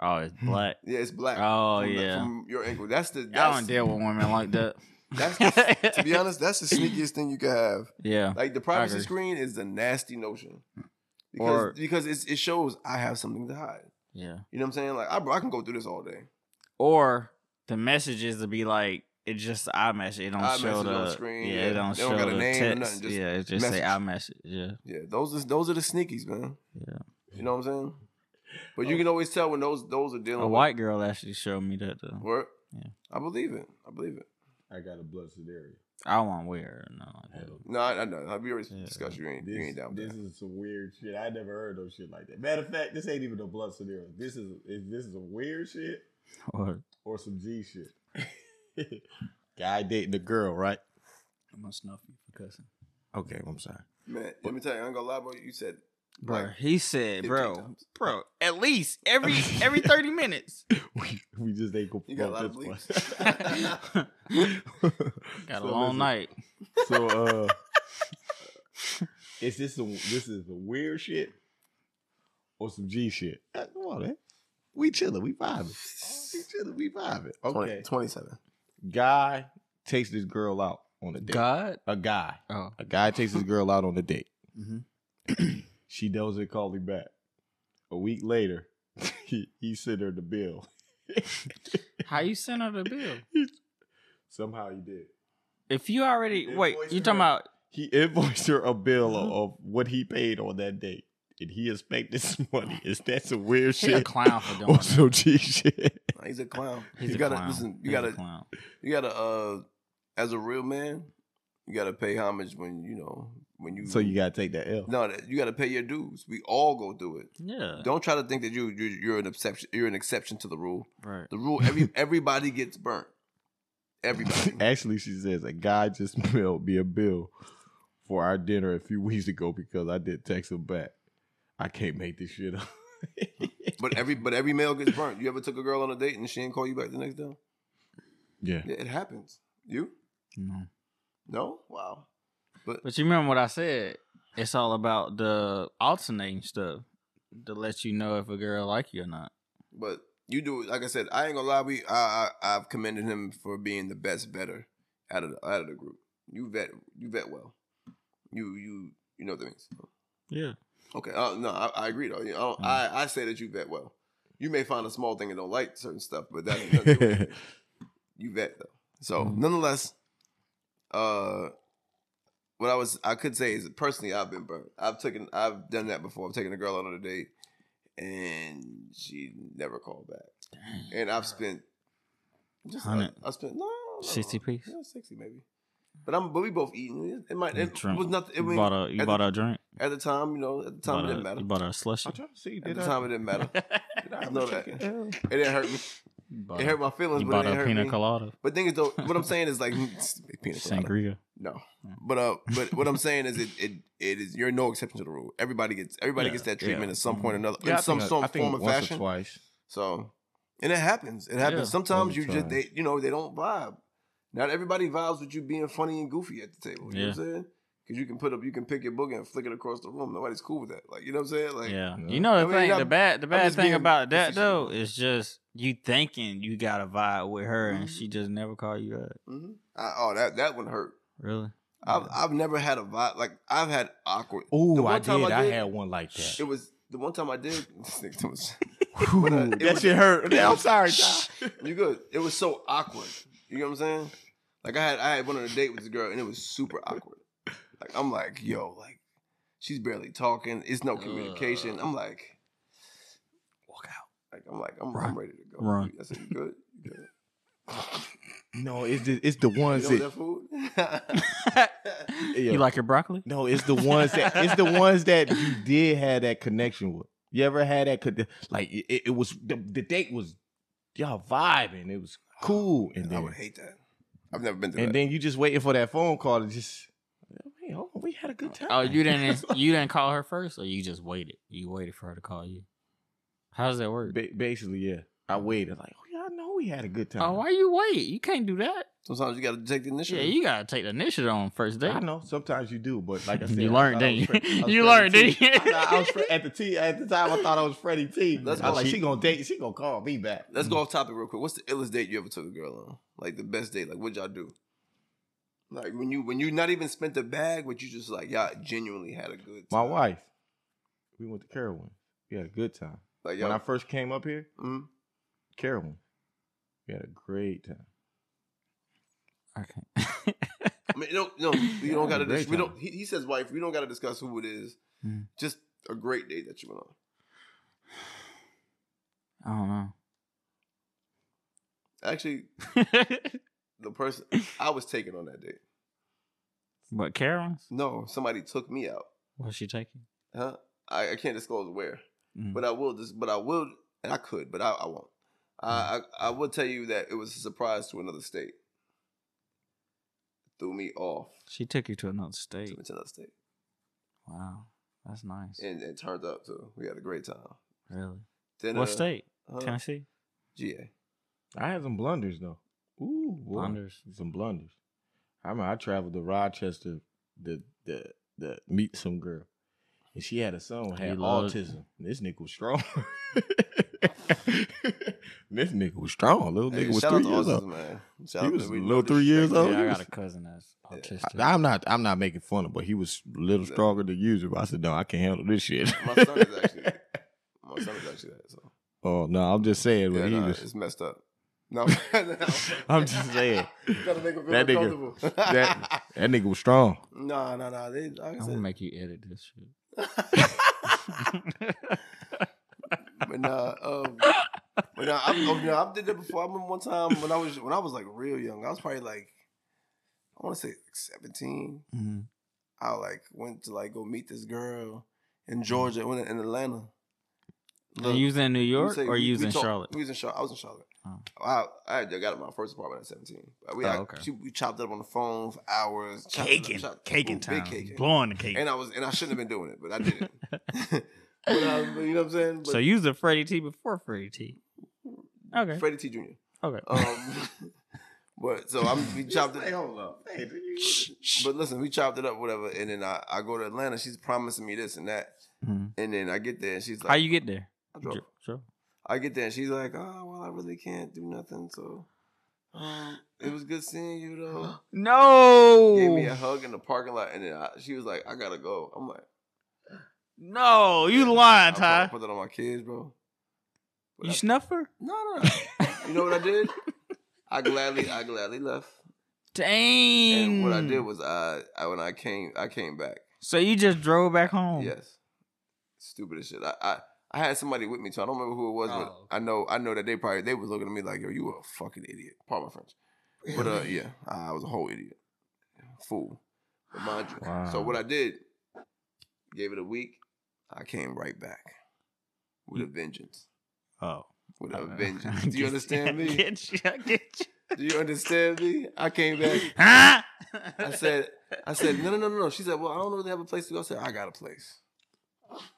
Speaker 2: Oh, it's black.
Speaker 3: Yeah, it's Hmm. black.
Speaker 2: Oh
Speaker 3: from the-
Speaker 2: yeah.
Speaker 3: from your angle. That's the.
Speaker 2: I
Speaker 3: That's,
Speaker 2: don't deal with women like that.
Speaker 3: that's the, to be honest, that's the sneakiest thing you could have.
Speaker 2: yeah.
Speaker 3: Like the privacy
Speaker 2: agree.
Speaker 3: screen is the nasty notion. Because
Speaker 2: Or-
Speaker 3: because it's, it shows I have something to hide.
Speaker 2: Yeah.
Speaker 3: You know what I'm saying? Like I, bro, I can go through this all day.
Speaker 2: Or the messages to be like it's just I message. It don't
Speaker 3: iMessage
Speaker 2: show
Speaker 3: on
Speaker 2: the
Speaker 3: the screen,
Speaker 2: Yeah,
Speaker 3: yeah.
Speaker 2: it don't
Speaker 3: They
Speaker 2: show
Speaker 3: don't got a
Speaker 2: the
Speaker 3: name or
Speaker 2: text.
Speaker 3: nothing, just
Speaker 2: yeah, it just say I message. Yeah.
Speaker 3: Yeah, those is those are the sneakies, man.
Speaker 2: Yeah. Oh.
Speaker 3: You know what I'm saying? But you can always tell when those those are dealing
Speaker 2: A white girl actually showed me that though.
Speaker 3: with work.
Speaker 2: Yeah.
Speaker 3: I believe it. I believe it.
Speaker 1: I got a blessed area.
Speaker 2: I won't wear no like that.
Speaker 3: No, I, I know. We already
Speaker 2: Yeah.
Speaker 3: discussed you ain't you ain't down. with that.
Speaker 1: is some weird shit. I never heard of shit like that. Matter of fact, this ain't even a blood scenario. This is if this is a weird shit
Speaker 2: Or
Speaker 1: or some G shit. Guy dating the girl, right?
Speaker 2: I'm gonna snuff you for cussing.
Speaker 1: Okay, I'm sorry.
Speaker 3: Man, let me tell you, I ain't gonna lie, bro. You said
Speaker 2: Bro,
Speaker 3: Like,
Speaker 2: he said,
Speaker 3: 15
Speaker 2: bro,
Speaker 3: times.
Speaker 4: Bro, at least every every 30 minutes.
Speaker 1: We, we just ain't gonna
Speaker 3: You got a lot
Speaker 1: bump
Speaker 3: of
Speaker 1: this
Speaker 2: got
Speaker 1: one.
Speaker 2: a
Speaker 1: So
Speaker 2: long
Speaker 1: listen,
Speaker 2: night.
Speaker 1: So uh is this some this is some weird shit or some G shit? Uh, Come on, man. We chilling, we vibing. We chilling, we vibing. Okay.
Speaker 3: 27.
Speaker 1: Guy takes this girl out on a date.
Speaker 2: God.
Speaker 1: A guy.
Speaker 2: Oh.
Speaker 1: A guy takes his girl out on a date.
Speaker 2: Mhm.
Speaker 1: she doesn't call him back. A week later, he, he sent her the bill.
Speaker 2: How you send her the bill?
Speaker 1: Somehow he did.
Speaker 2: If you already
Speaker 1: Invoice
Speaker 2: wait, you talking
Speaker 1: her.
Speaker 2: about
Speaker 1: He invoiced her a bill of, of what he paid on that date. And he expected some money. Is that some weird
Speaker 2: he a
Speaker 1: shit?
Speaker 2: clown for doing
Speaker 1: Or
Speaker 2: that.
Speaker 1: some cheap shit?
Speaker 3: He's a clown.
Speaker 2: He's
Speaker 3: you
Speaker 2: a
Speaker 3: gotta
Speaker 2: clown.
Speaker 3: listen. You
Speaker 2: He's
Speaker 3: gotta
Speaker 2: a clown.
Speaker 3: You gotta, uh, as a real man, you gotta pay homage when you know when you.
Speaker 1: So you gotta take that L.
Speaker 3: no, that- you gotta pay your dues. We all go through it.
Speaker 2: Yeah.
Speaker 3: Don't try to think that you you're, you're an exception. You're an exception to the rule.
Speaker 2: Right.
Speaker 3: The rule. Every everybody gets burnt. Everybody.
Speaker 1: Actually, she says a guy just mailed me a bill for our dinner a few weeks ago because I did text him back. I can't make this shit up.
Speaker 3: but every but every male gets burnt. You ever took a girl on a date and she didn't call you back the next day?
Speaker 1: yeah.
Speaker 3: Yeah, it happens. You
Speaker 2: No.
Speaker 3: no? Wow. But
Speaker 2: But you remember what I said? It's all about the alternating stuff to let you know if a girl like you or not.
Speaker 3: but you do like I said. I ain't gonna lie. We I, I I've commended him for being the best better out of the, out of the group. You vet you vet well. You you you know what that means.
Speaker 2: Yeah.
Speaker 3: Okay. Uh, no, I, I agree though. You know,
Speaker 2: Mm.
Speaker 3: I I say that you vet well. You may find a small thing and don't like certain stuff, but that's nothing. you vet though. So
Speaker 2: Mhm.
Speaker 3: nonetheless, uh, what I was I could say is personally I've been burnt. I've taken I've done that before. I've taken a girl out on a date, and she never called back. And I've spent just I,
Speaker 2: Hundred.
Speaker 3: I spent no, no
Speaker 2: 60 piece?
Speaker 3: Yeah, sixty maybe. But I'm but we both eating. It might
Speaker 2: You
Speaker 3: it
Speaker 2: drunk.
Speaker 3: was nothing. It
Speaker 2: you
Speaker 3: was,
Speaker 2: bought a you
Speaker 3: at
Speaker 2: bought a drink.
Speaker 3: at the time, you know, at the time
Speaker 2: bought
Speaker 3: it
Speaker 2: a,
Speaker 3: didn't matter.
Speaker 2: You bought a slushy.
Speaker 1: I'm trying to see.
Speaker 3: At
Speaker 1: Did
Speaker 3: the
Speaker 1: I,
Speaker 3: time it didn't matter.
Speaker 1: did I
Speaker 3: I know
Speaker 1: check
Speaker 3: that.
Speaker 1: it out?
Speaker 3: It didn't hurt me.
Speaker 2: You bought
Speaker 3: It
Speaker 2: a-
Speaker 3: hurt my feelings,
Speaker 2: you
Speaker 3: but it
Speaker 2: bought
Speaker 3: didn't
Speaker 2: a
Speaker 3: hurt
Speaker 2: pina
Speaker 3: me.
Speaker 2: colada,
Speaker 3: But thing is though, what I'm saying is like pina colada.
Speaker 2: sangria.
Speaker 3: No,
Speaker 2: Yeah.
Speaker 3: but uh, but what I'm saying is it it, it is you're no exception to the rule. Everybody gets everybody
Speaker 2: Yeah,
Speaker 3: gets that treatment
Speaker 2: yeah. Mm-hmm.
Speaker 3: at some point or another,
Speaker 1: Yeah, I
Speaker 3: in some
Speaker 1: think I-
Speaker 3: some
Speaker 1: I think
Speaker 3: form or
Speaker 1: once or
Speaker 3: fashion.
Speaker 1: twice.
Speaker 3: So, and it happens. It happens.
Speaker 2: Yeah.
Speaker 3: Sometimes
Speaker 1: Only
Speaker 3: you just
Speaker 1: twice.
Speaker 3: they you know they don't vibe. Not everybody vibes with you being funny and goofy at the table. You know what I'm saying? Because you can put up, you can pick your booger and flick it across the room. Nobody's cool with that. Like you know what I'm saying? Like
Speaker 2: yeah.
Speaker 1: Yeah.
Speaker 2: You know the
Speaker 3: I mean,
Speaker 2: thing, the
Speaker 3: I'm-
Speaker 2: bad the bad
Speaker 3: just
Speaker 2: thing
Speaker 3: being
Speaker 2: about that
Speaker 3: facetious.
Speaker 2: though is just you thinking you got a vibe with her and
Speaker 3: Mhm.
Speaker 2: she just never call you up.
Speaker 3: mhm. I, oh that that one hurt.
Speaker 2: Really?
Speaker 3: I've I've never had a vibe like I've had awkward. The
Speaker 1: Oh,
Speaker 3: one
Speaker 1: I did.
Speaker 3: time I
Speaker 1: I
Speaker 3: did-
Speaker 1: had one like
Speaker 3: It
Speaker 1: that.
Speaker 3: was the one time I did. This nigga was-
Speaker 1: Whew,
Speaker 3: uh, it
Speaker 1: that
Speaker 3: was-
Speaker 1: shit hurt. Yeah, I'm sorry. Ty.
Speaker 3: You good? It was so awkward. You know what I'm saying? Like I had I had one on a date with this girl and it was super awkward. Like I'm like, yo, like she's barely talking. It's no communication. I'm like, walk out. Like I'm like I'm,
Speaker 2: Run.
Speaker 3: I'm ready to go.
Speaker 2: Run.
Speaker 3: I said, you good? You good?
Speaker 1: No, it's the, it's the
Speaker 3: You
Speaker 1: ones
Speaker 3: know
Speaker 1: that
Speaker 3: that food?
Speaker 1: yeah.
Speaker 2: You like your broccoli?
Speaker 1: No, it's the ones that it's the ones that you did have that connection with. You ever had that con- like it, it was the, the date was y'all vibing. It was cool, and
Speaker 3: I
Speaker 1: then
Speaker 3: would hate that. I've never been through
Speaker 1: and
Speaker 3: that.
Speaker 1: then you just waiting for that phone call to just. Hey, hold on, we had a good time.
Speaker 2: Oh, you didn't you didn't call her first, or you just waited? You waited for her to call you. How does that work?
Speaker 1: Ba- basically, yeah. I waited like, oh yeah, I know we had a good time.
Speaker 2: Oh, why you wait? You can't do that.
Speaker 3: Sometimes you gotta take the initiative.
Speaker 2: Yeah, you gotta take the initiative on first date.
Speaker 1: I know sometimes you do, but like I said,
Speaker 2: You
Speaker 1: I
Speaker 2: learned,
Speaker 1: thought I was
Speaker 2: didn't
Speaker 1: Fred- I
Speaker 2: you?
Speaker 1: was
Speaker 2: You
Speaker 1: Freddie
Speaker 2: learned,
Speaker 1: T.
Speaker 2: didn't you?
Speaker 1: I thought I was Fre- at the t at the time. I thought I was Freddie T.
Speaker 3: Let's
Speaker 1: I was
Speaker 3: go.
Speaker 1: like she gonna date. She gonna call me back.
Speaker 3: Let's go off topic real quick. What's the illest date you ever took a girl on? Like the best date. Like what y'all do? Like when you when you not even spent the bag, but you just like y'all genuinely had a good. Time.
Speaker 1: My wife, we went to Carowinds. We had a good time.
Speaker 3: Like
Speaker 1: When I
Speaker 3: y'all.
Speaker 1: first came up here,
Speaker 3: Mhm.
Speaker 1: Carowinds, we had a great time.
Speaker 2: Okay.
Speaker 3: I mean, don't no, you don't gotta.
Speaker 1: Great
Speaker 3: Dis- we
Speaker 1: time.
Speaker 3: don't. He, he says wife. We don't gotta discuss who it is.
Speaker 2: Mm.
Speaker 3: Just a great date that you went on.
Speaker 2: I don't know.
Speaker 3: Actually, the person I was taken on that date.
Speaker 2: But Karen's?
Speaker 3: No, somebody took me out.
Speaker 2: What's she taking?
Speaker 3: Huh? I, I can't disclose where.
Speaker 2: Mm.
Speaker 3: But I will just. But I will. And I could. But I, I won't.
Speaker 1: Mm.
Speaker 3: I, I I will tell you that it was a surprise to another state. Threw me off.
Speaker 2: She took you to another state.
Speaker 3: Took me to another state,
Speaker 2: Wow, that's nice.
Speaker 3: and it turned up too. We had a great time.
Speaker 2: really?
Speaker 3: Then,
Speaker 2: What
Speaker 3: uh,
Speaker 2: state?
Speaker 3: Huh?
Speaker 2: Tennessee.
Speaker 3: GA.
Speaker 1: I had some blunders though. Ooh, boy.
Speaker 2: Blunders.
Speaker 1: Some blunders. I remember I traveled to Rochester to the the meet some girl, and she had a son who
Speaker 2: He
Speaker 1: had
Speaker 2: loved-
Speaker 1: autism. This nigga was strong. this nigga was strong. Little nigga
Speaker 3: Hey,
Speaker 1: was
Speaker 3: shout
Speaker 1: three
Speaker 3: out to
Speaker 1: years
Speaker 3: Autism,
Speaker 1: old.
Speaker 3: man. Shout
Speaker 1: He
Speaker 3: out
Speaker 1: was
Speaker 3: to-
Speaker 1: a
Speaker 3: we
Speaker 1: little
Speaker 3: know
Speaker 1: three years
Speaker 3: disrespect.
Speaker 1: old.
Speaker 2: Yeah, I
Speaker 1: He
Speaker 2: got a
Speaker 1: was-
Speaker 2: cousin that's
Speaker 3: Yeah.
Speaker 2: autistic.
Speaker 1: I, am not. I'm not making fun of, him, but he was a little stronger than usual. I said, "No, I can't handle this shit."
Speaker 3: My son is actually- My son is actually that. So
Speaker 1: oh no, I'm just saying.
Speaker 3: yeah,
Speaker 1: but he
Speaker 3: nah,
Speaker 1: was,
Speaker 3: it's messed up. No,
Speaker 1: I'm just saying
Speaker 3: Gotta make him feel
Speaker 1: That nigga-
Speaker 3: uncomfortable.
Speaker 1: that that nigga was strong.
Speaker 3: Nah, nah, nah. They, like I
Speaker 2: I'm gonna
Speaker 3: said,
Speaker 2: make you edit this shit.
Speaker 3: but nah, um, but nah, I've, oh, nah, I've did that before. I remember one time when I was when I was like real young. I was probably like, I want to say like seventeen.
Speaker 2: Mhm.
Speaker 3: I like went to like go meet this girl in Georgia, in in Atlanta. Look,
Speaker 2: And you was in New
Speaker 3: let me
Speaker 2: York
Speaker 3: tell you,
Speaker 2: or
Speaker 3: we-
Speaker 2: you was
Speaker 3: we
Speaker 2: in
Speaker 3: talk-
Speaker 2: Charlotte?
Speaker 3: We was in Charlotte. I was in Charlotte.
Speaker 2: Oh.
Speaker 3: I, I had- I got out my first apartment at seventeen. But We,
Speaker 2: Oh,
Speaker 3: I-
Speaker 2: okay.
Speaker 3: she- we chopped up on the phone for hours. chopped it up,
Speaker 4: Caking,
Speaker 3: chopped-
Speaker 4: caking
Speaker 3: ooh,
Speaker 4: time,
Speaker 3: Big caking.
Speaker 4: blowing the cake.
Speaker 3: And I was and I shouldn't have been doing it, but I did it. but I, was- you know what I'm saying? But
Speaker 2: so you was a Freddie T before Freddie T. Okay.
Speaker 3: Freddie T. Jr.
Speaker 2: Okay.
Speaker 3: Um, but But so I'm we chopped it.
Speaker 1: hold up.
Speaker 3: But listen, we chopped it up, whatever. And then I, I go to Atlanta. She's promising me this and that.
Speaker 2: Mhm.
Speaker 3: And then I get there and she's like,
Speaker 2: How you get there?
Speaker 3: I, drove.
Speaker 2: Dro- drove.
Speaker 3: I get there and she's like, oh, well, I really can't do nothing. So um, it was good seeing you, though. Gave me a
Speaker 4: No.
Speaker 3: hug in the parking lot. And then I, she was like, I gotta go. I'm like,
Speaker 4: No, you lying,
Speaker 3: I'm trying to
Speaker 4: Ty.
Speaker 3: put that on my kids, bro. But
Speaker 2: You
Speaker 3: I-
Speaker 2: snuffer?
Speaker 3: no, no, no. you know what I did? I gladly, I gladly left.
Speaker 2: Dang.
Speaker 3: And what I did
Speaker 2: Mm.
Speaker 3: was, I, I when I came, I came back.
Speaker 2: So you just drove back home?
Speaker 3: Yes. Stupid as shit. I, I I had somebody with me too. I don't remember who it was,
Speaker 2: Oh.
Speaker 3: but I know I know that they probably they was looking at me like, yo, you a fucking idiot. Pardon my French. But uh yeah, I was a whole idiot. Fool. But mind you. So
Speaker 2: Wow.
Speaker 3: what I did, gave it a week, I came right back. With a vengeance.
Speaker 2: Oh.
Speaker 3: With
Speaker 2: I
Speaker 3: a
Speaker 2: know.
Speaker 3: vengeance. Do
Speaker 2: Mm. Get-
Speaker 3: you understand
Speaker 2: I
Speaker 3: me?
Speaker 2: get you. I get you.
Speaker 3: Do you understand me? I came back.
Speaker 2: Huh?
Speaker 3: I said I said, no no no no. no. She said, Well, I don't really have a place to go. I said, I got a place.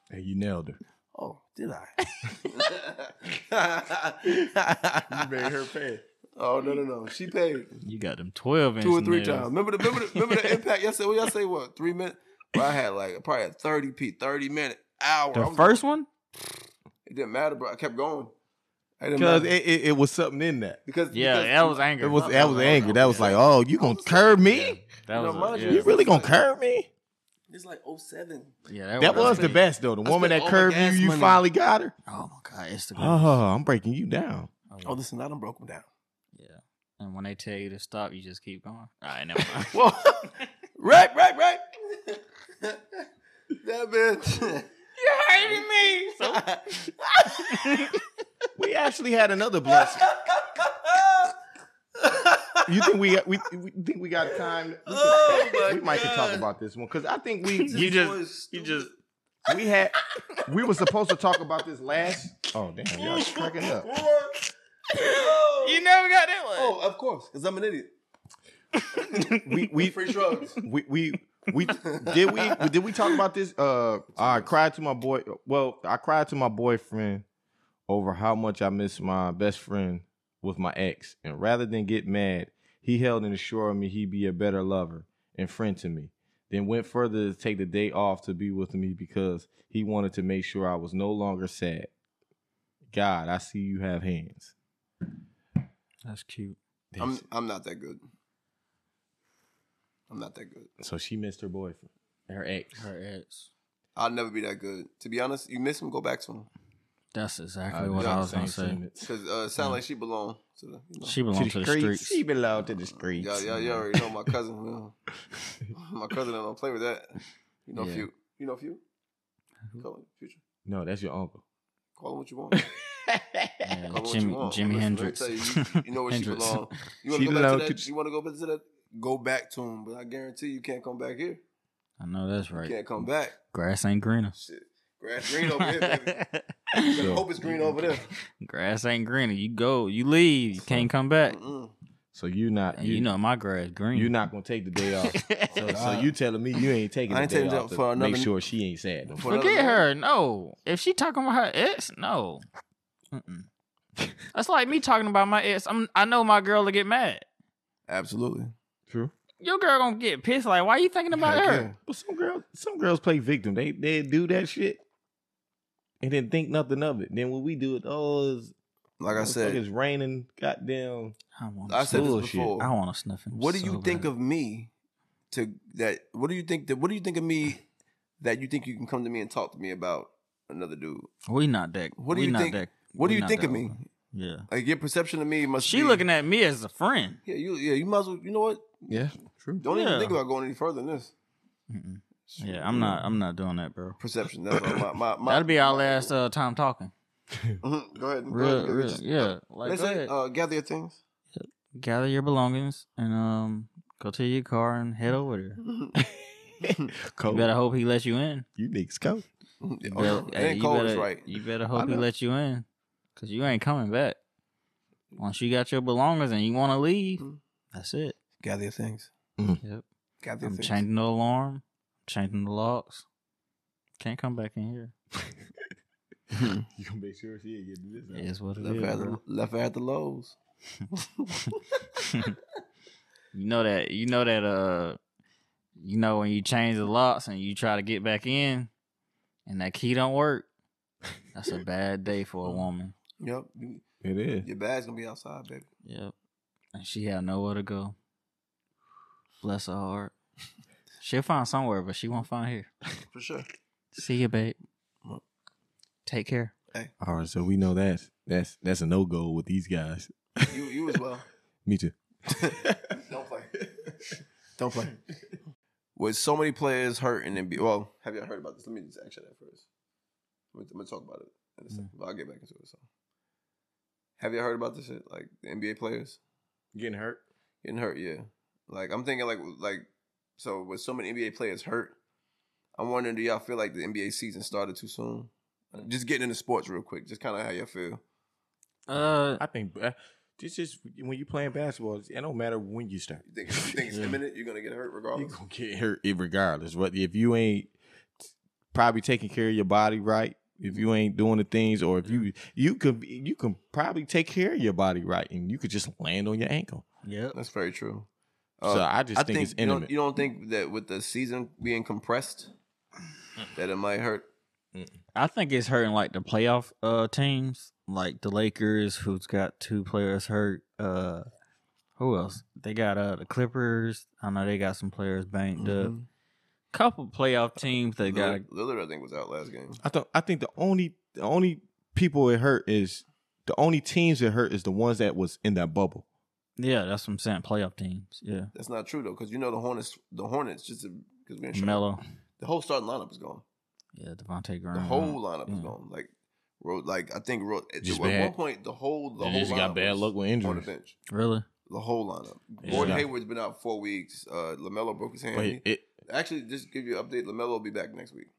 Speaker 1: Hey, you nailed her.
Speaker 3: Oh, did I?
Speaker 1: pay.
Speaker 3: Oh no no no! She paid
Speaker 2: You got them 12 inch
Speaker 3: two or three
Speaker 2: nails.
Speaker 3: times. Remember the remember the, remember the impact? Y'all say what? Y'all say what? Three minutes? Well, I had like probably a thirty p thirty minute hour. I
Speaker 2: The
Speaker 3: was-
Speaker 2: first one?
Speaker 3: it didn't matter, bro. I kept going. It didn't
Speaker 1: Because
Speaker 3: matter.
Speaker 1: it, it, it was something in that.
Speaker 3: because
Speaker 2: Yeah,
Speaker 3: because-
Speaker 2: that was anger.
Speaker 1: It was that was angry. That was like, oh, you gonna curb me?
Speaker 2: That
Speaker 3: you know,
Speaker 2: was
Speaker 3: mind
Speaker 2: a,
Speaker 3: you,
Speaker 2: yeah.
Speaker 1: You really gonna curb me?
Speaker 3: it's like 07.
Speaker 2: yeah,
Speaker 1: That was
Speaker 2: a-
Speaker 1: the best though. The
Speaker 3: I
Speaker 1: woman
Speaker 3: spent
Speaker 1: that
Speaker 3: all my
Speaker 1: curved you,
Speaker 3: gas
Speaker 1: you
Speaker 3: money.
Speaker 1: finally got her.
Speaker 2: Oh my god, Instagram.
Speaker 1: Oh, I'm breaking you down.
Speaker 3: Oh, listen, I done broke him down.
Speaker 2: yeah. And when they tell you to stop, you just keep going. All right, never mind.
Speaker 3: Whoa! right, right, right. that bitch.
Speaker 4: You hurting me.
Speaker 1: We actually had another blessing. You think we we, we think we got time? We, can-
Speaker 3: Oh, my
Speaker 1: we might can talk
Speaker 3: God.
Speaker 1: about this one because I think we
Speaker 2: You just-
Speaker 3: you just
Speaker 1: we had we were supposed to talk about this last. Oh damn, y'all cracking up.
Speaker 4: You never got that one.
Speaker 3: Oh, of course, because I'm an idiot.
Speaker 1: We we
Speaker 3: Free drugs.
Speaker 1: we we. We did we did we talk about this? Uh, I cried to my boy. Well, I cried to my boyfriend over how much I miss my best friend with my ex, and rather than get mad, he held and assured me he'd be a better lover and friend to me. Then went further to take the day off to be with me because he wanted to make sure I was no longer sad. God, I see you have hands.
Speaker 2: That's cute.
Speaker 3: I'm I'm not that good. I'm not that good.
Speaker 1: so she missed her boyfriend, her ex.
Speaker 2: Her ex.
Speaker 3: I'll never be that good. To be honest, you miss him, go back to him.
Speaker 2: That's exactly
Speaker 1: Uh,
Speaker 2: what I
Speaker 1: yeah,
Speaker 2: was
Speaker 1: same
Speaker 2: gonna say.
Speaker 1: sentiments.
Speaker 3: Cause uh, it sound like she belong to the. You know.
Speaker 2: She belongs to the, streets.
Speaker 1: She belonged Mm. to the streets.
Speaker 3: Y'all, y'all, y'all already know my cousin. You know. my cousin I don't play with that. You know
Speaker 2: Yeah.
Speaker 3: few. You know few. Call him future.
Speaker 1: No, that's your uncle.
Speaker 3: Call him what you want.
Speaker 2: Yeah,
Speaker 3: Call it what
Speaker 2: Jimmy,
Speaker 3: you want.
Speaker 2: Jimi
Speaker 3: Listen, let me
Speaker 2: Hendrix.
Speaker 3: tell You, you- you know where she
Speaker 2: Hendrix.
Speaker 3: belong. You want
Speaker 1: She
Speaker 3: to go
Speaker 1: belong
Speaker 3: back to
Speaker 1: to
Speaker 3: that?
Speaker 1: J-
Speaker 3: you want to go back to that? Go back to him, but I guarantee you can't come back here.
Speaker 2: I know that's
Speaker 3: You
Speaker 2: right.
Speaker 3: can't come back.
Speaker 2: Grass ain't greener.
Speaker 3: Shit, grass green over here, baby. You better
Speaker 1: So-
Speaker 3: hope it's green over there.
Speaker 2: grass ain't greener. You go, you leave, you can't come back.
Speaker 3: Mm-mm.
Speaker 1: So you're not
Speaker 2: And You,
Speaker 1: you,
Speaker 2: know my grass green.
Speaker 1: you're not gonna take the day off. so, so you telling me you ain't taking
Speaker 3: I
Speaker 1: the
Speaker 3: ain't
Speaker 1: day
Speaker 3: taking it
Speaker 1: off
Speaker 3: up
Speaker 1: to
Speaker 3: for
Speaker 1: make
Speaker 3: another-
Speaker 1: sure she ain't sad. No more.
Speaker 3: For another
Speaker 2: Forget
Speaker 3: man.
Speaker 2: her. No, if she talking about her ex, no. Mm-mm. That's like me talking about my ex. I'm, I know my girl to get mad.
Speaker 3: Absolutely.
Speaker 1: True.
Speaker 2: Your girl gonna get pissed. Like, why you thinking about
Speaker 3: Heck
Speaker 2: her?
Speaker 3: yeah.
Speaker 1: But some girls, some girls play victim. They they do that shit and then think nothing of it. Then when we do it, oh, it's,
Speaker 3: Like I
Speaker 1: motherfucker,
Speaker 3: said,
Speaker 1: it's raining. Goddamn.
Speaker 2: I want.
Speaker 3: I said this
Speaker 1: bullshit.
Speaker 3: before.
Speaker 2: I want to sniff him.
Speaker 3: What do you
Speaker 2: so
Speaker 3: think
Speaker 2: bad.
Speaker 3: of me? To that? What do you think that? What do you think of me? That you think you can come to me and talk to me about another dude?
Speaker 2: We not that.
Speaker 3: What do
Speaker 2: we
Speaker 3: you
Speaker 2: not
Speaker 3: think-
Speaker 2: That,
Speaker 3: What do
Speaker 2: we
Speaker 3: you
Speaker 2: not
Speaker 3: think
Speaker 2: that
Speaker 3: of me?
Speaker 2: open. Yeah.
Speaker 3: Like your perception of me must.
Speaker 2: She
Speaker 3: be,
Speaker 2: looking at me as a friend.
Speaker 3: Yeah, you. Yeah, you might as well. You know what?
Speaker 1: Yeah, true.
Speaker 3: Don't
Speaker 2: Yeah.
Speaker 3: even think about going any further than this.
Speaker 2: Mm-mm. Yeah, I'm not. I'm not doing that, bro.
Speaker 3: Perception. That's all. My, my, my,
Speaker 2: That'll be our last uh, time talking.
Speaker 3: Mhm. Go ahead. go
Speaker 2: Real,
Speaker 3: ahead.
Speaker 2: real,
Speaker 3: Just-
Speaker 2: yeah. Like,
Speaker 3: Let's
Speaker 2: go
Speaker 3: say,
Speaker 2: ahead.
Speaker 3: uh, gather your things.
Speaker 2: gather your belongings and um, go to your car and head over there. You
Speaker 1: Cold.
Speaker 2: better hope he lets you in.
Speaker 1: you niggas cold.
Speaker 3: Yeah,
Speaker 2: You
Speaker 3: oh, no.
Speaker 2: better-
Speaker 3: It
Speaker 2: hey,
Speaker 3: ain't
Speaker 2: you
Speaker 3: cold
Speaker 2: better-
Speaker 3: is right.
Speaker 2: You better
Speaker 1: I
Speaker 2: hope he
Speaker 1: know.
Speaker 2: lets you in, cause you ain't coming back. Once you got your belongings and you want to leave,
Speaker 3: Mhm.
Speaker 2: that's it.
Speaker 3: Gather your things.
Speaker 2: Yep.
Speaker 3: Gather your
Speaker 2: I'm
Speaker 3: things.
Speaker 2: changing the alarm, changing the locks. Can't come back in here.
Speaker 1: You gonna make sure she ain't getting this.
Speaker 2: It is what it
Speaker 3: Left,
Speaker 2: is,
Speaker 3: at the,
Speaker 2: bro.
Speaker 3: left at the lows.
Speaker 2: You know that. You know that. Uh, you know when you change the locks and you try to get back in, and that key don't work. That's a bad day for a woman.
Speaker 3: Yep. you-
Speaker 1: It is.
Speaker 3: Your bag's gonna be outside, baby.
Speaker 2: Yep. And she had nowhere to go. Bless her heart. She'll find somewhere, but she won't find here.
Speaker 3: For sure.
Speaker 2: See you, babe. Take care.
Speaker 1: All right, so we know that's that's that's a no go with these guys.
Speaker 3: You you as well.
Speaker 1: Me too.
Speaker 3: Don't play. Don't play. With so many players hurt in NBA, well, have y'all heard about this? Let me just action that first. I'm gonna- I'm gonna talk about it in a second, but I'll get back into it. So, have y'all heard about this shit? Like the NBA players
Speaker 1: Getting hurt.
Speaker 3: getting hurt? Yeah. Like I'm thinking, like like so with so many NBA players hurt, I'm wondering, do y'all feel like the NBA season started too soon? Uh, Just getting into sports real quick, just kind of how y'all feel.
Speaker 2: Uh,
Speaker 1: I think uh, this is when you playing basketball. It don't matter when you start.
Speaker 3: You think, you think it's
Speaker 1: Yeah.
Speaker 3: imminent? You're gonna get hurt
Speaker 1: You
Speaker 3: regardless.
Speaker 1: gonna get hurt i- regardless. But if you ain't probably taking care of your body right, if you ain't doing the things, or if you you could you can probably take care of your body right, and you could just land on your ankle.
Speaker 2: yep.
Speaker 3: That's very true. Uh,
Speaker 1: so I just think, it's
Speaker 3: you
Speaker 1: intimate.
Speaker 3: don't, you don't think that with the season being compressed, that it might hurt.
Speaker 2: I think it's hurting like the playoff uh teams, like the Lakers, who's got two players hurt. Uh, who else? They got uh the Clippers. I know they got some players banked
Speaker 3: Mm-hmm.
Speaker 2: up. Couple playoff teams that got
Speaker 3: Lillard, Lillard, I think, was out last game.
Speaker 1: I thought I think the only the only people it hurt is the only teams that hurt is the ones that was in that bubble.
Speaker 2: yeah. That's what I'm saying. Playoff teams. Yeah.
Speaker 3: That's not true though, because you know the Hornets. The Hornets just because we're in Charlotte,
Speaker 2: Melo.
Speaker 3: the whole starting lineup is gone.
Speaker 2: Yeah. Devontae Graham.
Speaker 3: The whole lineup is
Speaker 2: yeah.
Speaker 3: gone. Like, road, like I think Ro- at
Speaker 1: Just
Speaker 3: one-
Speaker 1: bad.
Speaker 3: one point the whole the
Speaker 1: They
Speaker 3: whole
Speaker 1: just
Speaker 3: lineup
Speaker 1: got bad
Speaker 3: was
Speaker 1: luck with
Speaker 3: on the
Speaker 1: injuries.
Speaker 3: bench.
Speaker 2: Really?
Speaker 3: The whole lineup.
Speaker 2: Yeah.
Speaker 3: Gordon
Speaker 1: Yeah.
Speaker 3: Hayward's been out four weeks. Uh, Lamelo broke his hand.
Speaker 1: But it, it-
Speaker 3: Actually, just to give you an update. Lamelo will be back next week.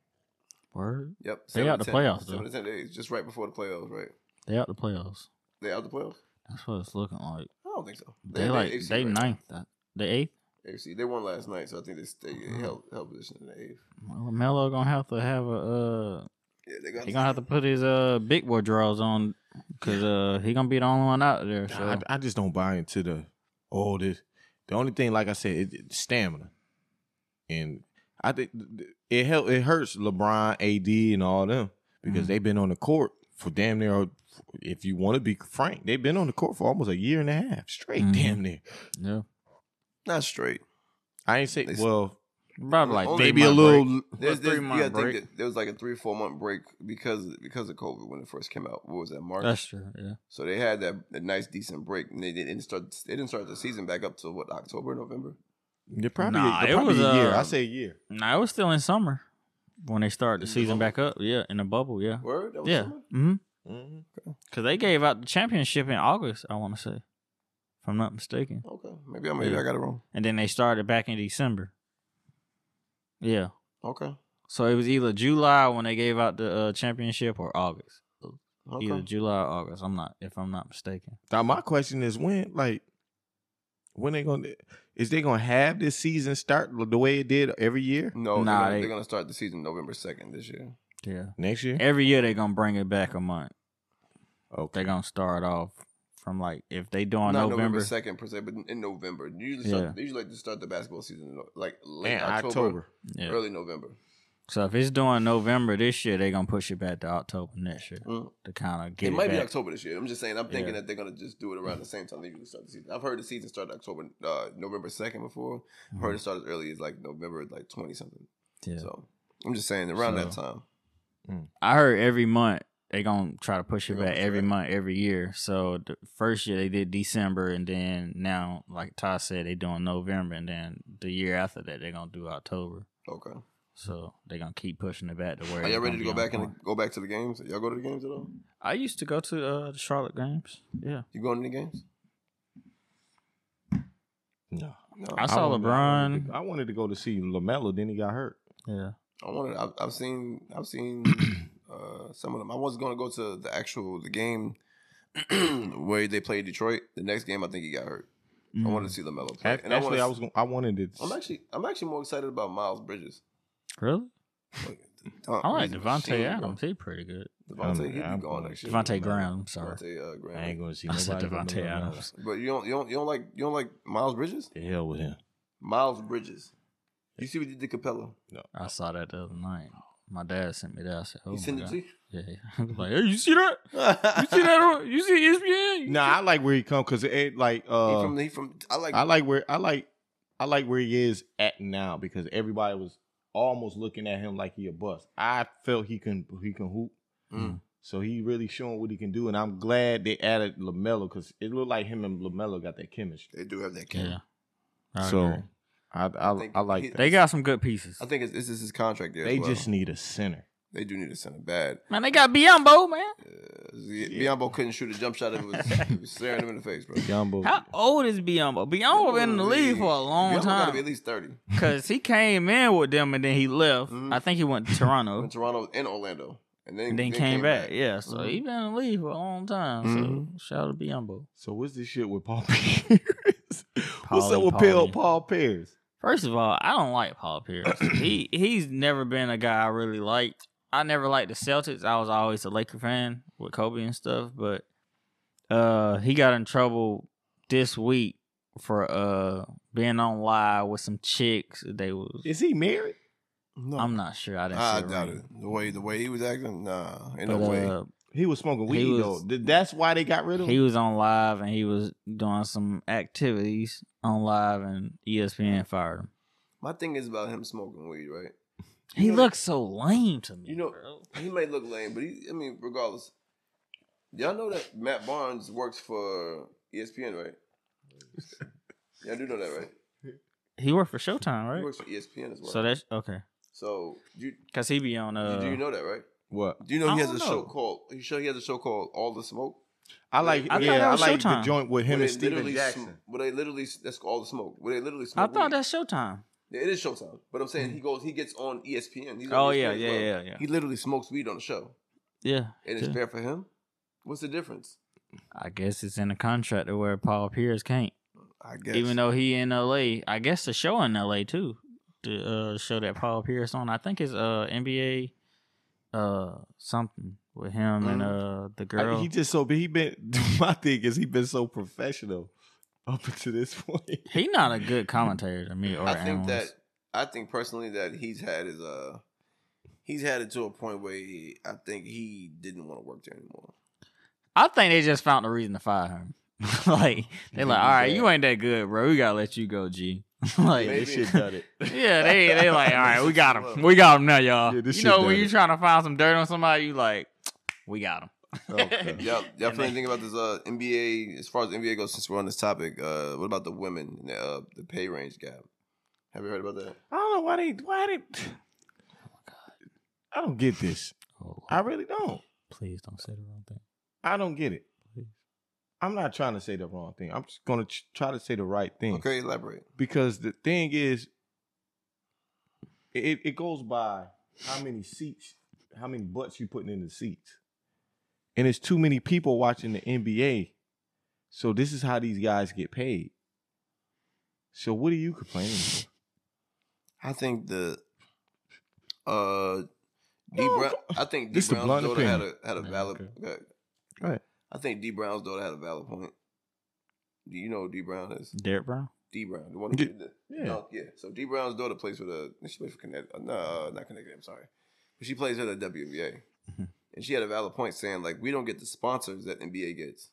Speaker 2: Word.
Speaker 3: Yep,
Speaker 2: They out
Speaker 3: to
Speaker 2: the
Speaker 3: 10
Speaker 2: playoffs,
Speaker 3: Seven
Speaker 2: though.
Speaker 3: to ten days, just right before the playoffs. Right,
Speaker 2: They out the playoffs.
Speaker 3: they out the playoffs.
Speaker 2: That's what it's looking like.
Speaker 3: I don't think so.
Speaker 2: They, like
Speaker 3: AFC
Speaker 2: they
Speaker 3: right now.
Speaker 2: ninth. uh, They eighth.
Speaker 3: AFC. They won last night, so I think they stay they
Speaker 2: Mm-hmm.
Speaker 3: held, held position in the eighth.
Speaker 2: Well, Melo gonna have to have a uh.
Speaker 3: Yeah, they got.
Speaker 2: He gonna have to put his uh big boy drawers on because uh he gonna be the only one out there. So
Speaker 1: I, I just don't buy into the all this. The only thing, like I said, it, it's stamina, and I think th- th- it help. It hurts LeBron, AD, and all them because
Speaker 2: Mhm.
Speaker 1: they've been on the court for damn near. If you want to be frank, they've been on the court for almost a year and a half straight.
Speaker 2: Mhm.
Speaker 1: Damn near.
Speaker 2: yeah,
Speaker 3: not straight.
Speaker 1: I ain't say
Speaker 3: They s-
Speaker 1: well,
Speaker 2: probably like
Speaker 3: Only
Speaker 2: three
Speaker 1: maybe a
Speaker 2: month
Speaker 1: little.
Speaker 2: break.
Speaker 3: There's,
Speaker 2: three
Speaker 3: there's, you
Speaker 2: month
Speaker 3: gotta
Speaker 2: break.
Speaker 3: think that there was like a three four month break because because of COVID when it first came out. What was that March?
Speaker 2: That's true. Yeah,
Speaker 3: so they had that, that nice decent break, and they didn't start. They didn't start the season back up till what October, November.
Speaker 1: They're probably,
Speaker 2: Nah,
Speaker 1: they're
Speaker 2: it
Speaker 1: probably
Speaker 2: was,
Speaker 1: a year.
Speaker 2: uh,
Speaker 1: I say a year.
Speaker 2: nah, it was still in summer when they started the
Speaker 3: In the
Speaker 2: season
Speaker 3: bubble?
Speaker 2: back up. Yeah, in the bubble. Yeah,
Speaker 3: Word. That was
Speaker 2: yeah,
Speaker 3: summer?
Speaker 2: mm-hmm.
Speaker 1: hmm
Speaker 2: Because they gave out the championship in August, I want to say, if I'm not mistaken,
Speaker 3: Okay. Maybe I maybe
Speaker 2: Yeah.
Speaker 3: I got it wrong.
Speaker 2: and then they started back in December. Yeah,
Speaker 3: Okay.
Speaker 2: so it was either July when they gave out the uh, championship or August.
Speaker 3: Okay.
Speaker 2: Either July or August. I'm not, if I'm not mistaken.
Speaker 1: Now my question is when, like, when they gonna is they gonna have this season start the way it did every year
Speaker 3: No,
Speaker 2: Nah,
Speaker 3: they're, gonna,
Speaker 2: they-
Speaker 3: they're gonna start the season November second this year.
Speaker 2: Yeah.
Speaker 1: next year?
Speaker 2: Every year they're gonna bring it back a month.
Speaker 1: Okay,
Speaker 2: They're gonna start off from like if they doing
Speaker 3: Not
Speaker 2: November.
Speaker 3: November second per se, but in- in November. They usually start,
Speaker 2: Yeah.
Speaker 3: they usually like to start the basketball season in, like late
Speaker 1: and October.
Speaker 3: October.
Speaker 2: yeah.
Speaker 3: early November.
Speaker 2: So if it's doing November this year, they're gonna push it back to October next year
Speaker 3: Mm-hmm.
Speaker 2: to kind of get
Speaker 3: It
Speaker 2: it,
Speaker 3: might be
Speaker 2: back.
Speaker 3: October this year. I'm just saying. I'm thinking
Speaker 2: Yeah.
Speaker 3: that they're gonna just do it around the same time they usually start the season. I've heard the season start October, uh, November second before. I've heard it start as early as like November, like twenty something.
Speaker 2: Yeah.
Speaker 3: So I'm just saying around that time.
Speaker 2: I heard every month they gonna try to push it
Speaker 3: They gonna
Speaker 2: back
Speaker 3: push it
Speaker 2: every
Speaker 3: back.
Speaker 2: month, every year. So the first year they did December, and then now, like Ty said, they doing November, and then the year after that they're gonna do October.
Speaker 3: Okay.
Speaker 2: So they're gonna keep pushing it back to where.
Speaker 3: Are
Speaker 2: it's
Speaker 3: y'all ready
Speaker 2: gonna
Speaker 3: to
Speaker 2: be
Speaker 3: go
Speaker 2: on
Speaker 3: back and
Speaker 2: point.
Speaker 3: go back to the games? Y'all go to the games at all?
Speaker 2: I used to go to uh, the Charlotte games. Yeah.
Speaker 3: You going to the games?
Speaker 1: No.
Speaker 3: No.
Speaker 2: I saw
Speaker 1: wanted- I wanted,
Speaker 2: LeBron.
Speaker 1: to, I wanted to go to see Lamelo, then he got hurt.
Speaker 2: Yeah.
Speaker 3: I wanted. I've, I've seen. I've seen uh, some of them. I was going to go to the actual the game where they played Detroit. The next game, I think he got hurt. I
Speaker 2: Mm.
Speaker 3: wanted to see Lamelo play.
Speaker 1: Act- Actually,
Speaker 3: wanna-
Speaker 1: I was gonna, I wanted to.
Speaker 3: I'm actually. I'm actually more excited about Miles Bridges.
Speaker 2: Really?
Speaker 3: Like,
Speaker 2: I like
Speaker 3: Oh, he's a machine,
Speaker 2: Devontae
Speaker 3: bro.
Speaker 2: Adams. He's pretty good.
Speaker 3: Devontae,
Speaker 1: I'm-
Speaker 3: he'd be
Speaker 1: I'm
Speaker 3: gone
Speaker 1: going-
Speaker 3: next year.
Speaker 2: Devontae Graham. I'm sorry.
Speaker 3: Devontae uh, Graham.
Speaker 1: I ain't gonna see
Speaker 2: I
Speaker 1: nobody.
Speaker 2: said
Speaker 1: from
Speaker 2: Devontae
Speaker 1: Northern
Speaker 2: Adams.
Speaker 1: Iowa.
Speaker 3: But you don't, you don't, you don't like, you don't like Miles Bridges.
Speaker 1: The hell with him.
Speaker 3: Miles Bridges. You see what he did to Capella?
Speaker 2: I saw that the other night. My dad sent me that. I said, "Oh
Speaker 3: You
Speaker 2: my
Speaker 3: send it
Speaker 2: God."
Speaker 3: to you?
Speaker 2: Yeah, I was like, "Hey, you see that? You see that? On, you see E ESPN? You
Speaker 1: Nah, I like where he come because it ain't like
Speaker 3: he
Speaker 1: uh,
Speaker 3: from, he from. I like.
Speaker 1: I like where I like I like where he is at now because everybody was almost looking at him like he a bust. I felt he can he can hoop,
Speaker 3: Mm.
Speaker 1: so he really showing what he can do, and I'm glad they added Lamelo because it looked like him and Lamelo got that chemistry.
Speaker 3: They do have that.
Speaker 2: see-"
Speaker 3: Kid.
Speaker 2: Yeah. I
Speaker 1: so
Speaker 2: agree.
Speaker 1: I I, I,
Speaker 3: think
Speaker 1: like
Speaker 3: he-
Speaker 1: that.
Speaker 2: they got some good pieces.
Speaker 3: I think it's, this is his contract there. as
Speaker 1: They
Speaker 3: well.
Speaker 1: just need a center.
Speaker 3: they do need a center bad.
Speaker 2: man, they got Biombo, man.
Speaker 3: Uh, Z- Biombo couldn't shoot a jump shot. It was, it was staring him in the face, bro.
Speaker 1: Jumbo,
Speaker 2: How old is Biombo? Biombo been in the league for a long
Speaker 3: Biombo Got to be at
Speaker 2: time
Speaker 3: least thirty.
Speaker 2: because he came in with them and then he left.
Speaker 3: Mhm.
Speaker 2: I think he went to
Speaker 3: In
Speaker 2: Toronto
Speaker 3: Toronto and Orlando, and then
Speaker 2: and then
Speaker 3: then
Speaker 2: came back. Yeah, so
Speaker 3: Mhm.
Speaker 2: he been in the league for a long time.
Speaker 3: Mm-hmm.
Speaker 2: So shout out to Biombo.
Speaker 1: So what's this shit with Paul Pierce? what's
Speaker 2: Paulie,
Speaker 1: up with Paul,
Speaker 2: Paulie.
Speaker 1: Paul Pierce?
Speaker 2: First of all, I don't like Paul Pierce. he he's never been a guy I really liked. I never liked the Celtics. I was always a Laker fan with Kobe and stuff, but uh he got in trouble this week for uh being on live with some chicks. They was
Speaker 1: Is he married?
Speaker 3: No,
Speaker 2: I'm not sure. I didn't see
Speaker 3: I
Speaker 2: the
Speaker 3: doubt
Speaker 2: ring.
Speaker 3: it. The way the way he was acting, nah, ain't no
Speaker 2: But,
Speaker 3: way.
Speaker 2: uh,
Speaker 1: He was smoking
Speaker 2: He
Speaker 1: weed
Speaker 2: was-
Speaker 1: though. Th- That's why they got rid of him.
Speaker 2: he was on live and he was doing some activities on live and E ESPN fired him.
Speaker 3: My thing is about him smoking weed, right?
Speaker 2: He
Speaker 3: know-
Speaker 2: looks so lame to me.
Speaker 3: you know-
Speaker 2: bro.
Speaker 3: He may look lame, but he, I mean, regardless, y'all know that Matt Barnes works for E ESPN, right? y'all do know that, right?
Speaker 2: he worked for Showtime,
Speaker 3: He
Speaker 2: right?
Speaker 3: works for E ESPN as well.
Speaker 2: So that's okay.
Speaker 3: so you
Speaker 2: Cause he be on uh
Speaker 3: do you know that, right?
Speaker 1: what?
Speaker 3: Do you know
Speaker 2: I
Speaker 3: he has a
Speaker 2: don't
Speaker 3: show
Speaker 2: know.
Speaker 3: called? You sure he has a show called All the Smoke?
Speaker 1: I like
Speaker 2: I thought
Speaker 1: yeah,
Speaker 2: that
Speaker 1: I
Speaker 2: was
Speaker 1: like the
Speaker 2: Showtime.
Speaker 1: joint with him
Speaker 3: Where
Speaker 1: and
Speaker 3: they
Speaker 1: Steven
Speaker 3: literally
Speaker 1: Jackson.
Speaker 3: sm- Where they literally that's all the smoke. Where they
Speaker 2: I
Speaker 3: literally smoke.
Speaker 2: thought
Speaker 3: weed.
Speaker 2: that's Showtime.
Speaker 3: Yeah, it is Showtime, but I'm saying he goes, he gets on E ESPN. He's on
Speaker 2: Oh
Speaker 3: ESPN
Speaker 2: yeah,
Speaker 3: as
Speaker 2: yeah,
Speaker 3: well.
Speaker 2: yeah, yeah.
Speaker 3: He literally smokes weed on the show,
Speaker 2: Yeah.
Speaker 3: and it's
Speaker 2: yeah.
Speaker 3: fair for him. What's the difference?
Speaker 2: I guess it's in the contract to where Paul Pierce can't.
Speaker 3: I guess
Speaker 2: Even though he in LA. I guess the show in LA too. The uh show that Paul Pierce on. I think it's uh NBA uh something with him and
Speaker 3: Mm-hmm.
Speaker 2: uh the
Speaker 1: I-
Speaker 2: girl.
Speaker 1: he just so he been my thing is he been so professional up until this point.
Speaker 2: he not a good commentator to me or
Speaker 3: I think that
Speaker 2: analyst.
Speaker 3: I think personally that he's had his uh he's had it to a point where he, I think he didn't want to work there anymore.
Speaker 2: I think they just found a reason to fire him. like they like, all right,
Speaker 3: Yeah.
Speaker 2: you ain't that good, bro. We gotta let you go, G. like
Speaker 3: Maybe.
Speaker 1: this shit done it.
Speaker 2: Yeah, they they like, all right, we got him, we got him now, y'all.
Speaker 1: Yeah, this
Speaker 2: you
Speaker 1: shit
Speaker 2: know, when
Speaker 1: dirty.
Speaker 2: you trying to find some dirt on somebody, you like, we got him.
Speaker 1: Okay.
Speaker 3: Y'all, y'all
Speaker 2: And
Speaker 3: feel
Speaker 2: they-
Speaker 3: anything about this uh NBA as far as NBA goes? Since we're on this topic, uh, what about the women and the, uh, the pay range gap? Have you heard about that?
Speaker 1: I don't know why they why they. I don't get this.
Speaker 2: Oh,
Speaker 1: I really don't.
Speaker 2: please don't say the wrong thing.
Speaker 1: I don't get it. I'm not trying to say the wrong thing. I'm just gonna ch- try to say the right
Speaker 2: Hmm.
Speaker 1: thing.
Speaker 3: Okay, elaborate.
Speaker 1: because the thing is, it, it goes by how many seats, how many butts you putting in the seats, and it's too many people watching the NBA. So this is how these guys get paid. So what are you complaining? For?
Speaker 3: I think the uh D
Speaker 1: No,
Speaker 3: Brown
Speaker 1: come
Speaker 3: I think D
Speaker 1: This is a
Speaker 3: Brown's
Speaker 1: blunt
Speaker 3: daughter had a
Speaker 1: opinion.
Speaker 3: had a
Speaker 2: Yeah,
Speaker 3: valid
Speaker 2: okay.
Speaker 3: go ahead.
Speaker 1: Go ahead.
Speaker 3: I think D Brown's daughter had a valid point. Do you know who D Brown is?
Speaker 2: Derek Brown.
Speaker 3: D Brown, the one who
Speaker 1: D-
Speaker 3: did the
Speaker 1: yeah.
Speaker 3: dunk, yeah. So D Brown's daughter plays for the she plays for Connecticut. No, uh, not Connecticut. I'm sorry, but she plays for the WNBA,
Speaker 2: Mhm.
Speaker 3: and she had a valid point saying like we don't get the sponsors that NBA gets.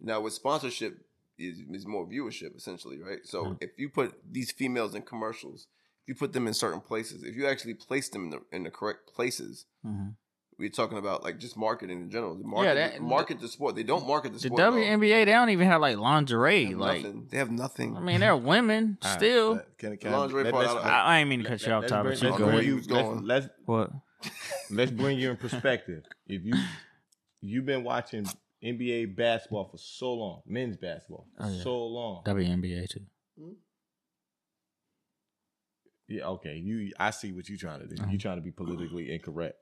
Speaker 3: Now with sponsorship is is more viewership essentially, right? So
Speaker 2: Mhm.
Speaker 3: if you put these females in commercials, if you put them in certain places, if you actually place them in the in the correct places.
Speaker 2: Mm-hmm.
Speaker 3: We're talking about like just marketing in general. Market,
Speaker 2: that-
Speaker 3: market the sport. They don't market the,
Speaker 2: The
Speaker 3: sport. at all.
Speaker 2: WNBA, they don't even have like
Speaker 3: They
Speaker 2: lingerie.
Speaker 3: have
Speaker 2: like,
Speaker 3: nothing. they have nothing.
Speaker 2: I mean, they're women still.
Speaker 1: can,
Speaker 3: can I- Lingerie let- part, let's- I-
Speaker 2: I, I ain't mean to cut you off, Ty, but you
Speaker 3: bring- let's
Speaker 2: go.
Speaker 3: bring
Speaker 2: ahead.
Speaker 3: you- going.
Speaker 1: Let's,
Speaker 2: What?
Speaker 1: let's bring you in perspective. If you you've been watching NBA basketball for so long, men's basketball for
Speaker 2: Oh, yeah.
Speaker 1: so long,
Speaker 2: WNBA too.
Speaker 1: yeah, okay, you I see what you're trying to do. You're trying to be politically incorrect.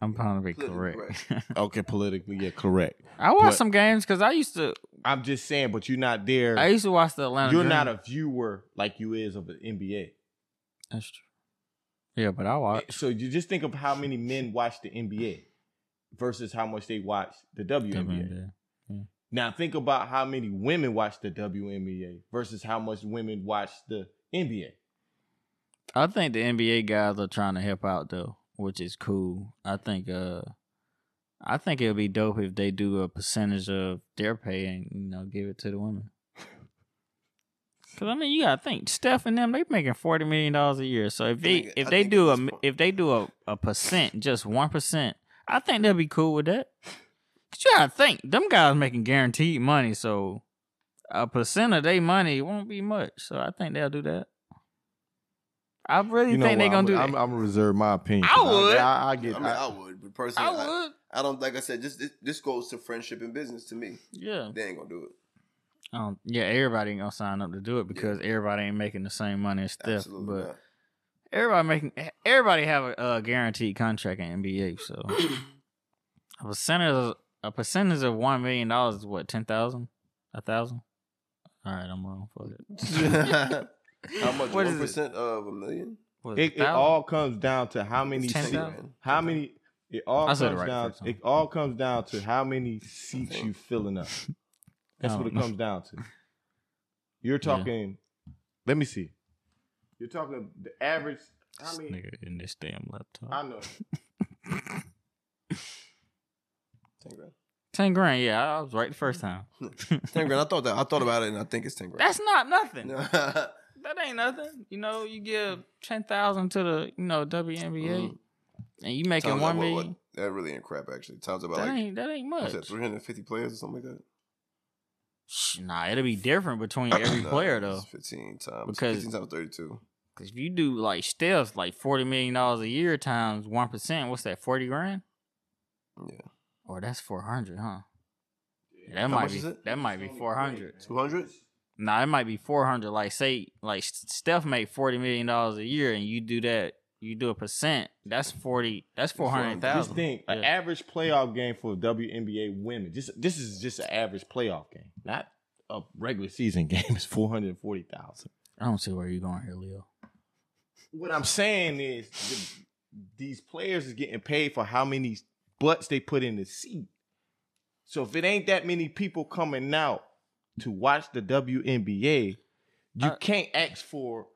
Speaker 2: I'm trying to be
Speaker 3: Politically
Speaker 2: correct.
Speaker 1: Okay, politically, yeah, correct.
Speaker 2: I watched
Speaker 1: But-
Speaker 2: some games because I used to.
Speaker 1: I'm just saying, but you're not there.
Speaker 2: I used to watch the Atlanta.
Speaker 1: you're
Speaker 2: Dream.
Speaker 1: not a viewer like you is of the NBA.
Speaker 2: That's true. Yeah, but I watch.
Speaker 1: So you just think of how many men watch the NBA. versus how much they watch the WNBA.
Speaker 2: WNBA.
Speaker 1: Now think about how many women watch the WNBA versus how much women watch the NBA.
Speaker 2: I think the NBA guys are trying to help out though, which is cool. I think uh I think it would be dope if they do a percentage of their pay and you know give it to the women. Cause I mean, you gotta think Steph and them they making forty million dollars a year. So if they
Speaker 3: think-
Speaker 2: if
Speaker 3: I
Speaker 2: they
Speaker 3: think
Speaker 2: do
Speaker 3: at
Speaker 2: a
Speaker 3: this point-
Speaker 2: if they do a, a percent, just one percent, I think they'll be cool with that. Cause you gotta think them guys making guaranteed money, so a percent of their money won't be much. So I think they'll do that. I really
Speaker 1: You know what?
Speaker 2: think they're gonna
Speaker 1: I'm,
Speaker 2: do
Speaker 1: I'm,
Speaker 2: that.
Speaker 1: I'm gonna reserve my opinion.
Speaker 2: I would.
Speaker 1: I, I, I
Speaker 3: I
Speaker 1: get.
Speaker 3: mean, I would, but personally,
Speaker 2: I
Speaker 3: I,
Speaker 2: would.
Speaker 3: I don't. Like I said, just this, this goes to friendship and business to me.
Speaker 2: Yeah.
Speaker 3: They ain't gonna do it.
Speaker 2: Um, yeah, everybody ain't gonna sign up to do it because everybody ain't making the same money as Steph.
Speaker 3: Absolutely
Speaker 2: but everybody making e, everybody have a, a guaranteed contract in NBA. So a percentage of, a percentage of one million dollars is what ten thousand, a thousand. All right, I'm wrong. Fuck it.
Speaker 3: not. How much?
Speaker 2: What is
Speaker 3: One percent of a million.
Speaker 2: What is
Speaker 1: it,
Speaker 2: Oh,
Speaker 1: it all comes down to how many
Speaker 2: Ten
Speaker 1: seats.
Speaker 2: thousand.
Speaker 1: How many? It all
Speaker 2: I
Speaker 1: comes
Speaker 2: said it right
Speaker 1: down.
Speaker 2: first time.
Speaker 1: It all comes down to how many seats you filling up. That's
Speaker 2: I
Speaker 1: what it
Speaker 2: don't know.
Speaker 1: comes down to. You're
Speaker 2: Yeah.
Speaker 1: talking. Let me see. You're talking the average. How
Speaker 2: This
Speaker 1: many?
Speaker 2: nigga in this damn laptop.
Speaker 1: I know.
Speaker 3: Ten grand.
Speaker 2: ten grand. Yeah, I was right the first time.
Speaker 3: Ten grand. I thought that. I thought about it, and I think it's ten grand.
Speaker 2: That's not nothing.
Speaker 3: No.
Speaker 2: That ain't nothing. You know, you give ten thousand to the you know WNBA,
Speaker 3: Mhm.
Speaker 2: and you making
Speaker 3: Times
Speaker 2: one
Speaker 3: that- what- what-
Speaker 2: million.
Speaker 3: That really ain't crap. Actually, times about
Speaker 2: That
Speaker 3: like
Speaker 2: ain't that ain't
Speaker 3: what's
Speaker 2: much.
Speaker 3: that? Three hundred fifty players or something like that.
Speaker 2: Shh, Nah, it'll be different between every
Speaker 3: No,
Speaker 2: player
Speaker 3: it's
Speaker 2: though.
Speaker 3: Fifteen times.
Speaker 2: Because-
Speaker 3: fifteen times thirty-two.
Speaker 2: Cause if you do like Steph's like forty million dollars a year times one percent, what's that? Forty grand?
Speaker 3: Yeah.
Speaker 2: Or that's four hundred, huh? Yeah, that
Speaker 3: How
Speaker 2: might
Speaker 3: much
Speaker 2: be
Speaker 3: is it?
Speaker 2: that might be four hundred.
Speaker 3: Two hundred.
Speaker 2: Nah, it might be four hundred. Like say like Steph made forty million dollars a year, and you do that, you do a percent. That's forty. That's four
Speaker 1: Just
Speaker 2: hundred thousand.
Speaker 1: think, an average playoff game for WNBA women. Just this is just an average playoff game, not a regular season game. It's four hundred forty thousand.
Speaker 2: I don't see where you're going here, Leo.
Speaker 1: What I'm saying is, th- these players is getting paid for how many butts they put in the seat. So if it ain't that many people coming out to watch the WNBA, you
Speaker 2: I-
Speaker 1: can't ask for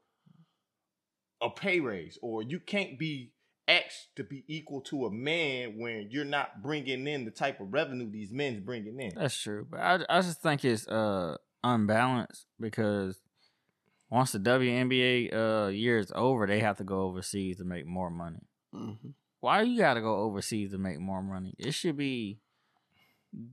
Speaker 1: a pay raise, or you can't be asked to be equal to a man when you're not bringing in the type of revenue these men's bringing in.
Speaker 2: That's true, but I, I just think it's uh unbalanced because once the WNBA uh year is over, they have to go overseas to make more money.
Speaker 3: Mm-hmm.
Speaker 2: Why you got to go overseas to make more money? It should be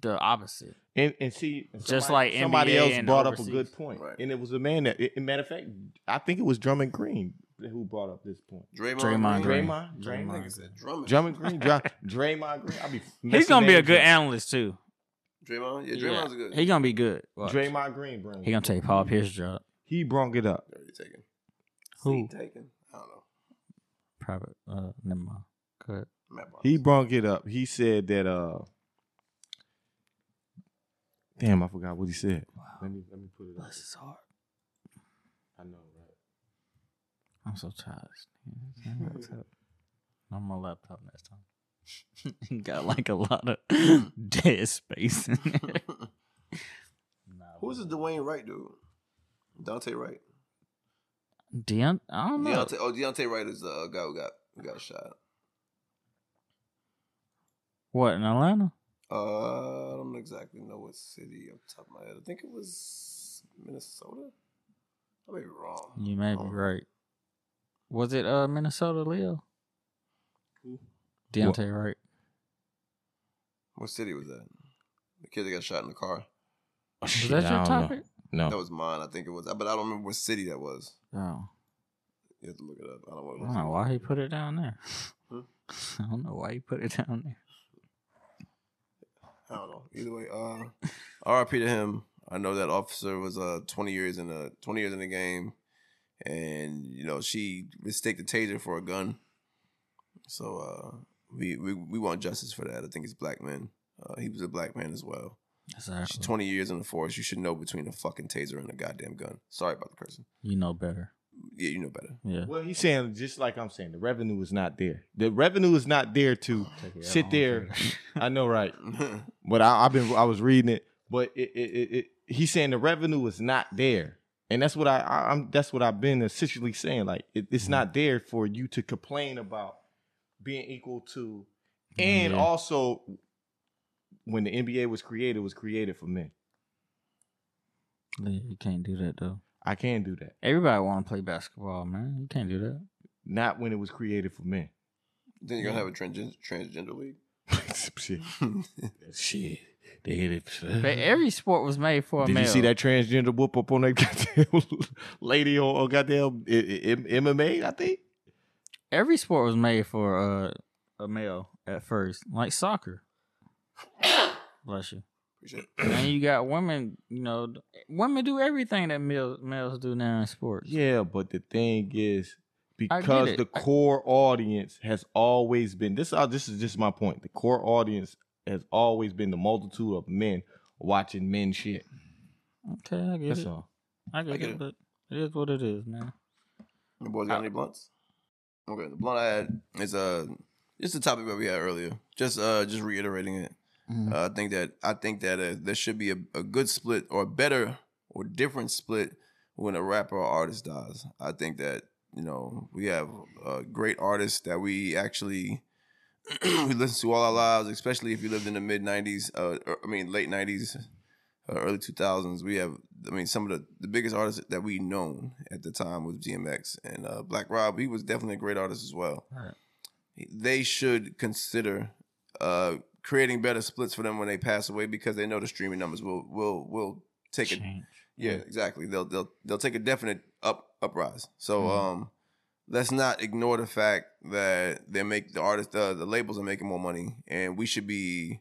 Speaker 2: the opposite.
Speaker 1: And and see, and
Speaker 2: Just
Speaker 1: somebody-
Speaker 2: like
Speaker 1: somebody
Speaker 2: NBA
Speaker 1: else
Speaker 2: and
Speaker 1: brought up a
Speaker 2: overseas.
Speaker 1: good point,
Speaker 3: Right.
Speaker 1: and it was a man that, it, matter of fact, I think it was Drummond Green who brought up this point.
Speaker 3: Draymond.
Speaker 2: Draymond Green.
Speaker 1: Draymond,
Speaker 3: I
Speaker 1: Draymond,
Speaker 3: think it's that Drummond.
Speaker 1: Drummond Green, Dra- Draymond Green. I be
Speaker 2: He's
Speaker 1: messing
Speaker 2: gonna be a
Speaker 1: names
Speaker 2: good
Speaker 1: up.
Speaker 2: analyst too.
Speaker 3: Draymond. Yeah,
Speaker 2: Yeah.
Speaker 3: Draymond's a good.
Speaker 2: He gonna be good. Watch.
Speaker 1: Draymond Green, bro.
Speaker 2: He gonna take Paul Pierce's job.
Speaker 1: He brung it up.
Speaker 3: Already taken.
Speaker 2: Who?
Speaker 3: Is he taken? I don't know.
Speaker 2: Private. Uh, never mind. Good.
Speaker 3: Matt Barnes.
Speaker 1: He brung it up. He said that. uh Damn, I forgot what he said. Let me let me put it up.
Speaker 2: This is hard.
Speaker 1: I know, right?
Speaker 2: I'm so tired. On my laptop next time. Got like a lot of dead space in there. nah,
Speaker 3: Who's the Dwayne Wright dude? Dante Wright.
Speaker 2: Deont- I don't know.
Speaker 3: Deontay, oh, Deontay Wright is the uh, guy who got who got shot.
Speaker 2: What in Atlanta?
Speaker 3: Uh, I don't exactly know what city off the top of my head. I think it was Minnesota. I may be wrong.
Speaker 2: You may be
Speaker 3: Oh.
Speaker 2: right. Was it uh Minnesota Leo?
Speaker 3: Who?
Speaker 2: Deontay Wright.
Speaker 3: What city was that? The kid that got shot in the car.
Speaker 2: Was that your topic?
Speaker 1: No.
Speaker 3: That was mine. I think it was, but I don't remember what city that was.
Speaker 2: Oh.
Speaker 3: You have to look it up. I don't
Speaker 2: I
Speaker 3: want to.
Speaker 2: don't know why he put it down there.
Speaker 3: Huh?
Speaker 2: I don't know why he put it down there.
Speaker 3: I don't know. Either way, uh, R.I.P. to him. I know that officer was uh 20 years in the 20 years in the game, and you know she mistook the taser for a gun. So uh, we we we want justice for that. I think it's black men. Uh, he was a black man as well.
Speaker 2: That's all right.
Speaker 3: She's 20 years in the force. You should know between a fucking taser and a goddamn gun. Sorry about the cursing.
Speaker 2: You know better.
Speaker 3: yeah, you know better.
Speaker 2: Yeah.
Speaker 1: Well, he's saying just like I'm saying, the revenue is not there. The revenue is not there to sit there. I know, right? But I, I've been I was reading it, but it, it, it, it he's saying the revenue is not there, and that's what I, I I'm that's what I've been essentially saying. Like it, it's not there for you to complain about being equal to, and
Speaker 2: Yeah.
Speaker 1: also when the NBA was created, it was created for men.
Speaker 2: Yeah, You can't do that though.
Speaker 1: I can do that.
Speaker 2: Everybody want to play basketball, man. You can't do that.
Speaker 1: Not when it was created for men.
Speaker 3: then you're gonna have a transgen- transgender league.
Speaker 1: shit, shit, they hit it.
Speaker 2: But every sport was made for a
Speaker 1: Did
Speaker 2: male.
Speaker 1: you see that transgender whoop up on that goddamn lady on, on goddamn I, I, M- MMA? I think.
Speaker 2: Every sport was made for uh, a male at first, like soccer. Bless you.
Speaker 3: Appreciate it.
Speaker 2: And you got women. You know, women do everything that males males do now in sports.
Speaker 1: Yeah, but the thing is,
Speaker 2: get
Speaker 1: because
Speaker 2: it.
Speaker 1: the
Speaker 2: I-
Speaker 1: core audience has always been this. Uh, this is just my point. The core audience has always been the multitude of men watching men shit.
Speaker 2: Mm-hmm. Okay, I get
Speaker 1: That's
Speaker 2: it.
Speaker 1: all.
Speaker 2: I get,
Speaker 3: I get
Speaker 2: it,
Speaker 3: it.
Speaker 2: but it is what it is, man.
Speaker 3: The boys got any blunts? Okay, the blunt I had is uh just the topic that we had earlier. Just uh just reiterating it. Uh, I think that I think that uh, there should be a, a good split or better or different split when a rapper or artist dies. I think that you know we have uh, great artists that we actually we listen to all our lives, especially if you lived in the mid '90s. Uh, or, I mean, late '90s, uh, early 2000s. We have, I mean, some of the, the biggest artists that we known at the time was DMX and uh, Black Rob. He was definitely a great artist as well
Speaker 2: Right.
Speaker 3: they should consider uh, creating better splits for them when they pass away because they know the streaming numbers will will will take a
Speaker 2: Change.
Speaker 3: yeah exactly they'll they'll they'll take a definite up uprise. So
Speaker 2: Mhm.
Speaker 3: um, let's not ignore the fact that they make the artists uh, the labels are making more money and we should be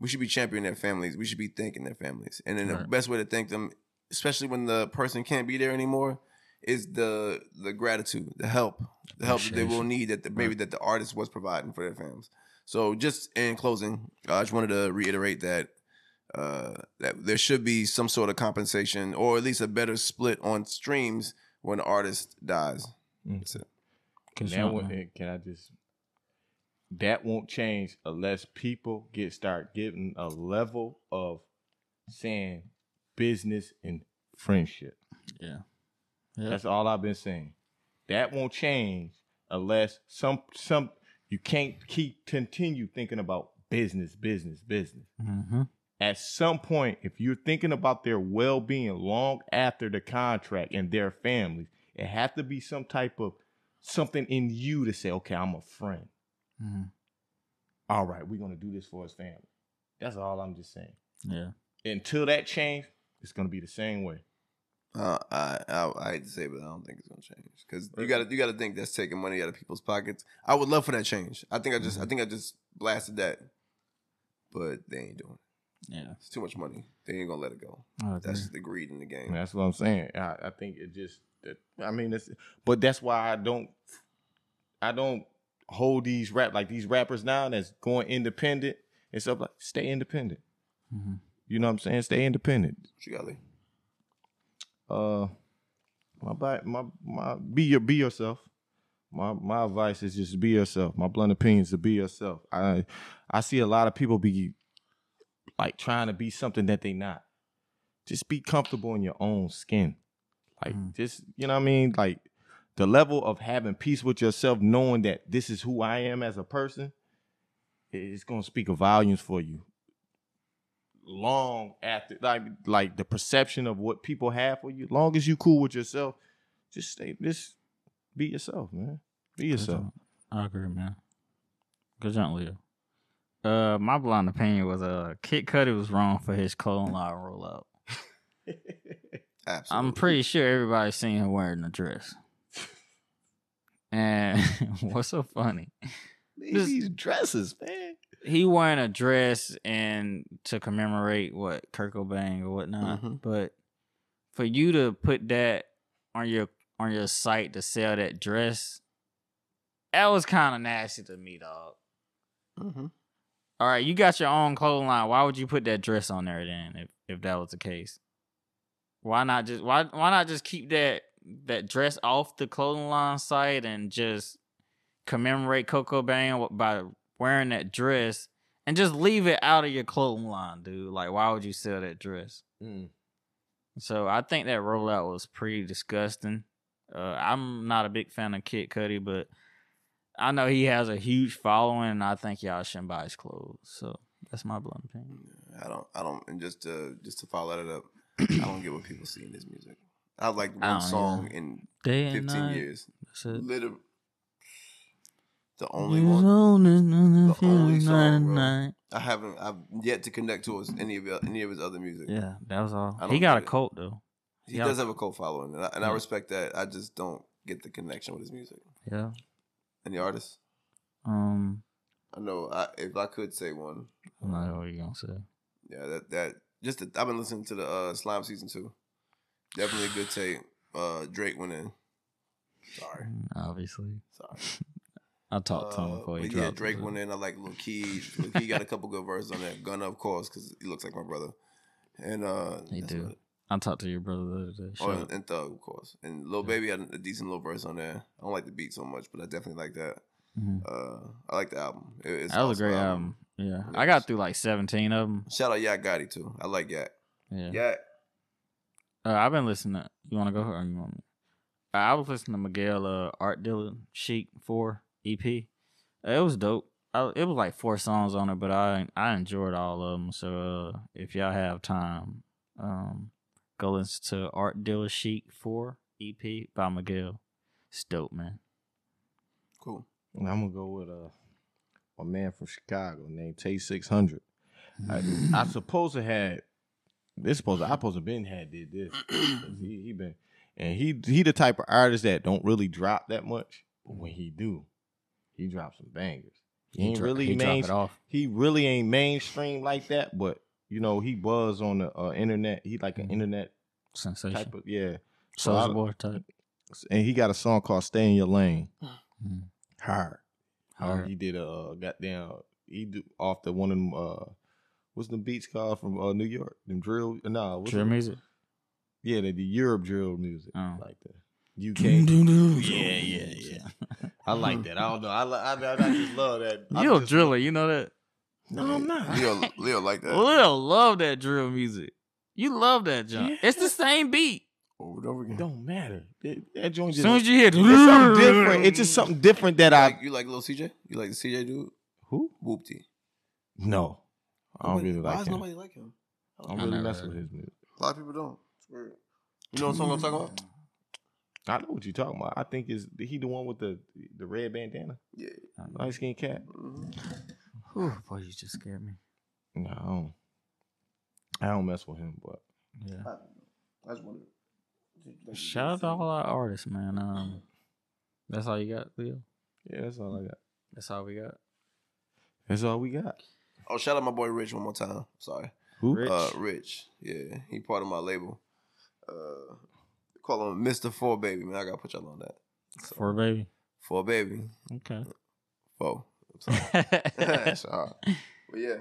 Speaker 3: we should be championing their families. We should be thanking their families. And then the
Speaker 2: Right.
Speaker 3: best way to thank them, especially when the person can't be there anymore, is the the gratitude, the help, the help that they will
Speaker 2: Appreciation.
Speaker 3: need that the, maybe that the artist was providing for their fans. So just in closing, uh, I just wanted to reiterate that uh, that there should be some sort of compensation or at least a better split on streams when an artist dies.
Speaker 1: Mm.
Speaker 3: That's it.
Speaker 1: And
Speaker 2: That's
Speaker 1: that
Speaker 2: right,
Speaker 1: won't-
Speaker 2: man.
Speaker 1: and can I just? That won't change unless people get start getting a level of saying business and friendship.
Speaker 2: Yeah. Yeah.
Speaker 1: That's all I've been saying. That won't change unless some some you can't keep continue thinking about business, business, business.
Speaker 2: hmm
Speaker 1: At some point, if you're thinking about their well-being long after the contract and their families, it has to be some type of something in you to say, okay, I'm a friend.
Speaker 2: hmm
Speaker 1: All right, we're gonna do this for his family. That's all I'm just saying.
Speaker 2: Yeah.
Speaker 1: Until that change, it's gonna be the same way.
Speaker 3: Uh, I, I I hate to say, it, but I don't think it's gonna change because you got to you got to think that's taking money out of people's pockets. I would love for that change. I think I just I think I just blasted that, but they ain't doing it.
Speaker 2: Yeah.
Speaker 3: It's too much money. They ain't gonna let it go.
Speaker 2: I agree.
Speaker 3: That's the greed in the
Speaker 1: And
Speaker 3: game.
Speaker 1: that's what I'm saying. I, I think it just. that- I mean, it's, but that's why I don't. I don't hold these rap like these rappers now that's going independent and stuff like stay independent.
Speaker 2: Mhm.
Speaker 1: You know what I'm saying? Stay independent.
Speaker 3: What you got, Lee?
Speaker 1: Uh, my bi- my my be your be yourself. My my advice is just be yourself. My blunt opinion is to be yourself. I I see a lot of people be like trying to be something that they not. Just be comfortable in your own skin. Like
Speaker 2: Mhm.
Speaker 1: just you know what I mean? Like the level of having peace with yourself, knowing that this is who I am as a person, i- it's gonna speak volumes for you. Long after like like the perception of what people have for you, long as you cool with yourself, just stay just be yourself, man. Be
Speaker 2: Good
Speaker 1: yourself.
Speaker 2: job. I agree, man. Good job, Leo. Uh, my blind opinion was uh, Kid Cudi was wrong for his clothing line rollout.
Speaker 3: Absolutely.
Speaker 2: I'm pretty sure everybody's seen him wearing a dress. And what's so funny?
Speaker 1: Man,
Speaker 2: Just-
Speaker 1: these dresses, man.
Speaker 2: He wearing a dress and to commemorate what Kurt Cobain or whatnot.
Speaker 3: Mhm.
Speaker 2: But for you to put that on your on your site to sell that dress, that was kind of nasty to me, dog.
Speaker 3: Mhm.
Speaker 2: All right, you got your own clothing line. Why would you put that dress on there then if, if that was the case? Why not just why why not just keep that that dress off the clothing line site and just commemorate Coco Bang by wearing that dress and just leave it out of your clothing line, dude. Like, why would you sell that dress?
Speaker 1: Mm.
Speaker 2: So I think that rollout was pretty disgusting. Uh, I'm not a big fan of Kid Cudi, but I know he has a huge following, and I think y'all shouldn't buy his clothes. So that's my blunt opinion.
Speaker 3: I don't. I don't. And just to just to follow that up, I don't get what people see in this music. I like
Speaker 2: I don't
Speaker 3: one song
Speaker 2: either.
Speaker 3: in
Speaker 2: Day and
Speaker 3: 15
Speaker 2: night.
Speaker 3: years.
Speaker 2: That's it.
Speaker 3: Literally, the only
Speaker 2: Years
Speaker 3: one
Speaker 2: old is nothing
Speaker 3: the
Speaker 2: feeling
Speaker 3: only song, bro.
Speaker 2: night. I-
Speaker 3: I haven't. I've yet to connect towards any of the- any of his other music.
Speaker 2: Yeah, that was all.
Speaker 3: I
Speaker 2: He
Speaker 3: don't
Speaker 2: got a
Speaker 3: get it.
Speaker 2: cult though.
Speaker 3: He
Speaker 2: Yeah.
Speaker 3: does have a cult following, and I, and I
Speaker 2: Yeah.
Speaker 3: respect that. I just don't get the connection with his music
Speaker 2: Yeah.
Speaker 3: and the artists.
Speaker 2: Um.
Speaker 3: I know. I, if I could say one,
Speaker 2: I don't know what you gonna say.
Speaker 3: yeah, that that just the, I've been listening to the uh, Slime season two. Definitely a good tape. Uh, Drake went in. Sorry,
Speaker 2: Mm, Obviously,
Speaker 3: sorry.
Speaker 2: I talked to him
Speaker 3: Uh,
Speaker 2: before he
Speaker 3: but yeah,
Speaker 2: dropped.
Speaker 3: Drake
Speaker 2: it.
Speaker 3: went in. I like Lil Key. Lil Key got a couple good verses on that. Gunna, of course, because he looks like my brother. And uh,
Speaker 2: He
Speaker 3: that's
Speaker 2: do.
Speaker 3: about it.
Speaker 2: I talked to your brother the other day.
Speaker 3: Oh,
Speaker 2: Shut
Speaker 3: and,
Speaker 2: up.
Speaker 3: and Thug, of course. And Lil Baby had a decent little verse on there. I don't like the beat so much, but I definitely like that.
Speaker 2: Mhm.
Speaker 3: Uh, I like the album. It- it's
Speaker 2: That was a
Speaker 3: awesome
Speaker 2: great album. Yeah, I
Speaker 3: Yes.
Speaker 2: got through like seventeen of them.
Speaker 3: Shout out Yak Gotti too. I like Yak.
Speaker 2: Yeah,
Speaker 3: Yak.
Speaker 2: Uh, I've been listening. To, you want to go or you want me? Uh, I was listening to Miguel uh, Art Dylan Chic Four EP. Uh, it was dope. I, it was like four songs on it, but I I enjoyed all of them. So uh, if y'all have time, um, go listen to Art Dealer Chic Four EP by Miguel. It's dope, man.
Speaker 3: Cool.
Speaker 1: I'm gonna go with uh my man from Chicago named Tay Six Hundred. I, I supposed to had this supposed to, I supposed to been had did this. 'Cause he, he been and he he the type of artist that don't really drop that much, but when he do, he drops some bangers. He, ain't
Speaker 2: dro-
Speaker 1: really
Speaker 2: he drop
Speaker 1: main,
Speaker 2: it off.
Speaker 1: he really ain't mainstream like that, but you know he was on the uh, internet. He like an
Speaker 2: Mhm.
Speaker 1: internet
Speaker 2: Sensation.
Speaker 1: type of yeah, so I-
Speaker 2: Soulja Boy type.
Speaker 1: and he got a song called "Stay in Your Lane."
Speaker 2: Mhm.
Speaker 1: Hard. Um,
Speaker 2: Hard.
Speaker 1: He did a uh, goddamn. He do off the one of them. Uh, what's the beats called from uh, New York? Them drill. No, nah, what's
Speaker 2: Drill
Speaker 1: it-
Speaker 2: music.
Speaker 1: Yeah, the, the Europe drill music,
Speaker 2: Oh.
Speaker 1: like the UK.
Speaker 2: Yeah, yeah, yeah.
Speaker 1: I like that. I don't know. I li- I, I, I just love that. I
Speaker 2: You a
Speaker 1: just-
Speaker 2: driller, you know that?
Speaker 1: No, I'm not.
Speaker 3: Leo, Leo like that.
Speaker 2: Lil love that drill music. You love that junk. It's the same beat.
Speaker 3: Over and over
Speaker 1: It
Speaker 3: again.
Speaker 1: don't matter. That, that joint
Speaker 2: As
Speaker 1: just.
Speaker 2: soon as you hear
Speaker 1: it's something different. It's just something different that
Speaker 3: You like,
Speaker 1: I.
Speaker 3: you like Lil CJ? You like the CJ dude?
Speaker 1: Who?
Speaker 3: Whoopty.
Speaker 1: No, I don't really
Speaker 3: Why
Speaker 1: like
Speaker 3: does
Speaker 1: him.
Speaker 3: nobody like him?
Speaker 1: I
Speaker 2: I
Speaker 1: don't really
Speaker 2: never
Speaker 1: mess
Speaker 2: heard
Speaker 1: with his music.
Speaker 3: A lot of people don't. It's weird. You know what song I'm talking about?
Speaker 1: I know what you're talking about. I think is he the one with the the red bandana,
Speaker 3: Yeah.
Speaker 1: light skinned cat.
Speaker 3: Mhm.
Speaker 2: Whew, boy, you just scared me.
Speaker 1: No, I don't, I don't mess with him. But
Speaker 2: Yeah.
Speaker 3: I, I just wondered.
Speaker 2: Shout out to all our artists, man. Um, that's all you got, Leo.
Speaker 1: yeah, that's all I got.
Speaker 2: That's all we got.
Speaker 1: That's all we got.
Speaker 3: Oh, shout out my boy Rich one more time. Sorry.
Speaker 1: Who?
Speaker 2: Rich.
Speaker 3: Uh, Rich. Yeah, he part of my label. Uh, call him Mr. Four Baby, man. I gotta put y'all on that. So,
Speaker 2: For baby.
Speaker 3: Four Baby.
Speaker 2: Okay.
Speaker 3: Four. I'm sorry. That's all right. But yeah,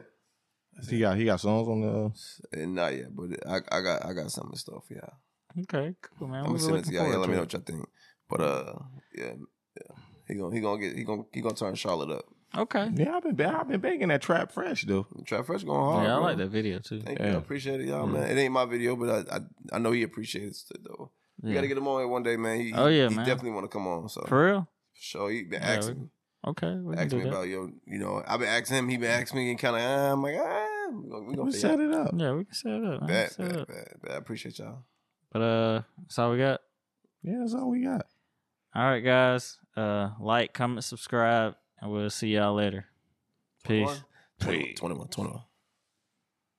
Speaker 1: He got he got songs on the.
Speaker 3: and not yet, but I, I got I got some stuff. Yeah,
Speaker 2: okay. Cool, man. We
Speaker 3: I'm gonna
Speaker 2: were
Speaker 3: send it
Speaker 2: looking
Speaker 3: to y'all. Yeah,
Speaker 2: forward
Speaker 3: let me know
Speaker 2: to it.
Speaker 3: what y'all think. But uh, yeah, yeah. he gonna he gonna get he gonna he gonna turn Charlotte up.
Speaker 2: Okay.
Speaker 1: Yeah, I've been ba- I've been banging that trap fresh though.
Speaker 3: Trap Fresh going hard.
Speaker 2: yeah, I
Speaker 3: bro.
Speaker 2: like that video too.
Speaker 3: Thank you.
Speaker 1: Yeah.
Speaker 3: I appreciate it, y'all,
Speaker 2: Yeah. Mm.
Speaker 3: man. It ain't my video, but I I, I know he appreciates it though. We
Speaker 2: Yeah.
Speaker 3: gotta get him on here one day, man. He,
Speaker 2: Oh, yeah,
Speaker 3: he
Speaker 2: man.
Speaker 3: definitely want to come on. So
Speaker 2: For real?
Speaker 3: sure, he been
Speaker 2: Yeah,
Speaker 3: asking
Speaker 2: we
Speaker 3: me,
Speaker 2: Okay. We can
Speaker 3: asking
Speaker 2: do
Speaker 3: me
Speaker 2: that.
Speaker 3: about yo, you know, I've been asking him. He been asking me, and kind of ah, I'm like ah, we gonna, we
Speaker 1: We
Speaker 3: gonna figure
Speaker 1: set
Speaker 3: it
Speaker 1: it up.
Speaker 2: yeah, we can set it up. man.
Speaker 3: out. Bad,
Speaker 2: Set it
Speaker 3: bad,
Speaker 2: up.
Speaker 3: bad, bad. I appreciate y'all.
Speaker 2: But uh, that's all we got.
Speaker 1: Yeah, that's all we got.
Speaker 2: All right, guys. Uh, like, comment, subscribe, and we'll see y'all later. Peace.
Speaker 3: 21, 21, 21.